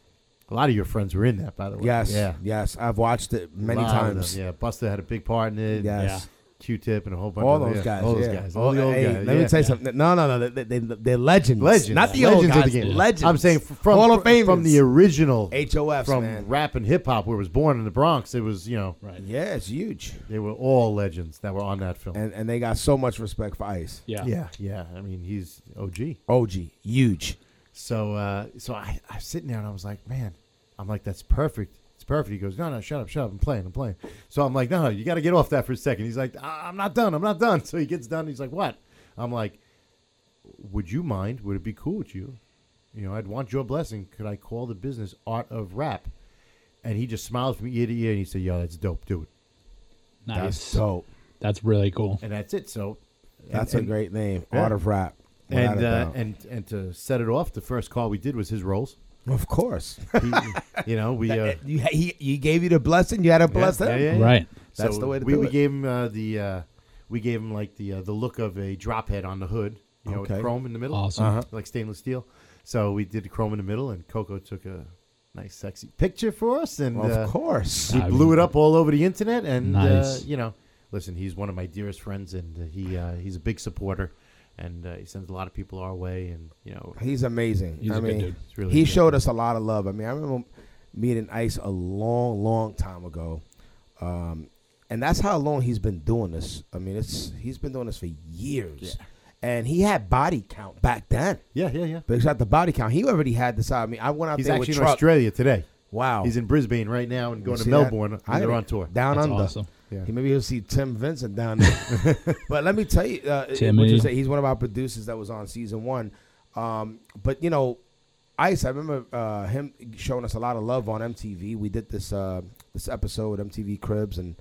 [SPEAKER 6] a lot of your friends were in that, by the way.
[SPEAKER 2] Yes.
[SPEAKER 6] yeah,
[SPEAKER 2] Yes. I've watched it many
[SPEAKER 6] A lot of them,
[SPEAKER 2] times.
[SPEAKER 6] Yeah, Buster had a big part in it.
[SPEAKER 2] Yes.
[SPEAKER 6] Q-Tip and a whole bunch
[SPEAKER 2] All
[SPEAKER 6] of
[SPEAKER 2] those
[SPEAKER 6] yeah,
[SPEAKER 2] guys.
[SPEAKER 6] all those
[SPEAKER 2] yeah.
[SPEAKER 6] guys, all the old
[SPEAKER 2] hey,
[SPEAKER 6] guys.
[SPEAKER 2] Let
[SPEAKER 6] yeah.
[SPEAKER 2] me tell you something. No, no, no. They, they, they, are legends.
[SPEAKER 6] Legends,
[SPEAKER 2] Not the old
[SPEAKER 6] legends
[SPEAKER 2] guys.
[SPEAKER 6] of the game.
[SPEAKER 2] Legends.
[SPEAKER 6] I'm saying f- from
[SPEAKER 2] Hall of
[SPEAKER 6] fr- from
[SPEAKER 2] Famers.
[SPEAKER 6] the original
[SPEAKER 2] HOFs,
[SPEAKER 6] from
[SPEAKER 2] man.
[SPEAKER 6] rap and hip hop, where it was born in the Bronx. It was you know
[SPEAKER 7] Right.
[SPEAKER 2] Yeah, it's huge.
[SPEAKER 6] they were all legends that were on that film.
[SPEAKER 2] And and they got so much respect for Ice.
[SPEAKER 7] Yeah.
[SPEAKER 6] yeah, yeah. I mean, he's OG.
[SPEAKER 2] OG, huge.
[SPEAKER 6] So uh, so I, I was sitting there and I was like, man, I'm like, that's perfect. It's perfect. He goes, no, no, shut up, shut up. I'm playing, I'm playing. So I'm like, no, no, you got to get off that for a second. He's like, I- I'm not done, I'm not done. [laughs] So he gets done. He's like, what? I'm like, would you mind? Would it be cool with you? You know, I'd want your blessing. Could I call the business Art of Rap? And he just smiled from ear to ear and he said, yo, that's dope, do it.
[SPEAKER 7] Nice.
[SPEAKER 2] So
[SPEAKER 7] That's really cool.
[SPEAKER 6] And that's it. So
[SPEAKER 2] that's
[SPEAKER 6] and-
[SPEAKER 2] a great name.
[SPEAKER 6] yeah.
[SPEAKER 2] Art of Rap. without
[SPEAKER 6] And
[SPEAKER 2] a
[SPEAKER 6] uh,
[SPEAKER 2] doubt.
[SPEAKER 6] and and to set it off, the first call we did was his roles.
[SPEAKER 2] of course, [laughs]
[SPEAKER 6] He, you know, we uh,
[SPEAKER 2] you, he, he gave you the blessing. You had to bless
[SPEAKER 6] yeah,
[SPEAKER 2] him.
[SPEAKER 6] yeah, yeah.
[SPEAKER 7] Right.
[SPEAKER 2] That's
[SPEAKER 6] So
[SPEAKER 2] the way to
[SPEAKER 6] we,
[SPEAKER 2] do
[SPEAKER 6] we
[SPEAKER 2] it.
[SPEAKER 6] gave him uh, the uh, we gave him like the uh, the look of a drop head on the hood, you know,
[SPEAKER 2] Okay.
[SPEAKER 6] with chrome in the middle,
[SPEAKER 7] Awesome. Uh-huh.
[SPEAKER 6] like stainless steel. So we did the chrome in the middle, and Coco took a nice, sexy picture for us, and uh,
[SPEAKER 2] Of course.
[SPEAKER 6] he
[SPEAKER 7] I
[SPEAKER 6] blew
[SPEAKER 7] mean-
[SPEAKER 6] it up all over the internet. And uh,
[SPEAKER 7] Nice.
[SPEAKER 6] you know, listen, he's one of my dearest friends, and uh, he uh, he's a big supporter, and uh, he sends a lot of people our way, and you know,
[SPEAKER 2] He's amazing.
[SPEAKER 7] He's
[SPEAKER 2] I
[SPEAKER 7] a good
[SPEAKER 2] mean,
[SPEAKER 7] dude.
[SPEAKER 6] He's really
[SPEAKER 2] he
[SPEAKER 6] good.
[SPEAKER 2] showed us a lot of love. I mean, I remember meeting Ice a long, long time ago, um, and that's how long he's been doing this. I mean, it's he's been doing this for years, and he had body count back then.
[SPEAKER 6] yeah, yeah, yeah.
[SPEAKER 2] But he's got the body count. He already had this out. I mean, I went out
[SPEAKER 6] He's
[SPEAKER 2] there
[SPEAKER 6] actually
[SPEAKER 2] with
[SPEAKER 6] in
[SPEAKER 2] truck.
[SPEAKER 6] Australia today.
[SPEAKER 2] Wow,
[SPEAKER 6] He's in Brisbane right now and
[SPEAKER 2] You
[SPEAKER 6] going to
[SPEAKER 2] see that?
[SPEAKER 6] Melbourne.
[SPEAKER 2] I
[SPEAKER 6] They're
[SPEAKER 2] gotta-
[SPEAKER 6] on tour.
[SPEAKER 2] Down
[SPEAKER 7] That's
[SPEAKER 2] under.
[SPEAKER 7] awesome.
[SPEAKER 6] Yeah.
[SPEAKER 2] He maybe he'll see Tim Vincent down
[SPEAKER 6] [laughs]
[SPEAKER 2] there. but let me tell you, uh,
[SPEAKER 7] Timmy.
[SPEAKER 2] which is that he's one of our producers that was on season one. Um, but you know, Ice, I remember uh, him showing us a lot of love on MTV. We did this uh, this episode with MTV Cribs, and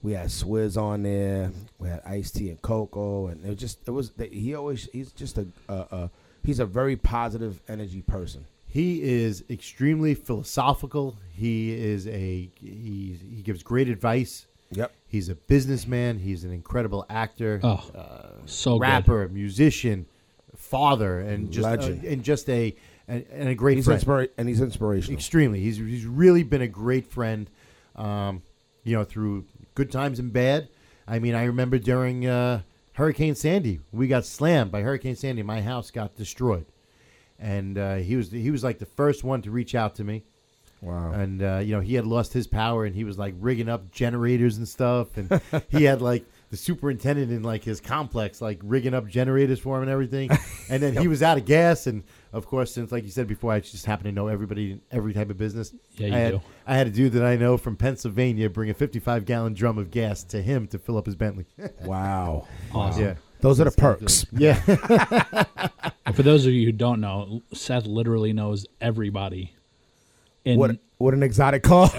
[SPEAKER 2] we had Swizz on there. We had Ice T and Coco, and it was just it was he always he's just a uh, uh, he's a very positive energy person.
[SPEAKER 6] He is extremely philosophical. He is a he. He gives great advice.
[SPEAKER 2] Yep.
[SPEAKER 6] He's a businessman. He's an incredible actor, uh,
[SPEAKER 7] Oh, so good.
[SPEAKER 6] rapper, musician, father, and just
[SPEAKER 2] Legend.
[SPEAKER 6] uh, and just a and, and a great
[SPEAKER 2] He's
[SPEAKER 6] friend.
[SPEAKER 2] inspira- and he's inspirational.
[SPEAKER 6] Extremely. He's he's really been a great friend. Um, you know, through good times and bad. I mean, I remember during uh, Hurricane Sandy, we got slammed by Hurricane Sandy. My house got destroyed, and uh, he was he was like the first one to reach out to me
[SPEAKER 2] Wow.
[SPEAKER 6] and uh, you know he had lost his power and he was like rigging up generators and stuff and he had like the superintendent in like his complex like rigging up generators for him
[SPEAKER 7] [laughs]
[SPEAKER 6] and everything and then he was out of gas and of course since like you said before i just happen to know everybody in every type of business
[SPEAKER 7] Yeah, you
[SPEAKER 6] I had,
[SPEAKER 7] do.
[SPEAKER 6] I had a dude that i know from pennsylvania bring a 55 gallon drum of gas to him to fill up his bentley
[SPEAKER 2] Wow.
[SPEAKER 7] [laughs] Awesome.
[SPEAKER 6] yeah
[SPEAKER 2] Those are the perks.
[SPEAKER 6] yeah
[SPEAKER 7] [laughs] And for those of you who don't know, Seth literally knows everybody. In
[SPEAKER 2] What what an exotic car.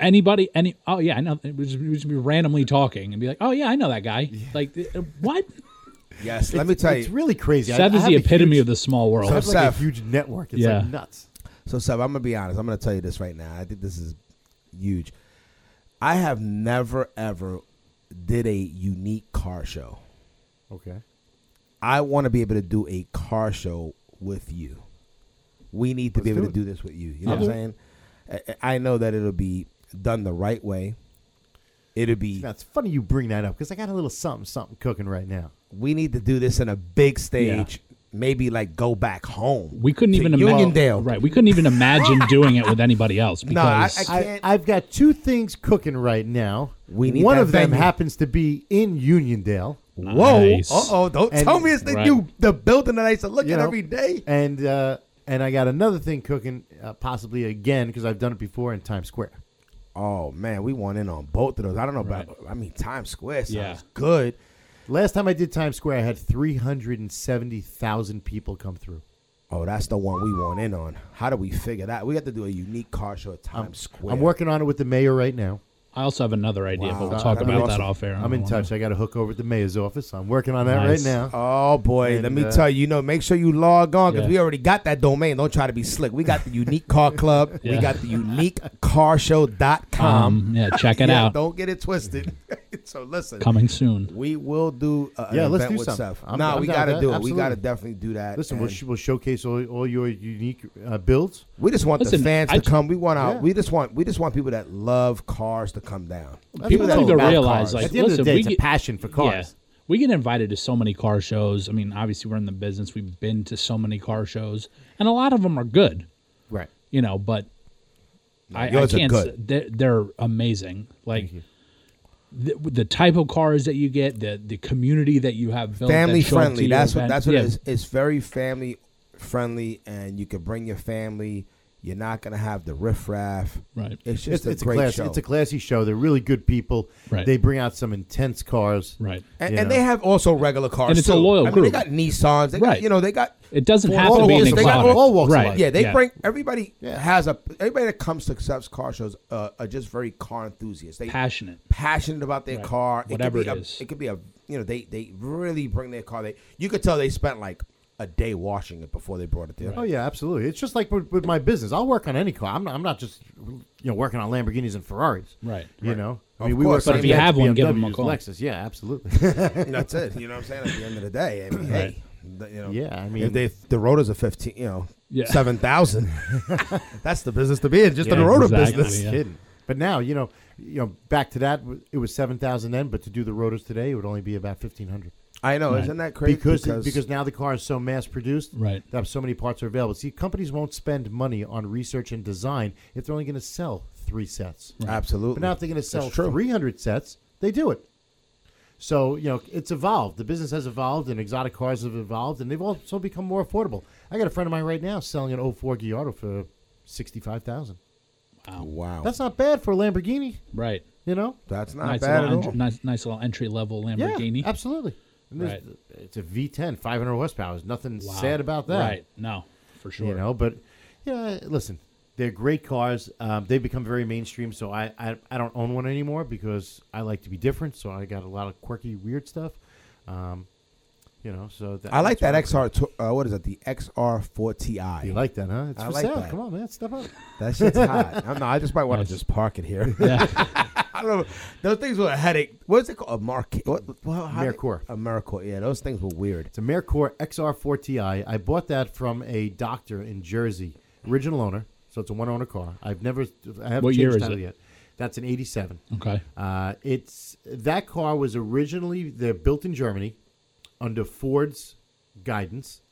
[SPEAKER 7] anybody, any oh yeah, I know. We just, we just be randomly talking and be like, oh yeah, I know that guy. Like th- what?
[SPEAKER 2] [laughs] yes, let me tell
[SPEAKER 6] it's
[SPEAKER 2] you.
[SPEAKER 6] really crazy I-
[SPEAKER 7] Seth
[SPEAKER 6] I
[SPEAKER 7] is
[SPEAKER 6] have
[SPEAKER 7] the
[SPEAKER 6] a
[SPEAKER 7] epitome
[SPEAKER 6] huge-
[SPEAKER 7] of the small world.
[SPEAKER 6] I have like a
[SPEAKER 2] Seth.
[SPEAKER 6] huge network it's
[SPEAKER 7] Yeah.
[SPEAKER 6] like nuts
[SPEAKER 2] so, Seb, I'm gonna be honest. I'm gonna tell you this right now. I think this is huge. I have never ever did a unique car show.
[SPEAKER 6] Okay.
[SPEAKER 2] I want to be able to do a car show with you. We need to be able to do this with you. You know what I'm saying? I, I know that it'll be done the right way. It'll be.
[SPEAKER 6] Now it's funny you bring that up because I got a little something something cooking right now.
[SPEAKER 2] We need to do this in a big stage. Maybe like go back home.
[SPEAKER 7] We couldn't
[SPEAKER 2] to
[SPEAKER 7] even
[SPEAKER 2] Uniondale.
[SPEAKER 7] right. We couldn't even
[SPEAKER 2] [laughs]
[SPEAKER 7] imagine doing it with anybody else because
[SPEAKER 2] No, I- I-
[SPEAKER 6] I,
[SPEAKER 2] Can't-
[SPEAKER 6] I've got two things cooking right now.
[SPEAKER 2] We need
[SPEAKER 6] one
[SPEAKER 2] that
[SPEAKER 6] of them
[SPEAKER 2] venue.
[SPEAKER 6] happens to be in Uniondale,
[SPEAKER 2] Whoa!
[SPEAKER 7] Nice.
[SPEAKER 2] Uh oh! Don't
[SPEAKER 6] And-
[SPEAKER 2] tell me it's the
[SPEAKER 7] Right.
[SPEAKER 2] new the building that I used to look
[SPEAKER 6] You
[SPEAKER 2] at
[SPEAKER 6] know.
[SPEAKER 2] every day.
[SPEAKER 6] and uh, and I got another thing cooking, uh, possibly again because I've done it before in Times Square.
[SPEAKER 2] Oh man, we won in on both of those. I don't know about. I mean, Times Square sounds
[SPEAKER 7] Yeah.
[SPEAKER 2] good.
[SPEAKER 6] Last time I did Times Square, I had three hundred and seventy thousand people come through.
[SPEAKER 2] Oh, that's the one we won in on. How do we figure that? We got to do a unique car show at Times Square.
[SPEAKER 6] I'm working on it with the mayor right now.
[SPEAKER 7] I also have another idea, but
[SPEAKER 2] Wow.
[SPEAKER 7] we'll talk
[SPEAKER 2] That'd be
[SPEAKER 7] about
[SPEAKER 2] awesome.
[SPEAKER 7] that off air. I
[SPEAKER 6] I'm in
[SPEAKER 7] don't
[SPEAKER 6] touch. I got a hook over at the mayor's office. I'm working on that
[SPEAKER 7] Nice.
[SPEAKER 6] right now.
[SPEAKER 2] Oh boy, let
[SPEAKER 6] And,
[SPEAKER 2] me
[SPEAKER 6] uh,
[SPEAKER 2] tell you. You know, make sure you log on because
[SPEAKER 7] Yeah.
[SPEAKER 2] we already got that domain. Don't try to be slick. We got the Unique Car Club.
[SPEAKER 7] [laughs]
[SPEAKER 2] We
[SPEAKER 7] Yeah.
[SPEAKER 2] got the UniqueCarShow.com.
[SPEAKER 7] Um, yeah, check
[SPEAKER 2] [laughs]
[SPEAKER 7] it
[SPEAKER 2] yeah,
[SPEAKER 7] out.
[SPEAKER 2] Don't get it twisted. [laughs] so listen,
[SPEAKER 7] Coming soon.
[SPEAKER 2] we will do. A, an
[SPEAKER 6] Yeah, let's
[SPEAKER 2] event
[SPEAKER 6] do
[SPEAKER 2] with
[SPEAKER 6] something.
[SPEAKER 2] Seth.
[SPEAKER 6] I'm-
[SPEAKER 2] Nah,
[SPEAKER 6] I'm
[SPEAKER 2] we
[SPEAKER 6] down
[SPEAKER 2] got to
[SPEAKER 6] with
[SPEAKER 2] do
[SPEAKER 6] that.
[SPEAKER 2] it. We got to
[SPEAKER 6] Absolutely.
[SPEAKER 2] definitely do that.
[SPEAKER 6] Listen, we'll,
[SPEAKER 2] and-
[SPEAKER 6] sh- we'll showcase all, all your unique uh, builds.
[SPEAKER 2] We just want
[SPEAKER 7] Listen,
[SPEAKER 2] the fans
[SPEAKER 7] I
[SPEAKER 2] to
[SPEAKER 7] ju-
[SPEAKER 2] come. We want our,
[SPEAKER 6] Yeah.
[SPEAKER 2] we just want we just want people that love cars to come down.
[SPEAKER 7] People
[SPEAKER 6] what it's
[SPEAKER 7] need
[SPEAKER 6] all
[SPEAKER 7] to
[SPEAKER 6] about,
[SPEAKER 7] realize,
[SPEAKER 6] cars.
[SPEAKER 7] like,
[SPEAKER 6] at the end
[SPEAKER 7] listen,
[SPEAKER 6] of the day,
[SPEAKER 7] we
[SPEAKER 6] it's
[SPEAKER 7] get-
[SPEAKER 6] a passion for cars.
[SPEAKER 7] Yeah. We get invited to so many car shows. I mean, obviously, we're in the business. We've been to so many car shows, and a lot of them are good,
[SPEAKER 6] Right.
[SPEAKER 7] you know, but I, I
[SPEAKER 2] yours are
[SPEAKER 7] can't.
[SPEAKER 2] good.
[SPEAKER 7] s- They're, they're amazing. Like, the, the type of cars that you get, the the community that you have built, that
[SPEAKER 2] family
[SPEAKER 7] show up to
[SPEAKER 2] friendly.
[SPEAKER 7] your
[SPEAKER 2] That's what
[SPEAKER 7] event.
[SPEAKER 2] that's what
[SPEAKER 7] Yeah.
[SPEAKER 2] it is. It's very family friendly, and you can bring your family. You're not gonna have the riffraff.
[SPEAKER 7] Right.
[SPEAKER 2] It's just
[SPEAKER 6] It's,
[SPEAKER 2] a
[SPEAKER 6] it's a,
[SPEAKER 2] great
[SPEAKER 6] class,
[SPEAKER 2] show.
[SPEAKER 6] it's a classy show. They're really good people.
[SPEAKER 7] Right.
[SPEAKER 6] They bring out some intense cars.
[SPEAKER 7] Right.
[SPEAKER 2] and,
[SPEAKER 6] you
[SPEAKER 2] and
[SPEAKER 6] know.
[SPEAKER 2] they have also regular cars.
[SPEAKER 7] And it's a
[SPEAKER 2] too.
[SPEAKER 7] loyal
[SPEAKER 2] I mean,
[SPEAKER 7] group.
[SPEAKER 2] They got Nissans. They got
[SPEAKER 7] Right.
[SPEAKER 2] you know they got.
[SPEAKER 7] It doesn't
[SPEAKER 2] Well,
[SPEAKER 7] have
[SPEAKER 2] all
[SPEAKER 7] to be an
[SPEAKER 2] walks- they got
[SPEAKER 7] exotic.
[SPEAKER 6] all walks of
[SPEAKER 7] right.
[SPEAKER 6] life.
[SPEAKER 2] Yeah, they
[SPEAKER 7] yeah.
[SPEAKER 2] bring everybody
[SPEAKER 6] Yeah.
[SPEAKER 2] has a everybody that comes to Seth's car shows uh, are just very car enthusiasts. They
[SPEAKER 7] passionate.
[SPEAKER 2] passionate about their
[SPEAKER 7] Right.
[SPEAKER 2] car.
[SPEAKER 7] Whatever
[SPEAKER 2] it, could
[SPEAKER 7] it
[SPEAKER 2] be
[SPEAKER 7] is.
[SPEAKER 2] A, it could be a you know they they really bring their car. They you could tell they spent like a day washing it before they brought it there.
[SPEAKER 6] Oh yeah, absolutely. It's just like with, with my business. I'll work on any car. I'm not, I'm not just you know working on Lamborghinis and Ferraris.
[SPEAKER 7] Right.
[SPEAKER 6] You know. I
[SPEAKER 2] Of
[SPEAKER 6] mean, we
[SPEAKER 2] course.
[SPEAKER 6] work
[SPEAKER 2] But
[SPEAKER 6] on
[SPEAKER 2] if you
[SPEAKER 6] Benz,
[SPEAKER 7] have one, give 'em a
[SPEAKER 6] BMWs,
[SPEAKER 7] call.
[SPEAKER 6] Lexus, yeah, absolutely. [laughs]
[SPEAKER 2] That's it. You know what I'm saying? At the end of the day, I mean, hey, the- you know,
[SPEAKER 6] Yeah, I
[SPEAKER 2] if
[SPEAKER 6] mean-
[SPEAKER 2] they, the rotors are fifteen, you know,
[SPEAKER 7] Yeah.
[SPEAKER 2] seven
[SPEAKER 7] [laughs]
[SPEAKER 2] thousand. that's the business to be in, just in
[SPEAKER 7] Yeah,
[SPEAKER 2] the rotor
[SPEAKER 7] exactly.
[SPEAKER 2] business.
[SPEAKER 7] Yeah.
[SPEAKER 6] Kidding. But now, you know, you know, back to that, it was seven thousand then. But to do the rotors today, it would only be about fifteen hundred.
[SPEAKER 2] I know, isn't that crazy?
[SPEAKER 6] because because, now the car is so mass produced
[SPEAKER 7] Right.
[SPEAKER 6] that so many parts are available. See, companies won't spend money on research and design if they're only going to sell three sets.
[SPEAKER 2] absolutely.
[SPEAKER 6] But now if they're going to sell
[SPEAKER 2] That's true.
[SPEAKER 6] three hundred sets, they do it. So you know it's evolved. The business has evolved, and exotic cars have evolved, and they've also become more affordable. I got a friend of mine right now selling an 04 Giardo for sixty five thousand.
[SPEAKER 2] wow, that's,
[SPEAKER 6] That's not bad for a Lamborghini,
[SPEAKER 7] Right.
[SPEAKER 6] you know.
[SPEAKER 2] not
[SPEAKER 7] nice,
[SPEAKER 2] bad
[SPEAKER 7] little
[SPEAKER 2] at
[SPEAKER 7] entry,
[SPEAKER 2] all.
[SPEAKER 7] nice, nice little entry level Lamborghini.
[SPEAKER 6] Yeah, absolutely. And there's-
[SPEAKER 7] Right.
[SPEAKER 6] It's a V10, 500 horsepower. There's nothing
[SPEAKER 7] Wow.
[SPEAKER 6] sad about that.
[SPEAKER 7] Right. No, for sure.
[SPEAKER 6] You know, but yeah, listen, they're great cars. Um, they've become very mainstream. So I, I, I don't own one anymore because I like to be different. So I got a lot of quirky, weird stuff. Um, you know, so that,
[SPEAKER 2] I like that
[SPEAKER 6] that's
[SPEAKER 2] XR. tw- Uh, what is that? The XR4Ti.
[SPEAKER 6] why- You like that, huh? It's
[SPEAKER 2] I
[SPEAKER 6] for
[SPEAKER 2] like
[SPEAKER 6] sale.
[SPEAKER 2] that.
[SPEAKER 6] Come on, man, step up.
[SPEAKER 2] That
[SPEAKER 6] [laughs]
[SPEAKER 2] shit's hot. I'm not, I just might want to just park it here. [laughs] I don't know. Those things were a headache. What's it called? A mark. What, well, how they-
[SPEAKER 6] Mercor.
[SPEAKER 2] A Mercor. Yeah, those things were weird.
[SPEAKER 6] It's a Mercor XR4Ti. I bought that from a doctor in Jersey, original owner. So it's a one owner car. I've never, I haven't
[SPEAKER 7] What
[SPEAKER 6] changed
[SPEAKER 7] year is
[SPEAKER 6] title
[SPEAKER 7] it?
[SPEAKER 6] yet. That's an 87.
[SPEAKER 7] Okay.
[SPEAKER 6] Uh, it's that car was originally they're built in Germany under Ford's guidance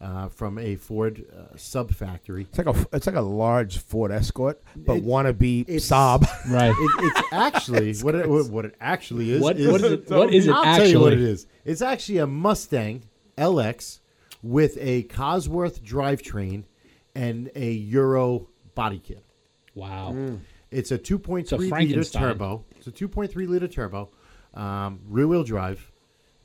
[SPEAKER 6] uh, from a Ford uh, sub factory.
[SPEAKER 2] It's like a it's like a large Ford Escort, but
[SPEAKER 6] It-
[SPEAKER 2] wanna be
[SPEAKER 6] it's- [laughs]
[SPEAKER 2] Saab. [laughs]
[SPEAKER 7] Right.
[SPEAKER 6] It,
[SPEAKER 7] [laughs]
[SPEAKER 6] it's actually what it what it actually is.
[SPEAKER 7] What- what is
[SPEAKER 6] [laughs]
[SPEAKER 7] it- what is it
[SPEAKER 6] I'll tell you what it
[SPEAKER 7] actually?
[SPEAKER 6] is. It's actually a Mustang LX with a Cosworth drivetrain and a Euro body kit.
[SPEAKER 7] wow.
[SPEAKER 6] Mm. It's a 2.3 liter
[SPEAKER 7] Frankenstein.
[SPEAKER 6] turbo. It's a 2.3 liter turbo, um, rear wheel drive.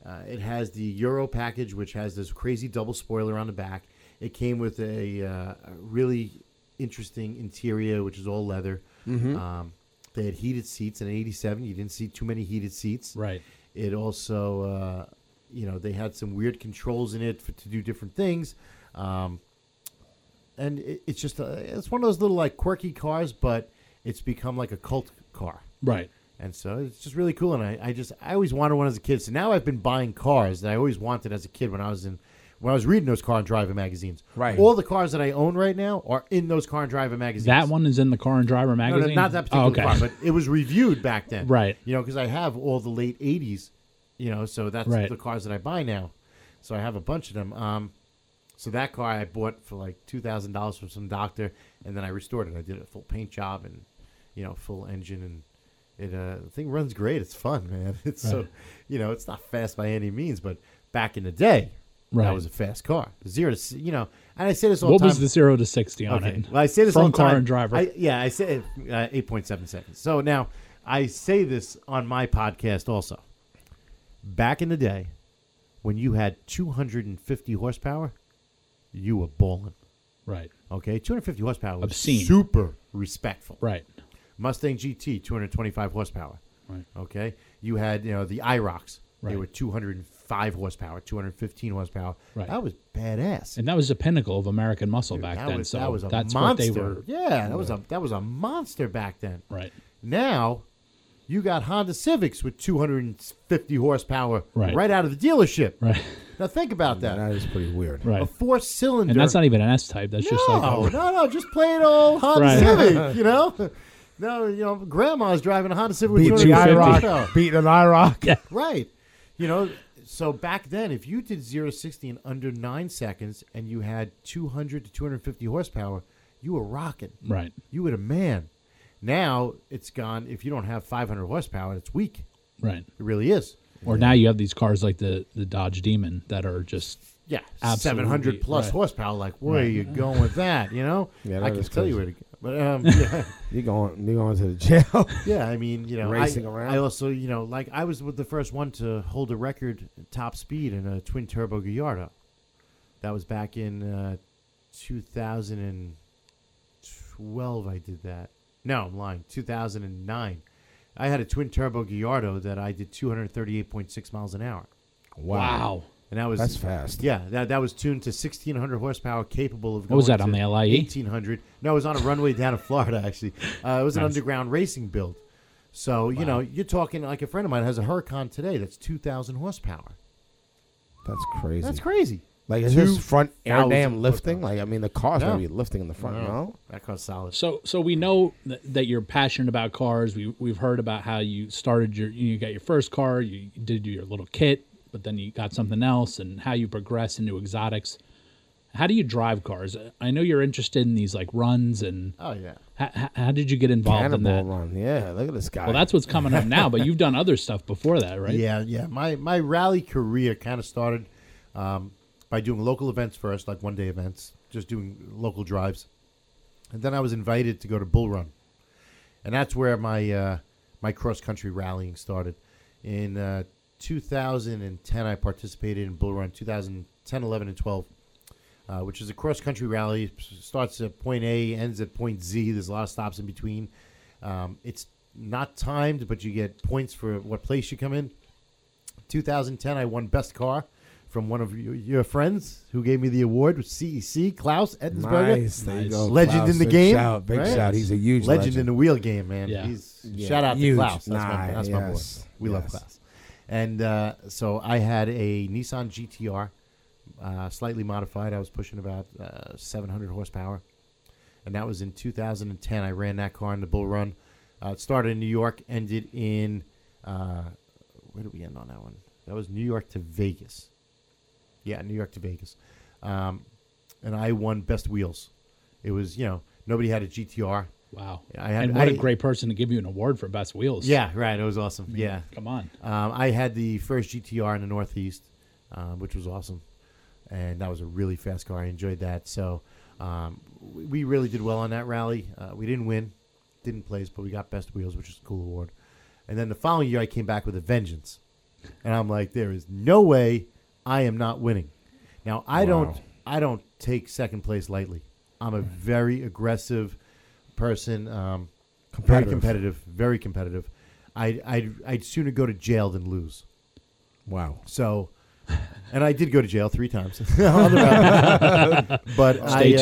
[SPEAKER 6] Uh, it has the Euro package, which has this crazy double spoiler on the back. It came with a, uh, a really interesting interior, which is all leather. Um, they had heated seats in '87. You didn't see too many heated seats.
[SPEAKER 7] Right.
[SPEAKER 6] It also, uh, you know, they had some weird controls in it for, to do different things. Um, uh, and it, it's just a, it's one of those little like quirky cars, but it's become like a cult car.
[SPEAKER 7] Right.
[SPEAKER 6] And so it's just really cool. And I, I just I always wanted one as a kid. So now I've been buying cars that I always wanted as a kid when I was in when I was reading those car and driver magazines.
[SPEAKER 2] Right.
[SPEAKER 6] All the cars that I own right now are in those car and driver magazines.
[SPEAKER 7] That one is in the Car and Driver
[SPEAKER 6] No, no,
[SPEAKER 7] magazine.
[SPEAKER 6] not that particular
[SPEAKER 7] Oh, okay.
[SPEAKER 6] car, but it was reviewed back
[SPEAKER 7] [laughs]
[SPEAKER 6] then.
[SPEAKER 7] Right.
[SPEAKER 6] You know, because I have all the late '80s. You know, so that's
[SPEAKER 7] Right.
[SPEAKER 6] the cars that I buy now. So I have a bunch of them. Um, so that car I bought for like two thousand dollars from some doctor, and then I restored it. I did a full paint job and, you know, full engine, and it uh, the thing runs great. It's fun, man. [laughs] It's so, you know, it's not fast by any means, but back in the day,
[SPEAKER 7] Right.
[SPEAKER 6] that was a fast car. Zero to, s- you know, and I say this all
[SPEAKER 7] what
[SPEAKER 6] the time.
[SPEAKER 7] was the zero to sixty on
[SPEAKER 6] Okay.
[SPEAKER 7] it?
[SPEAKER 6] Well, I say this
[SPEAKER 7] from
[SPEAKER 6] all the
[SPEAKER 7] Car
[SPEAKER 6] time.
[SPEAKER 7] and Driver.
[SPEAKER 6] I, yeah, I say uh, eight point seven seconds. So now I say this on my podcast also. Back in the day, when you had two hundred and fifty horsepower, you were balling.
[SPEAKER 7] right.
[SPEAKER 6] Okay, two hundred fifty horsepower was
[SPEAKER 7] Obscene.
[SPEAKER 6] super respectful.
[SPEAKER 7] Right.
[SPEAKER 6] Mustang GT, two hundred twenty-five horsepower.
[SPEAKER 7] Right.
[SPEAKER 6] Okay, you had you know the IROX. They
[SPEAKER 7] Right.
[SPEAKER 6] were two hundred five horsepower, two hundred fifteen horsepower.
[SPEAKER 7] Right.
[SPEAKER 6] That was badass.
[SPEAKER 7] And that was the pinnacle of American muscle
[SPEAKER 6] Dude,
[SPEAKER 7] back
[SPEAKER 6] that
[SPEAKER 7] then.
[SPEAKER 6] Was,
[SPEAKER 7] so
[SPEAKER 6] that was a
[SPEAKER 7] that's
[SPEAKER 6] monster.
[SPEAKER 7] what they were.
[SPEAKER 6] Yeah, that was a that was a monster back then.
[SPEAKER 7] Right.
[SPEAKER 6] Now, you got Honda Civics with 250 horsepower
[SPEAKER 7] Right.
[SPEAKER 6] out of the dealership. [laughs]
[SPEAKER 7] Right.
[SPEAKER 6] Now think about that.
[SPEAKER 2] That is pretty weird.
[SPEAKER 7] Right.
[SPEAKER 6] A four cylinder.
[SPEAKER 7] And that's not even an S type. That's
[SPEAKER 6] no,
[SPEAKER 7] just like a-
[SPEAKER 6] no, no, just plain old Honda
[SPEAKER 7] Right. [laughs]
[SPEAKER 6] Civic. You know, [laughs] no, you know, grandma's driving a Honda Civic with
[SPEAKER 2] Beat the
[SPEAKER 6] 250
[SPEAKER 2] IROC.
[SPEAKER 6] horsepower.
[SPEAKER 2] Beat an IROC.
[SPEAKER 6] Right. You know, so back then, if you did 0 to 60 in under nine seconds and you had 200 to 250 horsepower, you were rocking.
[SPEAKER 7] right.
[SPEAKER 6] You were a man. Now it's gone. If you don't have 500 horsepower, it's weak.
[SPEAKER 7] Right.
[SPEAKER 6] It really is.
[SPEAKER 7] Or now you have these cars like the the Dodge Demon that are just
[SPEAKER 6] Yeah,
[SPEAKER 7] Absolutely,
[SPEAKER 6] 700 plus
[SPEAKER 7] right.
[SPEAKER 6] horsepower. Like, where are you going with that? You know,
[SPEAKER 2] Yeah,
[SPEAKER 6] I
[SPEAKER 2] that
[SPEAKER 6] can
[SPEAKER 2] is
[SPEAKER 6] tell you where
[SPEAKER 2] crazy.
[SPEAKER 6] to go. But um, [laughs] yeah,
[SPEAKER 2] You going? You going to the jail? [laughs]
[SPEAKER 6] yeah, I mean, you know, I-
[SPEAKER 2] Racing around.
[SPEAKER 6] I also, you know, like I was with the first one to hold a record top speed in a twin turbo Gallardo. That was back in uh, 2012. I did that. No, I'm lying. 2009. I had a twin turbo Gallardo that I did 238.6 miles an hour,
[SPEAKER 7] wow.
[SPEAKER 6] and that was
[SPEAKER 2] That's fast.
[SPEAKER 6] Yeah, that, that was tuned to 1600 horsepower, capable of. Going
[SPEAKER 7] was that,
[SPEAKER 6] to
[SPEAKER 7] on the E? LIE?
[SPEAKER 6] 1800. No, it was on a runway down in Florida. Actually, uh, it was an underground racing build. So you know, you're talking like a friend of mine has a Huracan today that's 2,000 horsepower.
[SPEAKER 2] That's crazy.
[SPEAKER 6] That's crazy.
[SPEAKER 2] Like is his front air
[SPEAKER 6] 2,000
[SPEAKER 2] dam lifting? Like I mean, the car's
[SPEAKER 6] No.
[SPEAKER 2] gonna be lifting in the front. No,
[SPEAKER 6] That costs solid.
[SPEAKER 7] So so we know th- that you're passionate about cars. We we've heard about how you started your you got your first car, you did your little kit, but then you got something else and how you progress into exotics. How do you drive cars? I know you're interested in these like runs and
[SPEAKER 6] Oh yeah.
[SPEAKER 7] how, how, how did you get involved
[SPEAKER 2] cannibal
[SPEAKER 7] in that?
[SPEAKER 2] run. Yeah, look at this guy.
[SPEAKER 7] Well, that's what's coming up now, but you've done other stuff before that, right?
[SPEAKER 6] Yeah, yeah. My my rally career kind of started um, by doing local events first, like one day events, just doing local drives, and then I was invited to go to Bull Run, and that's where my uh, my cross country rallying started. In uh, 2010, I participated in Bull Run 2010, 11, and 12. Uh, which is a cross country rally. It starts at point A, ends at point Z. There's a lot of stops in between. Um, it's not timed, but you get points for what place you come in. 2010, I won best car from one of your, your friends who gave me the award, was CEC Klaus Ettensberger.
[SPEAKER 2] nice. There you go.
[SPEAKER 6] Legend
[SPEAKER 2] Klaus,
[SPEAKER 6] in the
[SPEAKER 2] big
[SPEAKER 6] game.
[SPEAKER 2] Shout, big
[SPEAKER 6] right?
[SPEAKER 2] shout. He's a huge
[SPEAKER 6] legend,
[SPEAKER 2] legend.
[SPEAKER 6] in the wheel game, man.
[SPEAKER 7] Yeah.
[SPEAKER 6] He's
[SPEAKER 2] Yeah,
[SPEAKER 6] shout out
[SPEAKER 2] huge.
[SPEAKER 6] to Klaus. That's, my,
[SPEAKER 2] Nah,
[SPEAKER 6] that's my boy.
[SPEAKER 2] yes,
[SPEAKER 6] We love
[SPEAKER 2] yes.
[SPEAKER 6] Klaus. And uh, so I had a Nissan GTR, uh, slightly modified. I was pushing about uh, 700 horsepower, and that was in 2010. I ran that car in the Bull Run. Uh, it started in New York, ended in uh, where did we end on that one? That was New York to Vegas. Yeah, New York to Vegas. Um, and I won best wheels. It was you know nobody had a GTR.
[SPEAKER 7] Wow.
[SPEAKER 6] I had-
[SPEAKER 7] and what a
[SPEAKER 6] I-
[SPEAKER 7] great person to give you an award for best wheels.
[SPEAKER 6] Yeah, right. It was awesome. Yeah.
[SPEAKER 7] Mm-hmm. Come on.
[SPEAKER 6] Um, I had the first GTR in the Northeast, um, which was awesome, and that was a really fast car. I enjoyed that. So um, we we really did well on that rally. Uh, we didn't win, didn't place, but we got best wheels, which is a cool award. And then the following year, I came back with a vengeance, and I'm like, there is no way I am not winning. Now I don't I don't take second place lightly. I'm a very aggressive person. Um, Very competitive. Very competitive. I'd, I'd, I'd sooner go to jail than lose.
[SPEAKER 2] Wow.
[SPEAKER 6] So, and I did go to jail three times. [laughs] On the road. but
[SPEAKER 7] Stay
[SPEAKER 6] I, uh,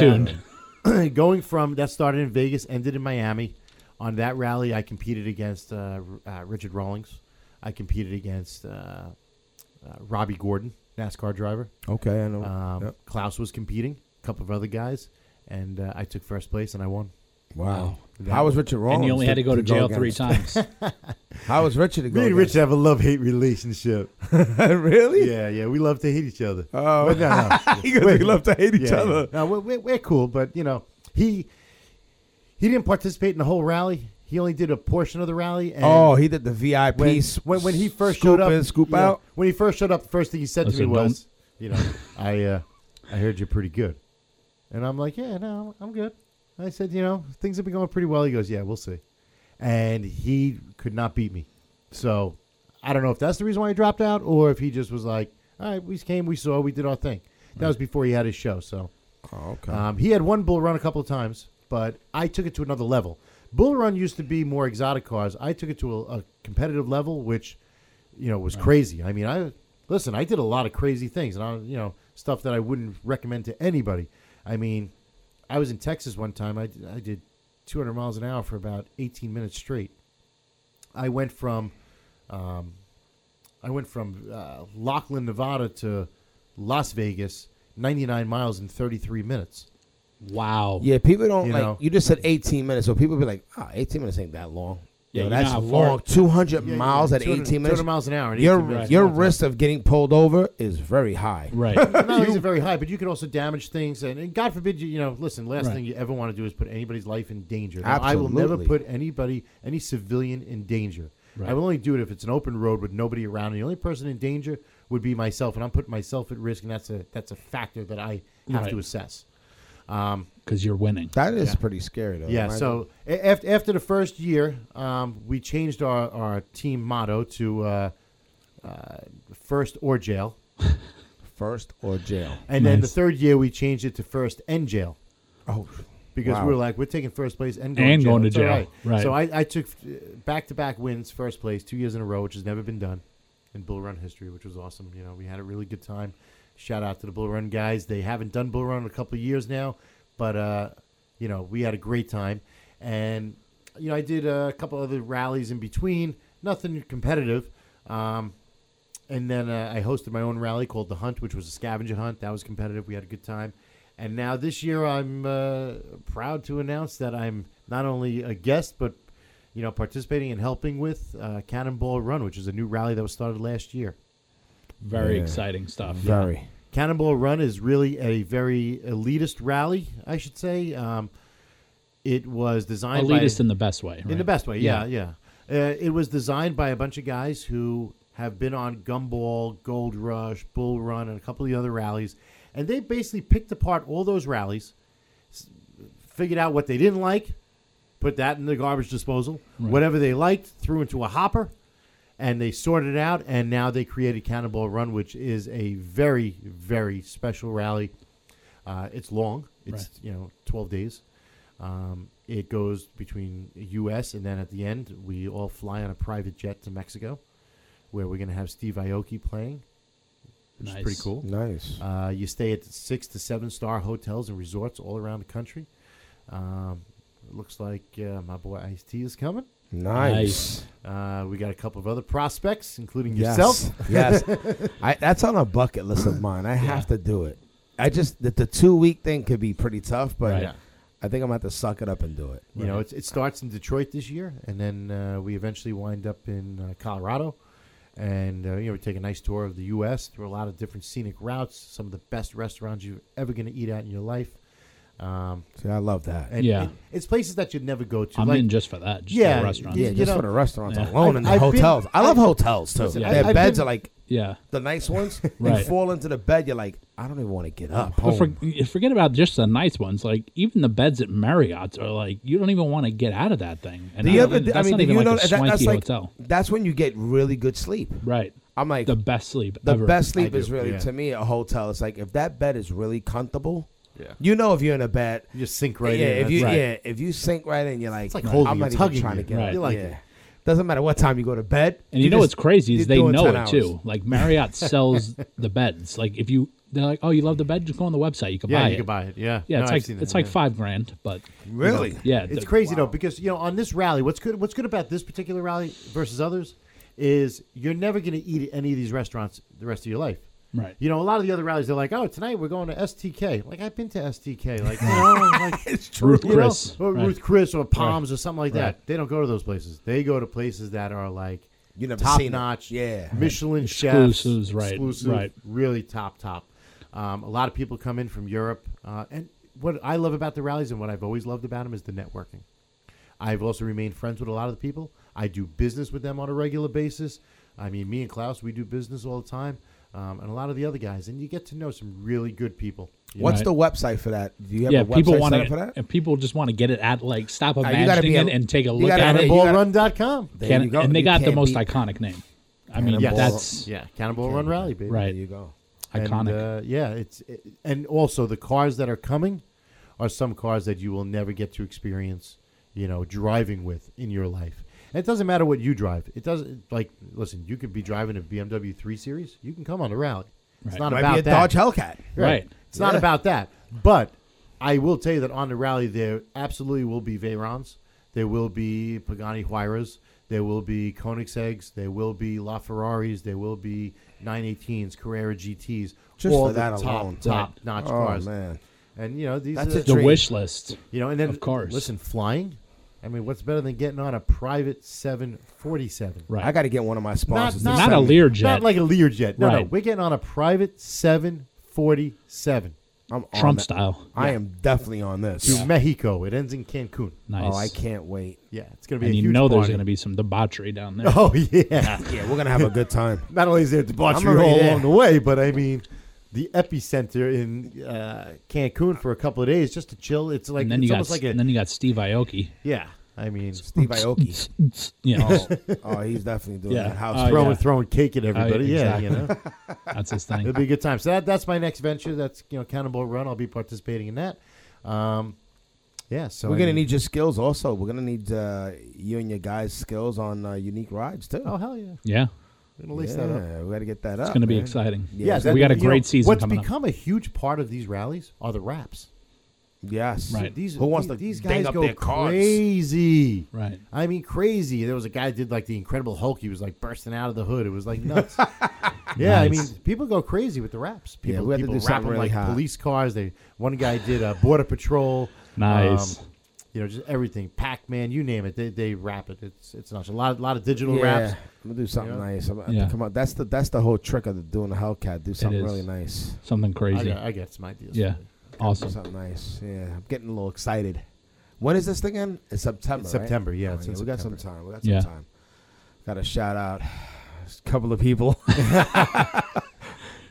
[SPEAKER 7] tuned.
[SPEAKER 6] [clears throat] going from that started in Vegas, ended in Miami. on that rally, I competed against uh, R- uh, Richard Rawlings. I competed against uh, uh, Robbie Gordon, NASCAR driver.
[SPEAKER 2] Okay, I know.
[SPEAKER 6] Um,
[SPEAKER 2] Yep.
[SPEAKER 6] Klaus was competing, a couple of other guys, and uh, I took first place and I won.
[SPEAKER 2] Wow. How was Richard Rawlings?
[SPEAKER 7] and you only had to go to jail three
[SPEAKER 2] against?
[SPEAKER 7] times.
[SPEAKER 2] How was Richard to go?
[SPEAKER 6] [laughs] Me and
[SPEAKER 2] against?
[SPEAKER 6] Richard have a love hate relationship.
[SPEAKER 2] really?
[SPEAKER 6] [laughs] yeah, yeah, we love to hate each other.
[SPEAKER 2] Oh.
[SPEAKER 6] But no, [laughs] no.
[SPEAKER 2] Because they love to hate each
[SPEAKER 6] Yeah,
[SPEAKER 2] other.
[SPEAKER 6] yeah. No, we're, we're, we're cool, but you know, he he didn't participate in the whole rally. He only did a portion of the rally. And
[SPEAKER 2] Oh, he did the VIP.
[SPEAKER 6] when,
[SPEAKER 2] s-
[SPEAKER 6] when when he first
[SPEAKER 2] scoop
[SPEAKER 6] showed up,
[SPEAKER 2] in, scoop
[SPEAKER 6] yeah,
[SPEAKER 2] out.
[SPEAKER 6] When he first showed up, the first thing he said to
[SPEAKER 7] Listen,
[SPEAKER 6] me was, "You know, I uh, I heard you're pretty good," and I'm like, "Yeah, no, I'm good." I said, "You know, things have been going pretty well." He goes, "Yeah, we'll see," and he could not beat me. So I don't know if that's the reason why he dropped out, or if he just was like, "All right, we came, we saw, we did our thing." That was before he had his show, so.
[SPEAKER 2] Oh, okay.
[SPEAKER 6] Um, he had one bull run a couple of times, but I took it to another level. Bull run used to be more exotic cars. I took it to a, a competitive level, which you know was crazy. I mean, I listen. I did a lot of crazy things, and I you know stuff that I wouldn't recommend to anybody. I mean, I was in Texas one time. I I did 200 miles an hour for about 18 minutes straight. I went from I went from uh, Lachlan, Nevada to Las Vegas, 99 miles in 33 minutes. [laughs]
[SPEAKER 7] wow.
[SPEAKER 2] yeah, people don't
[SPEAKER 6] you
[SPEAKER 2] like.
[SPEAKER 6] know.
[SPEAKER 2] you just said 18 minutes, so people be like, "Ah, 18 minutes ain't that long." Yo,
[SPEAKER 7] Yeah, you
[SPEAKER 2] that's
[SPEAKER 7] know how far-
[SPEAKER 2] long. 200
[SPEAKER 6] yeah,
[SPEAKER 2] miles at
[SPEAKER 6] 200
[SPEAKER 2] 18 minutes.
[SPEAKER 6] 200 miles an hour at
[SPEAKER 2] Your
[SPEAKER 6] 18 minutes.
[SPEAKER 2] your
[SPEAKER 6] Long time.
[SPEAKER 2] risk of getting pulled over is very high.
[SPEAKER 7] Right. [laughs]
[SPEAKER 6] Not only is it very high, but you can also damage things. And, and God forbid you, you know, listen, last
[SPEAKER 7] Right.
[SPEAKER 6] thing you ever want to do is put anybody's life in danger. Now, I will never
[SPEAKER 2] Absolutely.
[SPEAKER 6] put anybody, any civilian in danger.
[SPEAKER 7] Right.
[SPEAKER 6] I will only do it if it's an open road with nobody around. And the only person in danger would be myself, and I'm putting myself at risk, and that's a that's a factor that I have
[SPEAKER 7] Right.
[SPEAKER 6] to assess.
[SPEAKER 7] Because you're winning.
[SPEAKER 2] That is pretty scary, though.
[SPEAKER 6] Yeah.
[SPEAKER 2] Imagine-
[SPEAKER 6] So after after the first year, um, we changed our, our team motto to uh, uh, first or jail,
[SPEAKER 2] first or jail.
[SPEAKER 6] and then the third year we changed it to first and jail
[SPEAKER 2] Oh,
[SPEAKER 6] because
[SPEAKER 2] wow.
[SPEAKER 6] we were like we're taking first place and going
[SPEAKER 7] And
[SPEAKER 6] to jail.
[SPEAKER 7] going to
[SPEAKER 6] It's all
[SPEAKER 7] jail. Right.
[SPEAKER 6] So I, I took back to back wins, first place, two years in a row, which has never been done in Bull Run history, which was awesome. You know, we had a really good time. Shout out to the Bull Run guys. They haven't done Bull Run in a couple of years now, but uh, you know we had a great time, and you know I did a couple other rallies in between, nothing competitive. Um, and then uh, I hosted my own rally called the Hunt, which was a scavenger hunt. That was competitive. We had a good time. And now this year, I'm uh, proud to announce that I'm not only a guest, but you know, participating and helping with uh, Cannonball Run, which is a new rally that was started last year.
[SPEAKER 7] Very
[SPEAKER 2] Yeah.
[SPEAKER 7] exciting stuff.
[SPEAKER 2] very.
[SPEAKER 6] Cannonball Run is really a very elitist rally, I should say. Um, it was designed by,
[SPEAKER 7] Elitist in the best way.
[SPEAKER 6] in the
[SPEAKER 7] right?
[SPEAKER 6] best way. Yeah, yeah. Uh, it was designed by a bunch of guys who have been on Gumball, Gold Rush, Bull Run, and a couple of the other rallies, and they basically picked apart all those rallies, s- figured out what they didn't like, put that in the garbage disposal. Whatever they liked, threw into a hopper, and they sorted it out. And now they created Cannonball Run, which is a very, very special rally. Uh, it's long. It's you know twelve days. Um, it goes between U.S. and then at the end we all fly on a private jet to Mexico, where we're going to have Steve Aoki playing, which is pretty
[SPEAKER 7] Nice.
[SPEAKER 6] cool.
[SPEAKER 2] Nice.
[SPEAKER 6] Uh, you stay at six to seven star hotels and resorts all around the country. Um, it looks like uh, my boy Ice T is coming.
[SPEAKER 2] Nice.
[SPEAKER 6] Uh, we got a couple of other prospects, including
[SPEAKER 2] Yes.
[SPEAKER 6] yourself. [laughs]
[SPEAKER 2] Yes. I, that's on a bucket list of mine. I have to do it. I just the, the two week thing could be pretty tough, but
[SPEAKER 7] Right. Yeah.
[SPEAKER 2] I think I'm gonna have to suck it up and do it.
[SPEAKER 6] You know, it's, it starts in Detroit this year, and then uh, we eventually wind up in uh, Colorado. And, uh, you know, we take a nice tour of the U.S. through a lot of different scenic routes, some of the best restaurants you're ever going to eat at in your life. Um,
[SPEAKER 2] See, I love that.
[SPEAKER 6] and
[SPEAKER 7] Yeah.
[SPEAKER 6] it- it's places that you'd never go to.
[SPEAKER 7] I'm
[SPEAKER 6] like,
[SPEAKER 7] in just for that. Just
[SPEAKER 6] Yeah,
[SPEAKER 7] for restaurants.
[SPEAKER 2] yeah,
[SPEAKER 6] you
[SPEAKER 2] just
[SPEAKER 6] know,
[SPEAKER 2] for the restaurants
[SPEAKER 7] yeah.
[SPEAKER 2] alone and the
[SPEAKER 6] I've- I've been-
[SPEAKER 2] hotels. I love
[SPEAKER 6] I've-
[SPEAKER 2] hotels too.
[SPEAKER 6] Listen,
[SPEAKER 7] I-
[SPEAKER 2] Their
[SPEAKER 6] I've
[SPEAKER 2] beds
[SPEAKER 6] been-
[SPEAKER 2] are like
[SPEAKER 7] Yeah.
[SPEAKER 2] the nice [laughs] ones. You
[SPEAKER 7] Right.
[SPEAKER 2] fall into the bed, you're like, I don't even want to get up.
[SPEAKER 7] But for,
[SPEAKER 2] home.
[SPEAKER 7] forget about just the nice ones. Like even the beds at Marriott's are like you don't even want to get out of that thing. And
[SPEAKER 2] the
[SPEAKER 7] I
[SPEAKER 2] other,
[SPEAKER 7] don't-
[SPEAKER 2] day- I
[SPEAKER 7] that's
[SPEAKER 2] mean,
[SPEAKER 7] not even
[SPEAKER 2] you
[SPEAKER 7] like
[SPEAKER 2] know,
[SPEAKER 7] a
[SPEAKER 2] that-
[SPEAKER 7] swanky
[SPEAKER 2] that's like
[SPEAKER 7] hotel.
[SPEAKER 2] that's when you get really good sleep.
[SPEAKER 7] Right.
[SPEAKER 2] I'm like
[SPEAKER 7] The best sleep.
[SPEAKER 2] The
[SPEAKER 7] ever.
[SPEAKER 2] best sleep
[SPEAKER 6] I
[SPEAKER 2] is
[SPEAKER 6] do,
[SPEAKER 2] really
[SPEAKER 6] yeah.
[SPEAKER 2] to me a hotel. It's like if that bed is really comfortable, yeah. You know if you're in a bed,
[SPEAKER 6] You just sink right
[SPEAKER 2] yeah,
[SPEAKER 6] in,
[SPEAKER 2] If you
[SPEAKER 6] that's-
[SPEAKER 2] yeah, if you sink right in, you're like,
[SPEAKER 6] It's like
[SPEAKER 2] I'm
[SPEAKER 6] holding you,
[SPEAKER 2] not
[SPEAKER 6] it's
[SPEAKER 2] even
[SPEAKER 6] hugging
[SPEAKER 2] trying to
[SPEAKER 6] you.
[SPEAKER 2] get
[SPEAKER 7] Right.
[SPEAKER 2] up.
[SPEAKER 6] You like
[SPEAKER 2] yeah.
[SPEAKER 6] it.
[SPEAKER 8] Doesn't matter what time you go to bed.
[SPEAKER 7] And you, know what's
[SPEAKER 8] just-
[SPEAKER 7] crazy is
[SPEAKER 8] you're
[SPEAKER 7] they
[SPEAKER 8] doing
[SPEAKER 7] know
[SPEAKER 8] 10
[SPEAKER 7] it
[SPEAKER 8] hours.
[SPEAKER 7] too. Like Marriott
[SPEAKER 6] [laughs]
[SPEAKER 7] sells the beds. Like if you, they're like, oh, you love the bed, just go on the website. You can
[SPEAKER 6] Yeah,
[SPEAKER 7] buy
[SPEAKER 6] you
[SPEAKER 7] it.
[SPEAKER 6] can buy it. Yeah,
[SPEAKER 7] Yeah,
[SPEAKER 6] No,
[SPEAKER 7] it's
[SPEAKER 6] I've
[SPEAKER 7] like
[SPEAKER 6] seen that,
[SPEAKER 7] it's like
[SPEAKER 6] yeah.
[SPEAKER 7] five grand, but
[SPEAKER 2] Really?
[SPEAKER 7] yeah,
[SPEAKER 6] It's
[SPEAKER 7] the-
[SPEAKER 6] crazy though because you know on this rally, what's good what's good about this particular rally versus others is you're never going to eat at any of these restaurants the rest of your life.
[SPEAKER 7] Right.
[SPEAKER 6] You know, a lot of the other rallies, they're like, "Oh, tonight we're going to STK." Like I've been to
[SPEAKER 7] [laughs]
[SPEAKER 6] STK, like you know, like it's
[SPEAKER 7] Ruth Chris,
[SPEAKER 6] or
[SPEAKER 7] right.
[SPEAKER 6] Ruth Chris, or Palms, or something like that. They don't go to those places. They go to places that are like
[SPEAKER 2] You never
[SPEAKER 6] top
[SPEAKER 2] seen 'em.
[SPEAKER 6] notch,
[SPEAKER 2] Yeah.
[SPEAKER 6] Michelin
[SPEAKER 7] Exclusives,
[SPEAKER 6] chefs,
[SPEAKER 7] right,
[SPEAKER 6] exclusive,
[SPEAKER 7] right.
[SPEAKER 6] really top top. Um, a lot of people come in from Europe, uh, and what I love about the rallies and what I've always loved about them is the networking. I've also remained friends with a lot of the people. I do business with them on a regular basis. I mean, me and Klaus, we do business all the time, um, and a lot of the other guys, and you get to know some really good people. you know?
[SPEAKER 2] What's the website for that? Do you have
[SPEAKER 7] yeah,
[SPEAKER 2] a website
[SPEAKER 7] people want
[SPEAKER 2] set up for that?
[SPEAKER 7] to, and people just want to get it at like stop
[SPEAKER 2] gotta
[SPEAKER 7] imagining
[SPEAKER 2] be a-
[SPEAKER 7] it and take a
[SPEAKER 2] you
[SPEAKER 7] look
[SPEAKER 2] gotta
[SPEAKER 7] at
[SPEAKER 2] be-
[SPEAKER 7] it.
[SPEAKER 2] you gotta-
[SPEAKER 6] Cannonballrun.com.
[SPEAKER 2] There
[SPEAKER 7] Can-
[SPEAKER 2] you go.
[SPEAKER 7] and they
[SPEAKER 2] You
[SPEAKER 7] got the
[SPEAKER 2] can't
[SPEAKER 7] most
[SPEAKER 2] beat-
[SPEAKER 7] iconic name. I mean,
[SPEAKER 2] Cannonball-
[SPEAKER 7] that's
[SPEAKER 6] Yeah, Cannonball Run Rally, baby.
[SPEAKER 7] Right.
[SPEAKER 2] There you go.
[SPEAKER 6] And,
[SPEAKER 7] iconic.
[SPEAKER 6] uh, yeah, it's it, and also the cars that are coming are some cars that you will never get to experience, you know, driving with in your life. And it doesn't matter what you drive. It doesn't like listen. You could be driving a BMW 3 Series. You can come on a rally. It's not
[SPEAKER 2] Might
[SPEAKER 6] about
[SPEAKER 2] be a
[SPEAKER 6] that.
[SPEAKER 2] Dodge Hellcat.
[SPEAKER 7] Right.
[SPEAKER 6] It's not about that. But I will tell you that on the rally, there absolutely will be Veyrons. There will be Pagani Huayras. There will be Koenigseggs. There will be LaFerraris. There will be 918s, Carrera GTs.
[SPEAKER 2] Just
[SPEAKER 6] all
[SPEAKER 2] for
[SPEAKER 6] the
[SPEAKER 2] that
[SPEAKER 6] top,
[SPEAKER 2] alone.
[SPEAKER 6] Top notch
[SPEAKER 2] Oh
[SPEAKER 6] cars.
[SPEAKER 2] man.
[SPEAKER 6] And, you know, these
[SPEAKER 2] That's
[SPEAKER 6] are,
[SPEAKER 2] a
[SPEAKER 7] the
[SPEAKER 2] dream.
[SPEAKER 7] wish list.
[SPEAKER 6] you know, and then,
[SPEAKER 7] of course.
[SPEAKER 6] listen, flying. I mean, what's better than getting on a private 747?
[SPEAKER 7] Right.
[SPEAKER 2] I got to get one of my sponsors. to
[SPEAKER 7] not
[SPEAKER 2] send
[SPEAKER 7] a
[SPEAKER 2] me-
[SPEAKER 7] Learjet.
[SPEAKER 6] Not like a Learjet. No, no.
[SPEAKER 7] Right.
[SPEAKER 6] We're getting on a private 747.
[SPEAKER 2] I'm on
[SPEAKER 7] Trump
[SPEAKER 2] that.
[SPEAKER 7] style.
[SPEAKER 2] I am definitely on this.
[SPEAKER 6] to Mexico. It ends in Cancun.
[SPEAKER 7] Nice.
[SPEAKER 2] Oh, I can't wait.
[SPEAKER 6] Yeah, it's going to be
[SPEAKER 7] and
[SPEAKER 6] a
[SPEAKER 7] you
[SPEAKER 6] huge
[SPEAKER 7] know there's
[SPEAKER 6] party.
[SPEAKER 7] going to be some debauchery down there.
[SPEAKER 6] [laughs] Oh yeah. [laughs]
[SPEAKER 2] Yeah, we're gonna have a good time.
[SPEAKER 6] Not only is there
[SPEAKER 2] I'm
[SPEAKER 6] debauchery
[SPEAKER 2] already
[SPEAKER 6] all
[SPEAKER 2] there.
[SPEAKER 6] along the way, but I mean, the epicenter in uh, Cancun for a couple of days just to chill. It's like
[SPEAKER 7] and then
[SPEAKER 6] it's
[SPEAKER 7] you got
[SPEAKER 6] almost like a
[SPEAKER 7] and then you got Steve Aoki.
[SPEAKER 6] yeah. I
[SPEAKER 2] [laughs]
[SPEAKER 6] mean,
[SPEAKER 2] Steve Aoki.
[SPEAKER 7] [laughs] Yeah,
[SPEAKER 2] Oh, oh, he's definitely doing
[SPEAKER 7] Yeah.
[SPEAKER 2] that house.
[SPEAKER 7] Oh,
[SPEAKER 6] throwing
[SPEAKER 7] yeah.
[SPEAKER 6] throwing cake at everybody. yeah,
[SPEAKER 7] exactly.
[SPEAKER 6] you know.
[SPEAKER 7] that's his thing.
[SPEAKER 6] [laughs] It'll be a good time. So that, that's my next venture. That's you know Cannonball Run. I'll be participating in that. Um, yeah. So
[SPEAKER 2] We're
[SPEAKER 6] I
[SPEAKER 2] gonna
[SPEAKER 6] mean-
[SPEAKER 2] need your skills also. We're gonna need uh, you and your guys' skills on uh, unique rides too.
[SPEAKER 6] Oh hell yeah!
[SPEAKER 7] yeah,
[SPEAKER 6] We're gonna lace
[SPEAKER 2] yeah,
[SPEAKER 6] that up.
[SPEAKER 2] we gotta get that up.
[SPEAKER 7] it's going to be
[SPEAKER 2] man.
[SPEAKER 7] exciting.
[SPEAKER 6] Yeah,
[SPEAKER 7] we
[SPEAKER 6] that-
[SPEAKER 7] got a
[SPEAKER 6] you know,
[SPEAKER 7] great season
[SPEAKER 6] What's
[SPEAKER 7] coming up.
[SPEAKER 6] become a huge part of these rallies are the wraps.
[SPEAKER 2] Yes.
[SPEAKER 7] Right.
[SPEAKER 6] These
[SPEAKER 2] Who wants
[SPEAKER 6] these,
[SPEAKER 2] to
[SPEAKER 6] these
[SPEAKER 2] bang
[SPEAKER 6] guys
[SPEAKER 2] up
[SPEAKER 6] go
[SPEAKER 2] their cars?
[SPEAKER 6] crazy.
[SPEAKER 7] Right.
[SPEAKER 6] I mean, crazy. There was a guy that did like the Incredible Hulk. He was like bursting out of the hood. It was like
[SPEAKER 2] [laughs]
[SPEAKER 6] nuts. yeah, I mean,
[SPEAKER 7] Nice.
[SPEAKER 6] people go crazy with the wraps.
[SPEAKER 2] Yeah,
[SPEAKER 6] People,
[SPEAKER 2] we had to
[SPEAKER 6] people
[SPEAKER 2] do
[SPEAKER 6] wrap
[SPEAKER 2] something
[SPEAKER 6] them
[SPEAKER 2] really
[SPEAKER 6] like
[SPEAKER 2] hot.
[SPEAKER 6] police cars. They one guy did a border patrol.
[SPEAKER 7] Nice.
[SPEAKER 6] um, you know, just everything. Pac Man, you name it. They they wrap it. It's it's nuts. A lot a lot of digital
[SPEAKER 2] Yeah.
[SPEAKER 6] wraps.
[SPEAKER 2] I'm gonna do something
[SPEAKER 6] You know?
[SPEAKER 2] nice. I'm,
[SPEAKER 7] Yeah.
[SPEAKER 2] yeah. Come on, that's the that's the whole trick of the, doing the Hellcat. Do something
[SPEAKER 7] is.
[SPEAKER 2] really nice.
[SPEAKER 7] Something
[SPEAKER 6] I
[SPEAKER 7] crazy.
[SPEAKER 6] got, I got some ideas.
[SPEAKER 7] yeah,
[SPEAKER 2] Do
[SPEAKER 7] awesome.
[SPEAKER 2] something nice. Yeah, I'm getting a little excited. When is this thing in? It's September.
[SPEAKER 6] It's
[SPEAKER 2] right?
[SPEAKER 6] September, yeah,
[SPEAKER 2] Oh,
[SPEAKER 6] it's in
[SPEAKER 2] we got some
[SPEAKER 6] September.
[SPEAKER 2] time. We got some
[SPEAKER 7] Yeah.
[SPEAKER 2] time. Got a shout out. [sighs] A couple of
[SPEAKER 6] [laughs]
[SPEAKER 2] people. [laughs]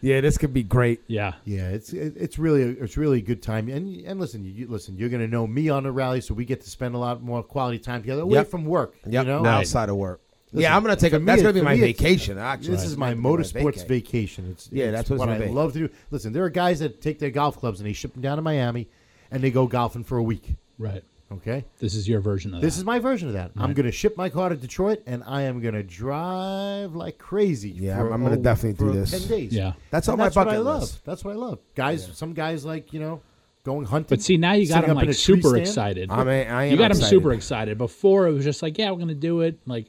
[SPEAKER 2] yeah, this could be great.
[SPEAKER 7] Yeah,
[SPEAKER 6] Yeah, it's it, it's really a, it's really a good time. And and listen, you listen, you're going to know me on a rally, so we get to spend a lot more quality time together away
[SPEAKER 2] Yep.
[SPEAKER 6] from work.
[SPEAKER 2] Yep.
[SPEAKER 6] You know,
[SPEAKER 2] outside of work. yeah, I'm gonna take a.
[SPEAKER 6] me,
[SPEAKER 2] That's gonna be
[SPEAKER 6] for
[SPEAKER 2] my
[SPEAKER 6] me, it's-
[SPEAKER 2] vacation. Actually,
[SPEAKER 6] this is my motorsports
[SPEAKER 2] vacation.
[SPEAKER 6] vacation. It's
[SPEAKER 2] Yeah,
[SPEAKER 6] it's
[SPEAKER 2] that's what it's
[SPEAKER 6] what I
[SPEAKER 2] gonna be.
[SPEAKER 6] love to do. Listen, there are guys that take their golf clubs and they ship them down to Miami, and they go golfing for a week.
[SPEAKER 7] right.
[SPEAKER 6] Okay,
[SPEAKER 7] This is your version of
[SPEAKER 6] this
[SPEAKER 7] that.
[SPEAKER 6] is my version of that. I'm going to ship my car to Detroit, and I am going to drive like crazy.
[SPEAKER 2] Yeah,
[SPEAKER 6] for
[SPEAKER 2] I'm- I'm gonna
[SPEAKER 6] a-
[SPEAKER 2] definitely
[SPEAKER 6] for
[SPEAKER 2] do this.
[SPEAKER 6] Ten days.
[SPEAKER 7] Yeah.
[SPEAKER 2] That's
[SPEAKER 6] And
[SPEAKER 2] on my
[SPEAKER 6] that's what
[SPEAKER 2] bucket
[SPEAKER 6] I love.
[SPEAKER 2] list.
[SPEAKER 6] That's what I love. Guys, some guys like you know. Going hunting,
[SPEAKER 7] But see, now you got
[SPEAKER 6] sitting
[SPEAKER 7] him
[SPEAKER 6] up in
[SPEAKER 7] like
[SPEAKER 6] a tree
[SPEAKER 7] super
[SPEAKER 6] stand.
[SPEAKER 7] excited.
[SPEAKER 2] I mean, I am
[SPEAKER 7] you got him
[SPEAKER 2] excited.
[SPEAKER 7] super excited. Before it was just like, yeah, we're gonna do it.
[SPEAKER 2] [laughs]
[SPEAKER 7] Like,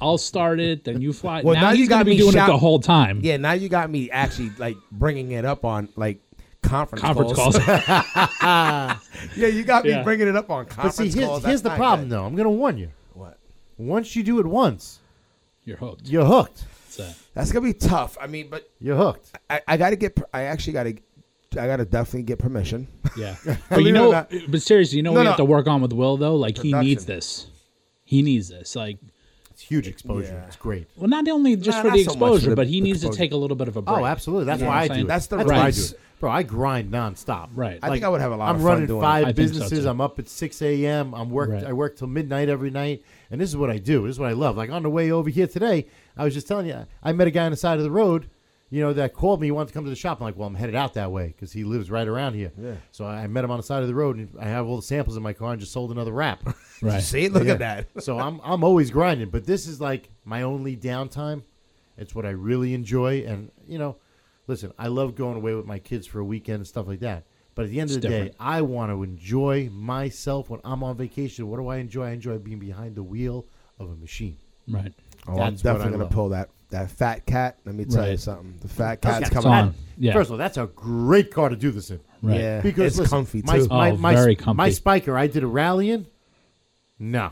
[SPEAKER 7] I'll start it, then you fly.
[SPEAKER 2] Well,
[SPEAKER 7] now,
[SPEAKER 2] now you
[SPEAKER 7] he's
[SPEAKER 2] got
[SPEAKER 7] gonna be
[SPEAKER 2] me
[SPEAKER 7] doing
[SPEAKER 2] shout-
[SPEAKER 7] it the whole time.
[SPEAKER 2] Yeah, now you got me actually like bringing it up on like conference
[SPEAKER 7] Conference
[SPEAKER 2] [laughs]
[SPEAKER 7] calls.
[SPEAKER 2] yeah, you got me
[SPEAKER 7] Yeah.
[SPEAKER 2] bringing it up on
[SPEAKER 6] But
[SPEAKER 2] conference
[SPEAKER 6] see,
[SPEAKER 2] calls.
[SPEAKER 6] here's,
[SPEAKER 2] That's
[SPEAKER 6] here's the
[SPEAKER 2] not
[SPEAKER 6] problem,
[SPEAKER 2] good.
[SPEAKER 6] though. I'm going to warn you.
[SPEAKER 2] What?
[SPEAKER 6] Once you do it once,
[SPEAKER 7] You're hooked.
[SPEAKER 6] you're hooked.
[SPEAKER 7] That's it.
[SPEAKER 2] That's gonna be tough. I mean, but
[SPEAKER 6] You're hooked.
[SPEAKER 2] I, I gotta get. per- I actually gotta. I gotta definitely get permission. [laughs]
[SPEAKER 7] Yeah. But you
[SPEAKER 2] it or
[SPEAKER 7] know,
[SPEAKER 2] not.
[SPEAKER 7] but seriously, you know,
[SPEAKER 2] No,
[SPEAKER 7] we
[SPEAKER 2] no.
[SPEAKER 7] have to work on with Will though. Like he
[SPEAKER 2] Production.
[SPEAKER 7] needs this. He needs this. Like,
[SPEAKER 6] It's huge exposure.
[SPEAKER 2] Yeah.
[SPEAKER 6] It's great.
[SPEAKER 7] well, not only just
[SPEAKER 2] Nah,
[SPEAKER 7] for
[SPEAKER 2] not
[SPEAKER 7] the
[SPEAKER 2] so much for
[SPEAKER 7] exposure,
[SPEAKER 2] the
[SPEAKER 7] but he needs to
[SPEAKER 2] exposure.
[SPEAKER 7] take a little bit of a break.
[SPEAKER 6] Oh, absolutely. That's
[SPEAKER 7] You know what
[SPEAKER 6] why I
[SPEAKER 7] I'm
[SPEAKER 6] do
[SPEAKER 7] saying?
[SPEAKER 6] it.
[SPEAKER 2] That's the
[SPEAKER 6] why I
[SPEAKER 7] right.
[SPEAKER 6] do it. Bro, I grind nonstop.
[SPEAKER 7] Right.
[SPEAKER 2] I think I would have a lot
[SPEAKER 6] I'm
[SPEAKER 2] of fun
[SPEAKER 6] running
[SPEAKER 2] doing
[SPEAKER 6] five
[SPEAKER 7] it. I think so,
[SPEAKER 6] businesses.
[SPEAKER 7] too.
[SPEAKER 6] I'm up at 6 a.m. I'm worked.
[SPEAKER 7] Right.
[SPEAKER 6] I work till midnight every night, and this is what I do. This is what I love. Like on the way over here today, I was just telling you, I met a guy on the side of the road, you know, that called me. He wanted to come to the shop. I'm like, well, I'm headed out that way because he lives right around here. Yeah. So I I met him on the side of the road, and I have all the samples in my car, and just sold another wrap. [laughs]
[SPEAKER 7] Right.
[SPEAKER 2] See, look at that.
[SPEAKER 6] so I'm I'm always grinding, but this is like my only downtime. It's what I really enjoy, and you know, listen, I love going away with my kids for a weekend and stuff like that. But at the end of
[SPEAKER 7] It's
[SPEAKER 6] the
[SPEAKER 7] different.
[SPEAKER 6] day, I want to enjoy myself when I'm on vacation. What do I enjoy? I enjoy being behind the wheel of a machine.
[SPEAKER 7] Right.
[SPEAKER 2] Oh, I'm
[SPEAKER 6] That's what
[SPEAKER 2] definitely
[SPEAKER 6] I
[SPEAKER 2] gonna
[SPEAKER 6] love.
[SPEAKER 2] pull that that fat cat. Let me tell you
[SPEAKER 7] Right.
[SPEAKER 2] something. The fat cat's
[SPEAKER 6] That's
[SPEAKER 2] coming.
[SPEAKER 7] on.
[SPEAKER 2] out.
[SPEAKER 7] Yeah.
[SPEAKER 6] First of all, that's a great car to do this in.
[SPEAKER 7] Right.
[SPEAKER 2] Yeah,
[SPEAKER 6] Because
[SPEAKER 2] it's
[SPEAKER 6] listen,
[SPEAKER 2] comfy
[SPEAKER 6] my,
[SPEAKER 2] too.
[SPEAKER 6] My,
[SPEAKER 7] Oh,
[SPEAKER 6] my,
[SPEAKER 7] very comfy.
[SPEAKER 6] My spiker, I did a rally in. No,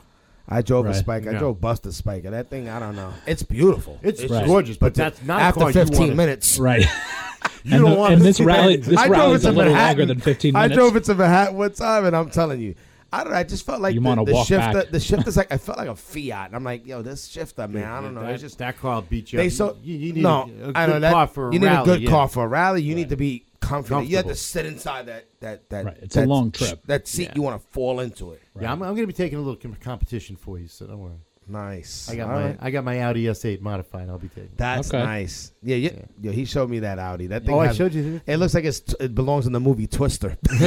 [SPEAKER 2] I drove a
[SPEAKER 7] Right.
[SPEAKER 2] spiker. I
[SPEAKER 6] No.
[SPEAKER 2] drove Buster spiker. That thing, I don't know. It's beautiful.
[SPEAKER 6] it's
[SPEAKER 7] Right.
[SPEAKER 6] gorgeous, but that's not a
[SPEAKER 2] After
[SPEAKER 6] car you wanna-
[SPEAKER 2] 15 minutes,
[SPEAKER 7] Right.
[SPEAKER 6] You
[SPEAKER 7] and
[SPEAKER 6] don't
[SPEAKER 7] the-
[SPEAKER 6] want
[SPEAKER 7] and
[SPEAKER 6] to
[SPEAKER 7] this
[SPEAKER 6] see
[SPEAKER 7] rally,
[SPEAKER 6] that.
[SPEAKER 7] this
[SPEAKER 2] I drove it
[SPEAKER 7] rally's
[SPEAKER 2] to
[SPEAKER 7] a little
[SPEAKER 2] Manhattan.
[SPEAKER 7] longer than 15 minutes.
[SPEAKER 2] I drove it to Manhattan one time, and I'm telling you, I don't. know, I just felt like
[SPEAKER 7] You
[SPEAKER 2] the,
[SPEAKER 7] wanna
[SPEAKER 2] the
[SPEAKER 7] walk
[SPEAKER 2] shift.
[SPEAKER 7] back.
[SPEAKER 2] The, the shift is like I felt like a Fiat. And I'm like, yo, this shifter, man. I don't know.
[SPEAKER 6] That,
[SPEAKER 2] it's just
[SPEAKER 6] that car will beat you.
[SPEAKER 2] they
[SPEAKER 6] up.
[SPEAKER 2] so
[SPEAKER 6] you, you need
[SPEAKER 2] no.
[SPEAKER 6] a, a good
[SPEAKER 2] I know that
[SPEAKER 6] car for a
[SPEAKER 2] you need
[SPEAKER 6] rally,
[SPEAKER 2] a good
[SPEAKER 6] yeah.
[SPEAKER 2] car for a rally. You need to be comfortable. You have to
[SPEAKER 6] Comfortable.
[SPEAKER 2] sit inside that that that.
[SPEAKER 7] Right, it's a
[SPEAKER 2] that
[SPEAKER 7] long
[SPEAKER 2] sh-
[SPEAKER 7] trip.
[SPEAKER 2] That seat, you want to fall into it.
[SPEAKER 6] Yeah, I'm, I'm going to be taking a little com- competition for you, so don't worry.
[SPEAKER 2] Nice.
[SPEAKER 6] I got
[SPEAKER 2] All
[SPEAKER 6] my
[SPEAKER 2] right.
[SPEAKER 6] I got my Audi S8 modified. I'll be taking.
[SPEAKER 2] That's
[SPEAKER 7] Okay.
[SPEAKER 2] nice. Yeah, yeah, yeah. He showed me that Audi. That thing.
[SPEAKER 6] Oh, I
[SPEAKER 2] has-
[SPEAKER 6] showed you.
[SPEAKER 2] It looks like it's t- it belongs in the movie
[SPEAKER 6] [laughs]
[SPEAKER 2] Twister. [laughs]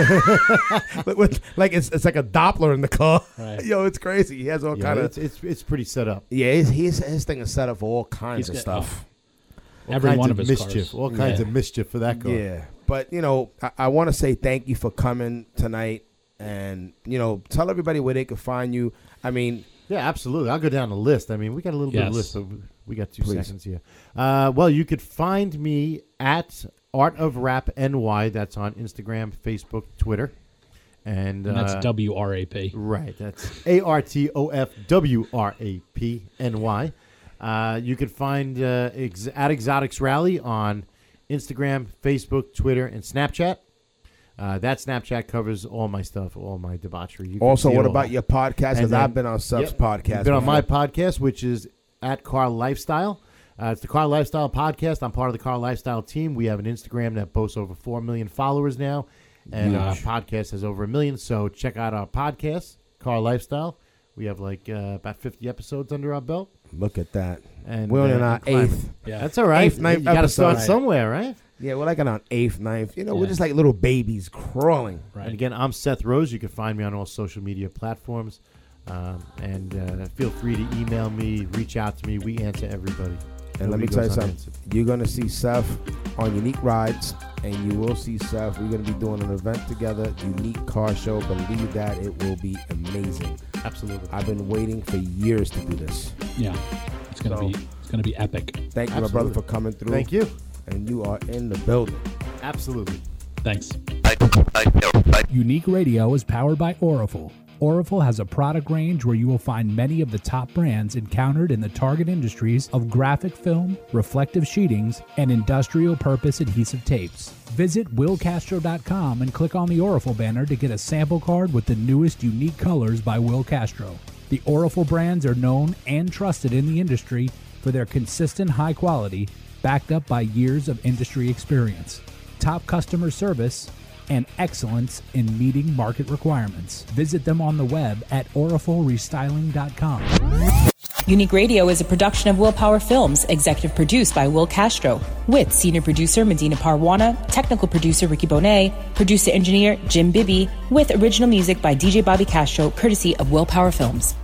[SPEAKER 2] Like with- like it's it's like a Doppler in the car. [laughs] Yo, it's crazy. He has all
[SPEAKER 6] Yeah,
[SPEAKER 2] kind
[SPEAKER 6] it's,
[SPEAKER 2] of.
[SPEAKER 6] it's it's pretty set up.
[SPEAKER 2] Yeah, his, his his thing is set up for all kinds
[SPEAKER 7] He's
[SPEAKER 2] of
[SPEAKER 7] got-
[SPEAKER 2] stuff.
[SPEAKER 7] Every
[SPEAKER 6] kinds
[SPEAKER 7] one
[SPEAKER 6] of
[SPEAKER 7] of his
[SPEAKER 6] mischief,
[SPEAKER 7] cars.
[SPEAKER 6] all kinds
[SPEAKER 7] Yeah.
[SPEAKER 6] of mischief for that car.
[SPEAKER 2] Yeah, but you know, I, I want to say thank you for coming tonight, and you know, tell everybody where they can find you. I mean,
[SPEAKER 6] Yeah, absolutely. I'll go down the list. I mean, we got a little bit of
[SPEAKER 7] Yes.
[SPEAKER 6] list, but we- we got two
[SPEAKER 2] Please.
[SPEAKER 6] seconds here. Uh, well, you could find me at Art of Rap NY. That's on Instagram, Facebook, Twitter, and,
[SPEAKER 7] And that's
[SPEAKER 6] uh,
[SPEAKER 7] W R A P.
[SPEAKER 6] Right. That's A R T O F W R A P N Y. Uh, you can find uh, ex- at Exotics Rally on Instagram, Facebook, Twitter, and Snapchat. Uh, that Snapchat covers all my stuff, all my debauchery. You can
[SPEAKER 2] also,
[SPEAKER 6] see
[SPEAKER 2] what
[SPEAKER 6] it all.
[SPEAKER 2] about your podcast?
[SPEAKER 6] And
[SPEAKER 2] Because I've
[SPEAKER 6] then-
[SPEAKER 2] been on Subs
[SPEAKER 6] Yep.
[SPEAKER 2] podcast.
[SPEAKER 6] You've been on
[SPEAKER 2] before.
[SPEAKER 6] my podcast, which is at Car Lifestyle. Uh, it's the Car Lifestyle podcast. I'm part of the Car Lifestyle team. We have an Instagram that boasts over four million followers now, and our podcast has over a million. So check out our podcast, Car Lifestyle. We have like uh, about 50 episodes under our belt.
[SPEAKER 2] Look at that.
[SPEAKER 6] And
[SPEAKER 2] We're
[SPEAKER 6] uh,
[SPEAKER 2] on our
[SPEAKER 6] climbing.
[SPEAKER 2] eighth.
[SPEAKER 7] Yeah.
[SPEAKER 6] That's all right.
[SPEAKER 2] Eighth, ninth
[SPEAKER 6] you got to
[SPEAKER 2] episode.
[SPEAKER 6] start
[SPEAKER 2] Right.
[SPEAKER 6] somewhere, right?
[SPEAKER 2] Yeah, we're like on our eighth, ninth. You know, we're
[SPEAKER 7] Yeah.
[SPEAKER 2] just like little babies crawling.
[SPEAKER 6] And again, I'm Seth Rose. You can find me on all social media platforms. Um, and uh, feel free to email me, reach out to me. We answer everybody.
[SPEAKER 2] And let me
[SPEAKER 6] Nobody
[SPEAKER 2] tell you
[SPEAKER 6] goes
[SPEAKER 2] something.
[SPEAKER 6] unanswered.
[SPEAKER 2] You're gonna see Seth on Unique Rides, and you will see Seth. We're gonna be doing an event together, Unique Car Show. Believe that it will be amazing.
[SPEAKER 6] Absolutely.
[SPEAKER 2] I've been waiting for years to do this.
[SPEAKER 7] Yeah. It's gonna
[SPEAKER 2] So-
[SPEAKER 7] be it's gonna be epic.
[SPEAKER 2] Thank you, my brother,
[SPEAKER 6] Absolutely.
[SPEAKER 2] for coming through.
[SPEAKER 6] Thank you.
[SPEAKER 2] And you are in the building.
[SPEAKER 6] Absolutely.
[SPEAKER 7] Thanks.
[SPEAKER 3] Unique Radio is powered by Oriful. Oriful has a product range where you will find many of the top brands encountered in the target industries of graphic film, reflective sheetings, and industrial purpose adhesive tapes. Visit willcastro.com and click on the Oriful banner to get a sample card with the newest unique colors by Will Castro. The Oriful brands are known and trusted in the industry for their consistent high quality, backed up by years of industry experience, top customer service, and excellence in meeting market requirements. Visit them on the web at orifulrestyling.com.
[SPEAKER 1] Unique Radio is a production of Willpower Films, executive produced by Will Castro, with senior producer Medina Parwana, technical producer Ricky Bonet, producer engineer Jim Bibby, with original music by DJ Bobby Castro, courtesy of Willpower Films.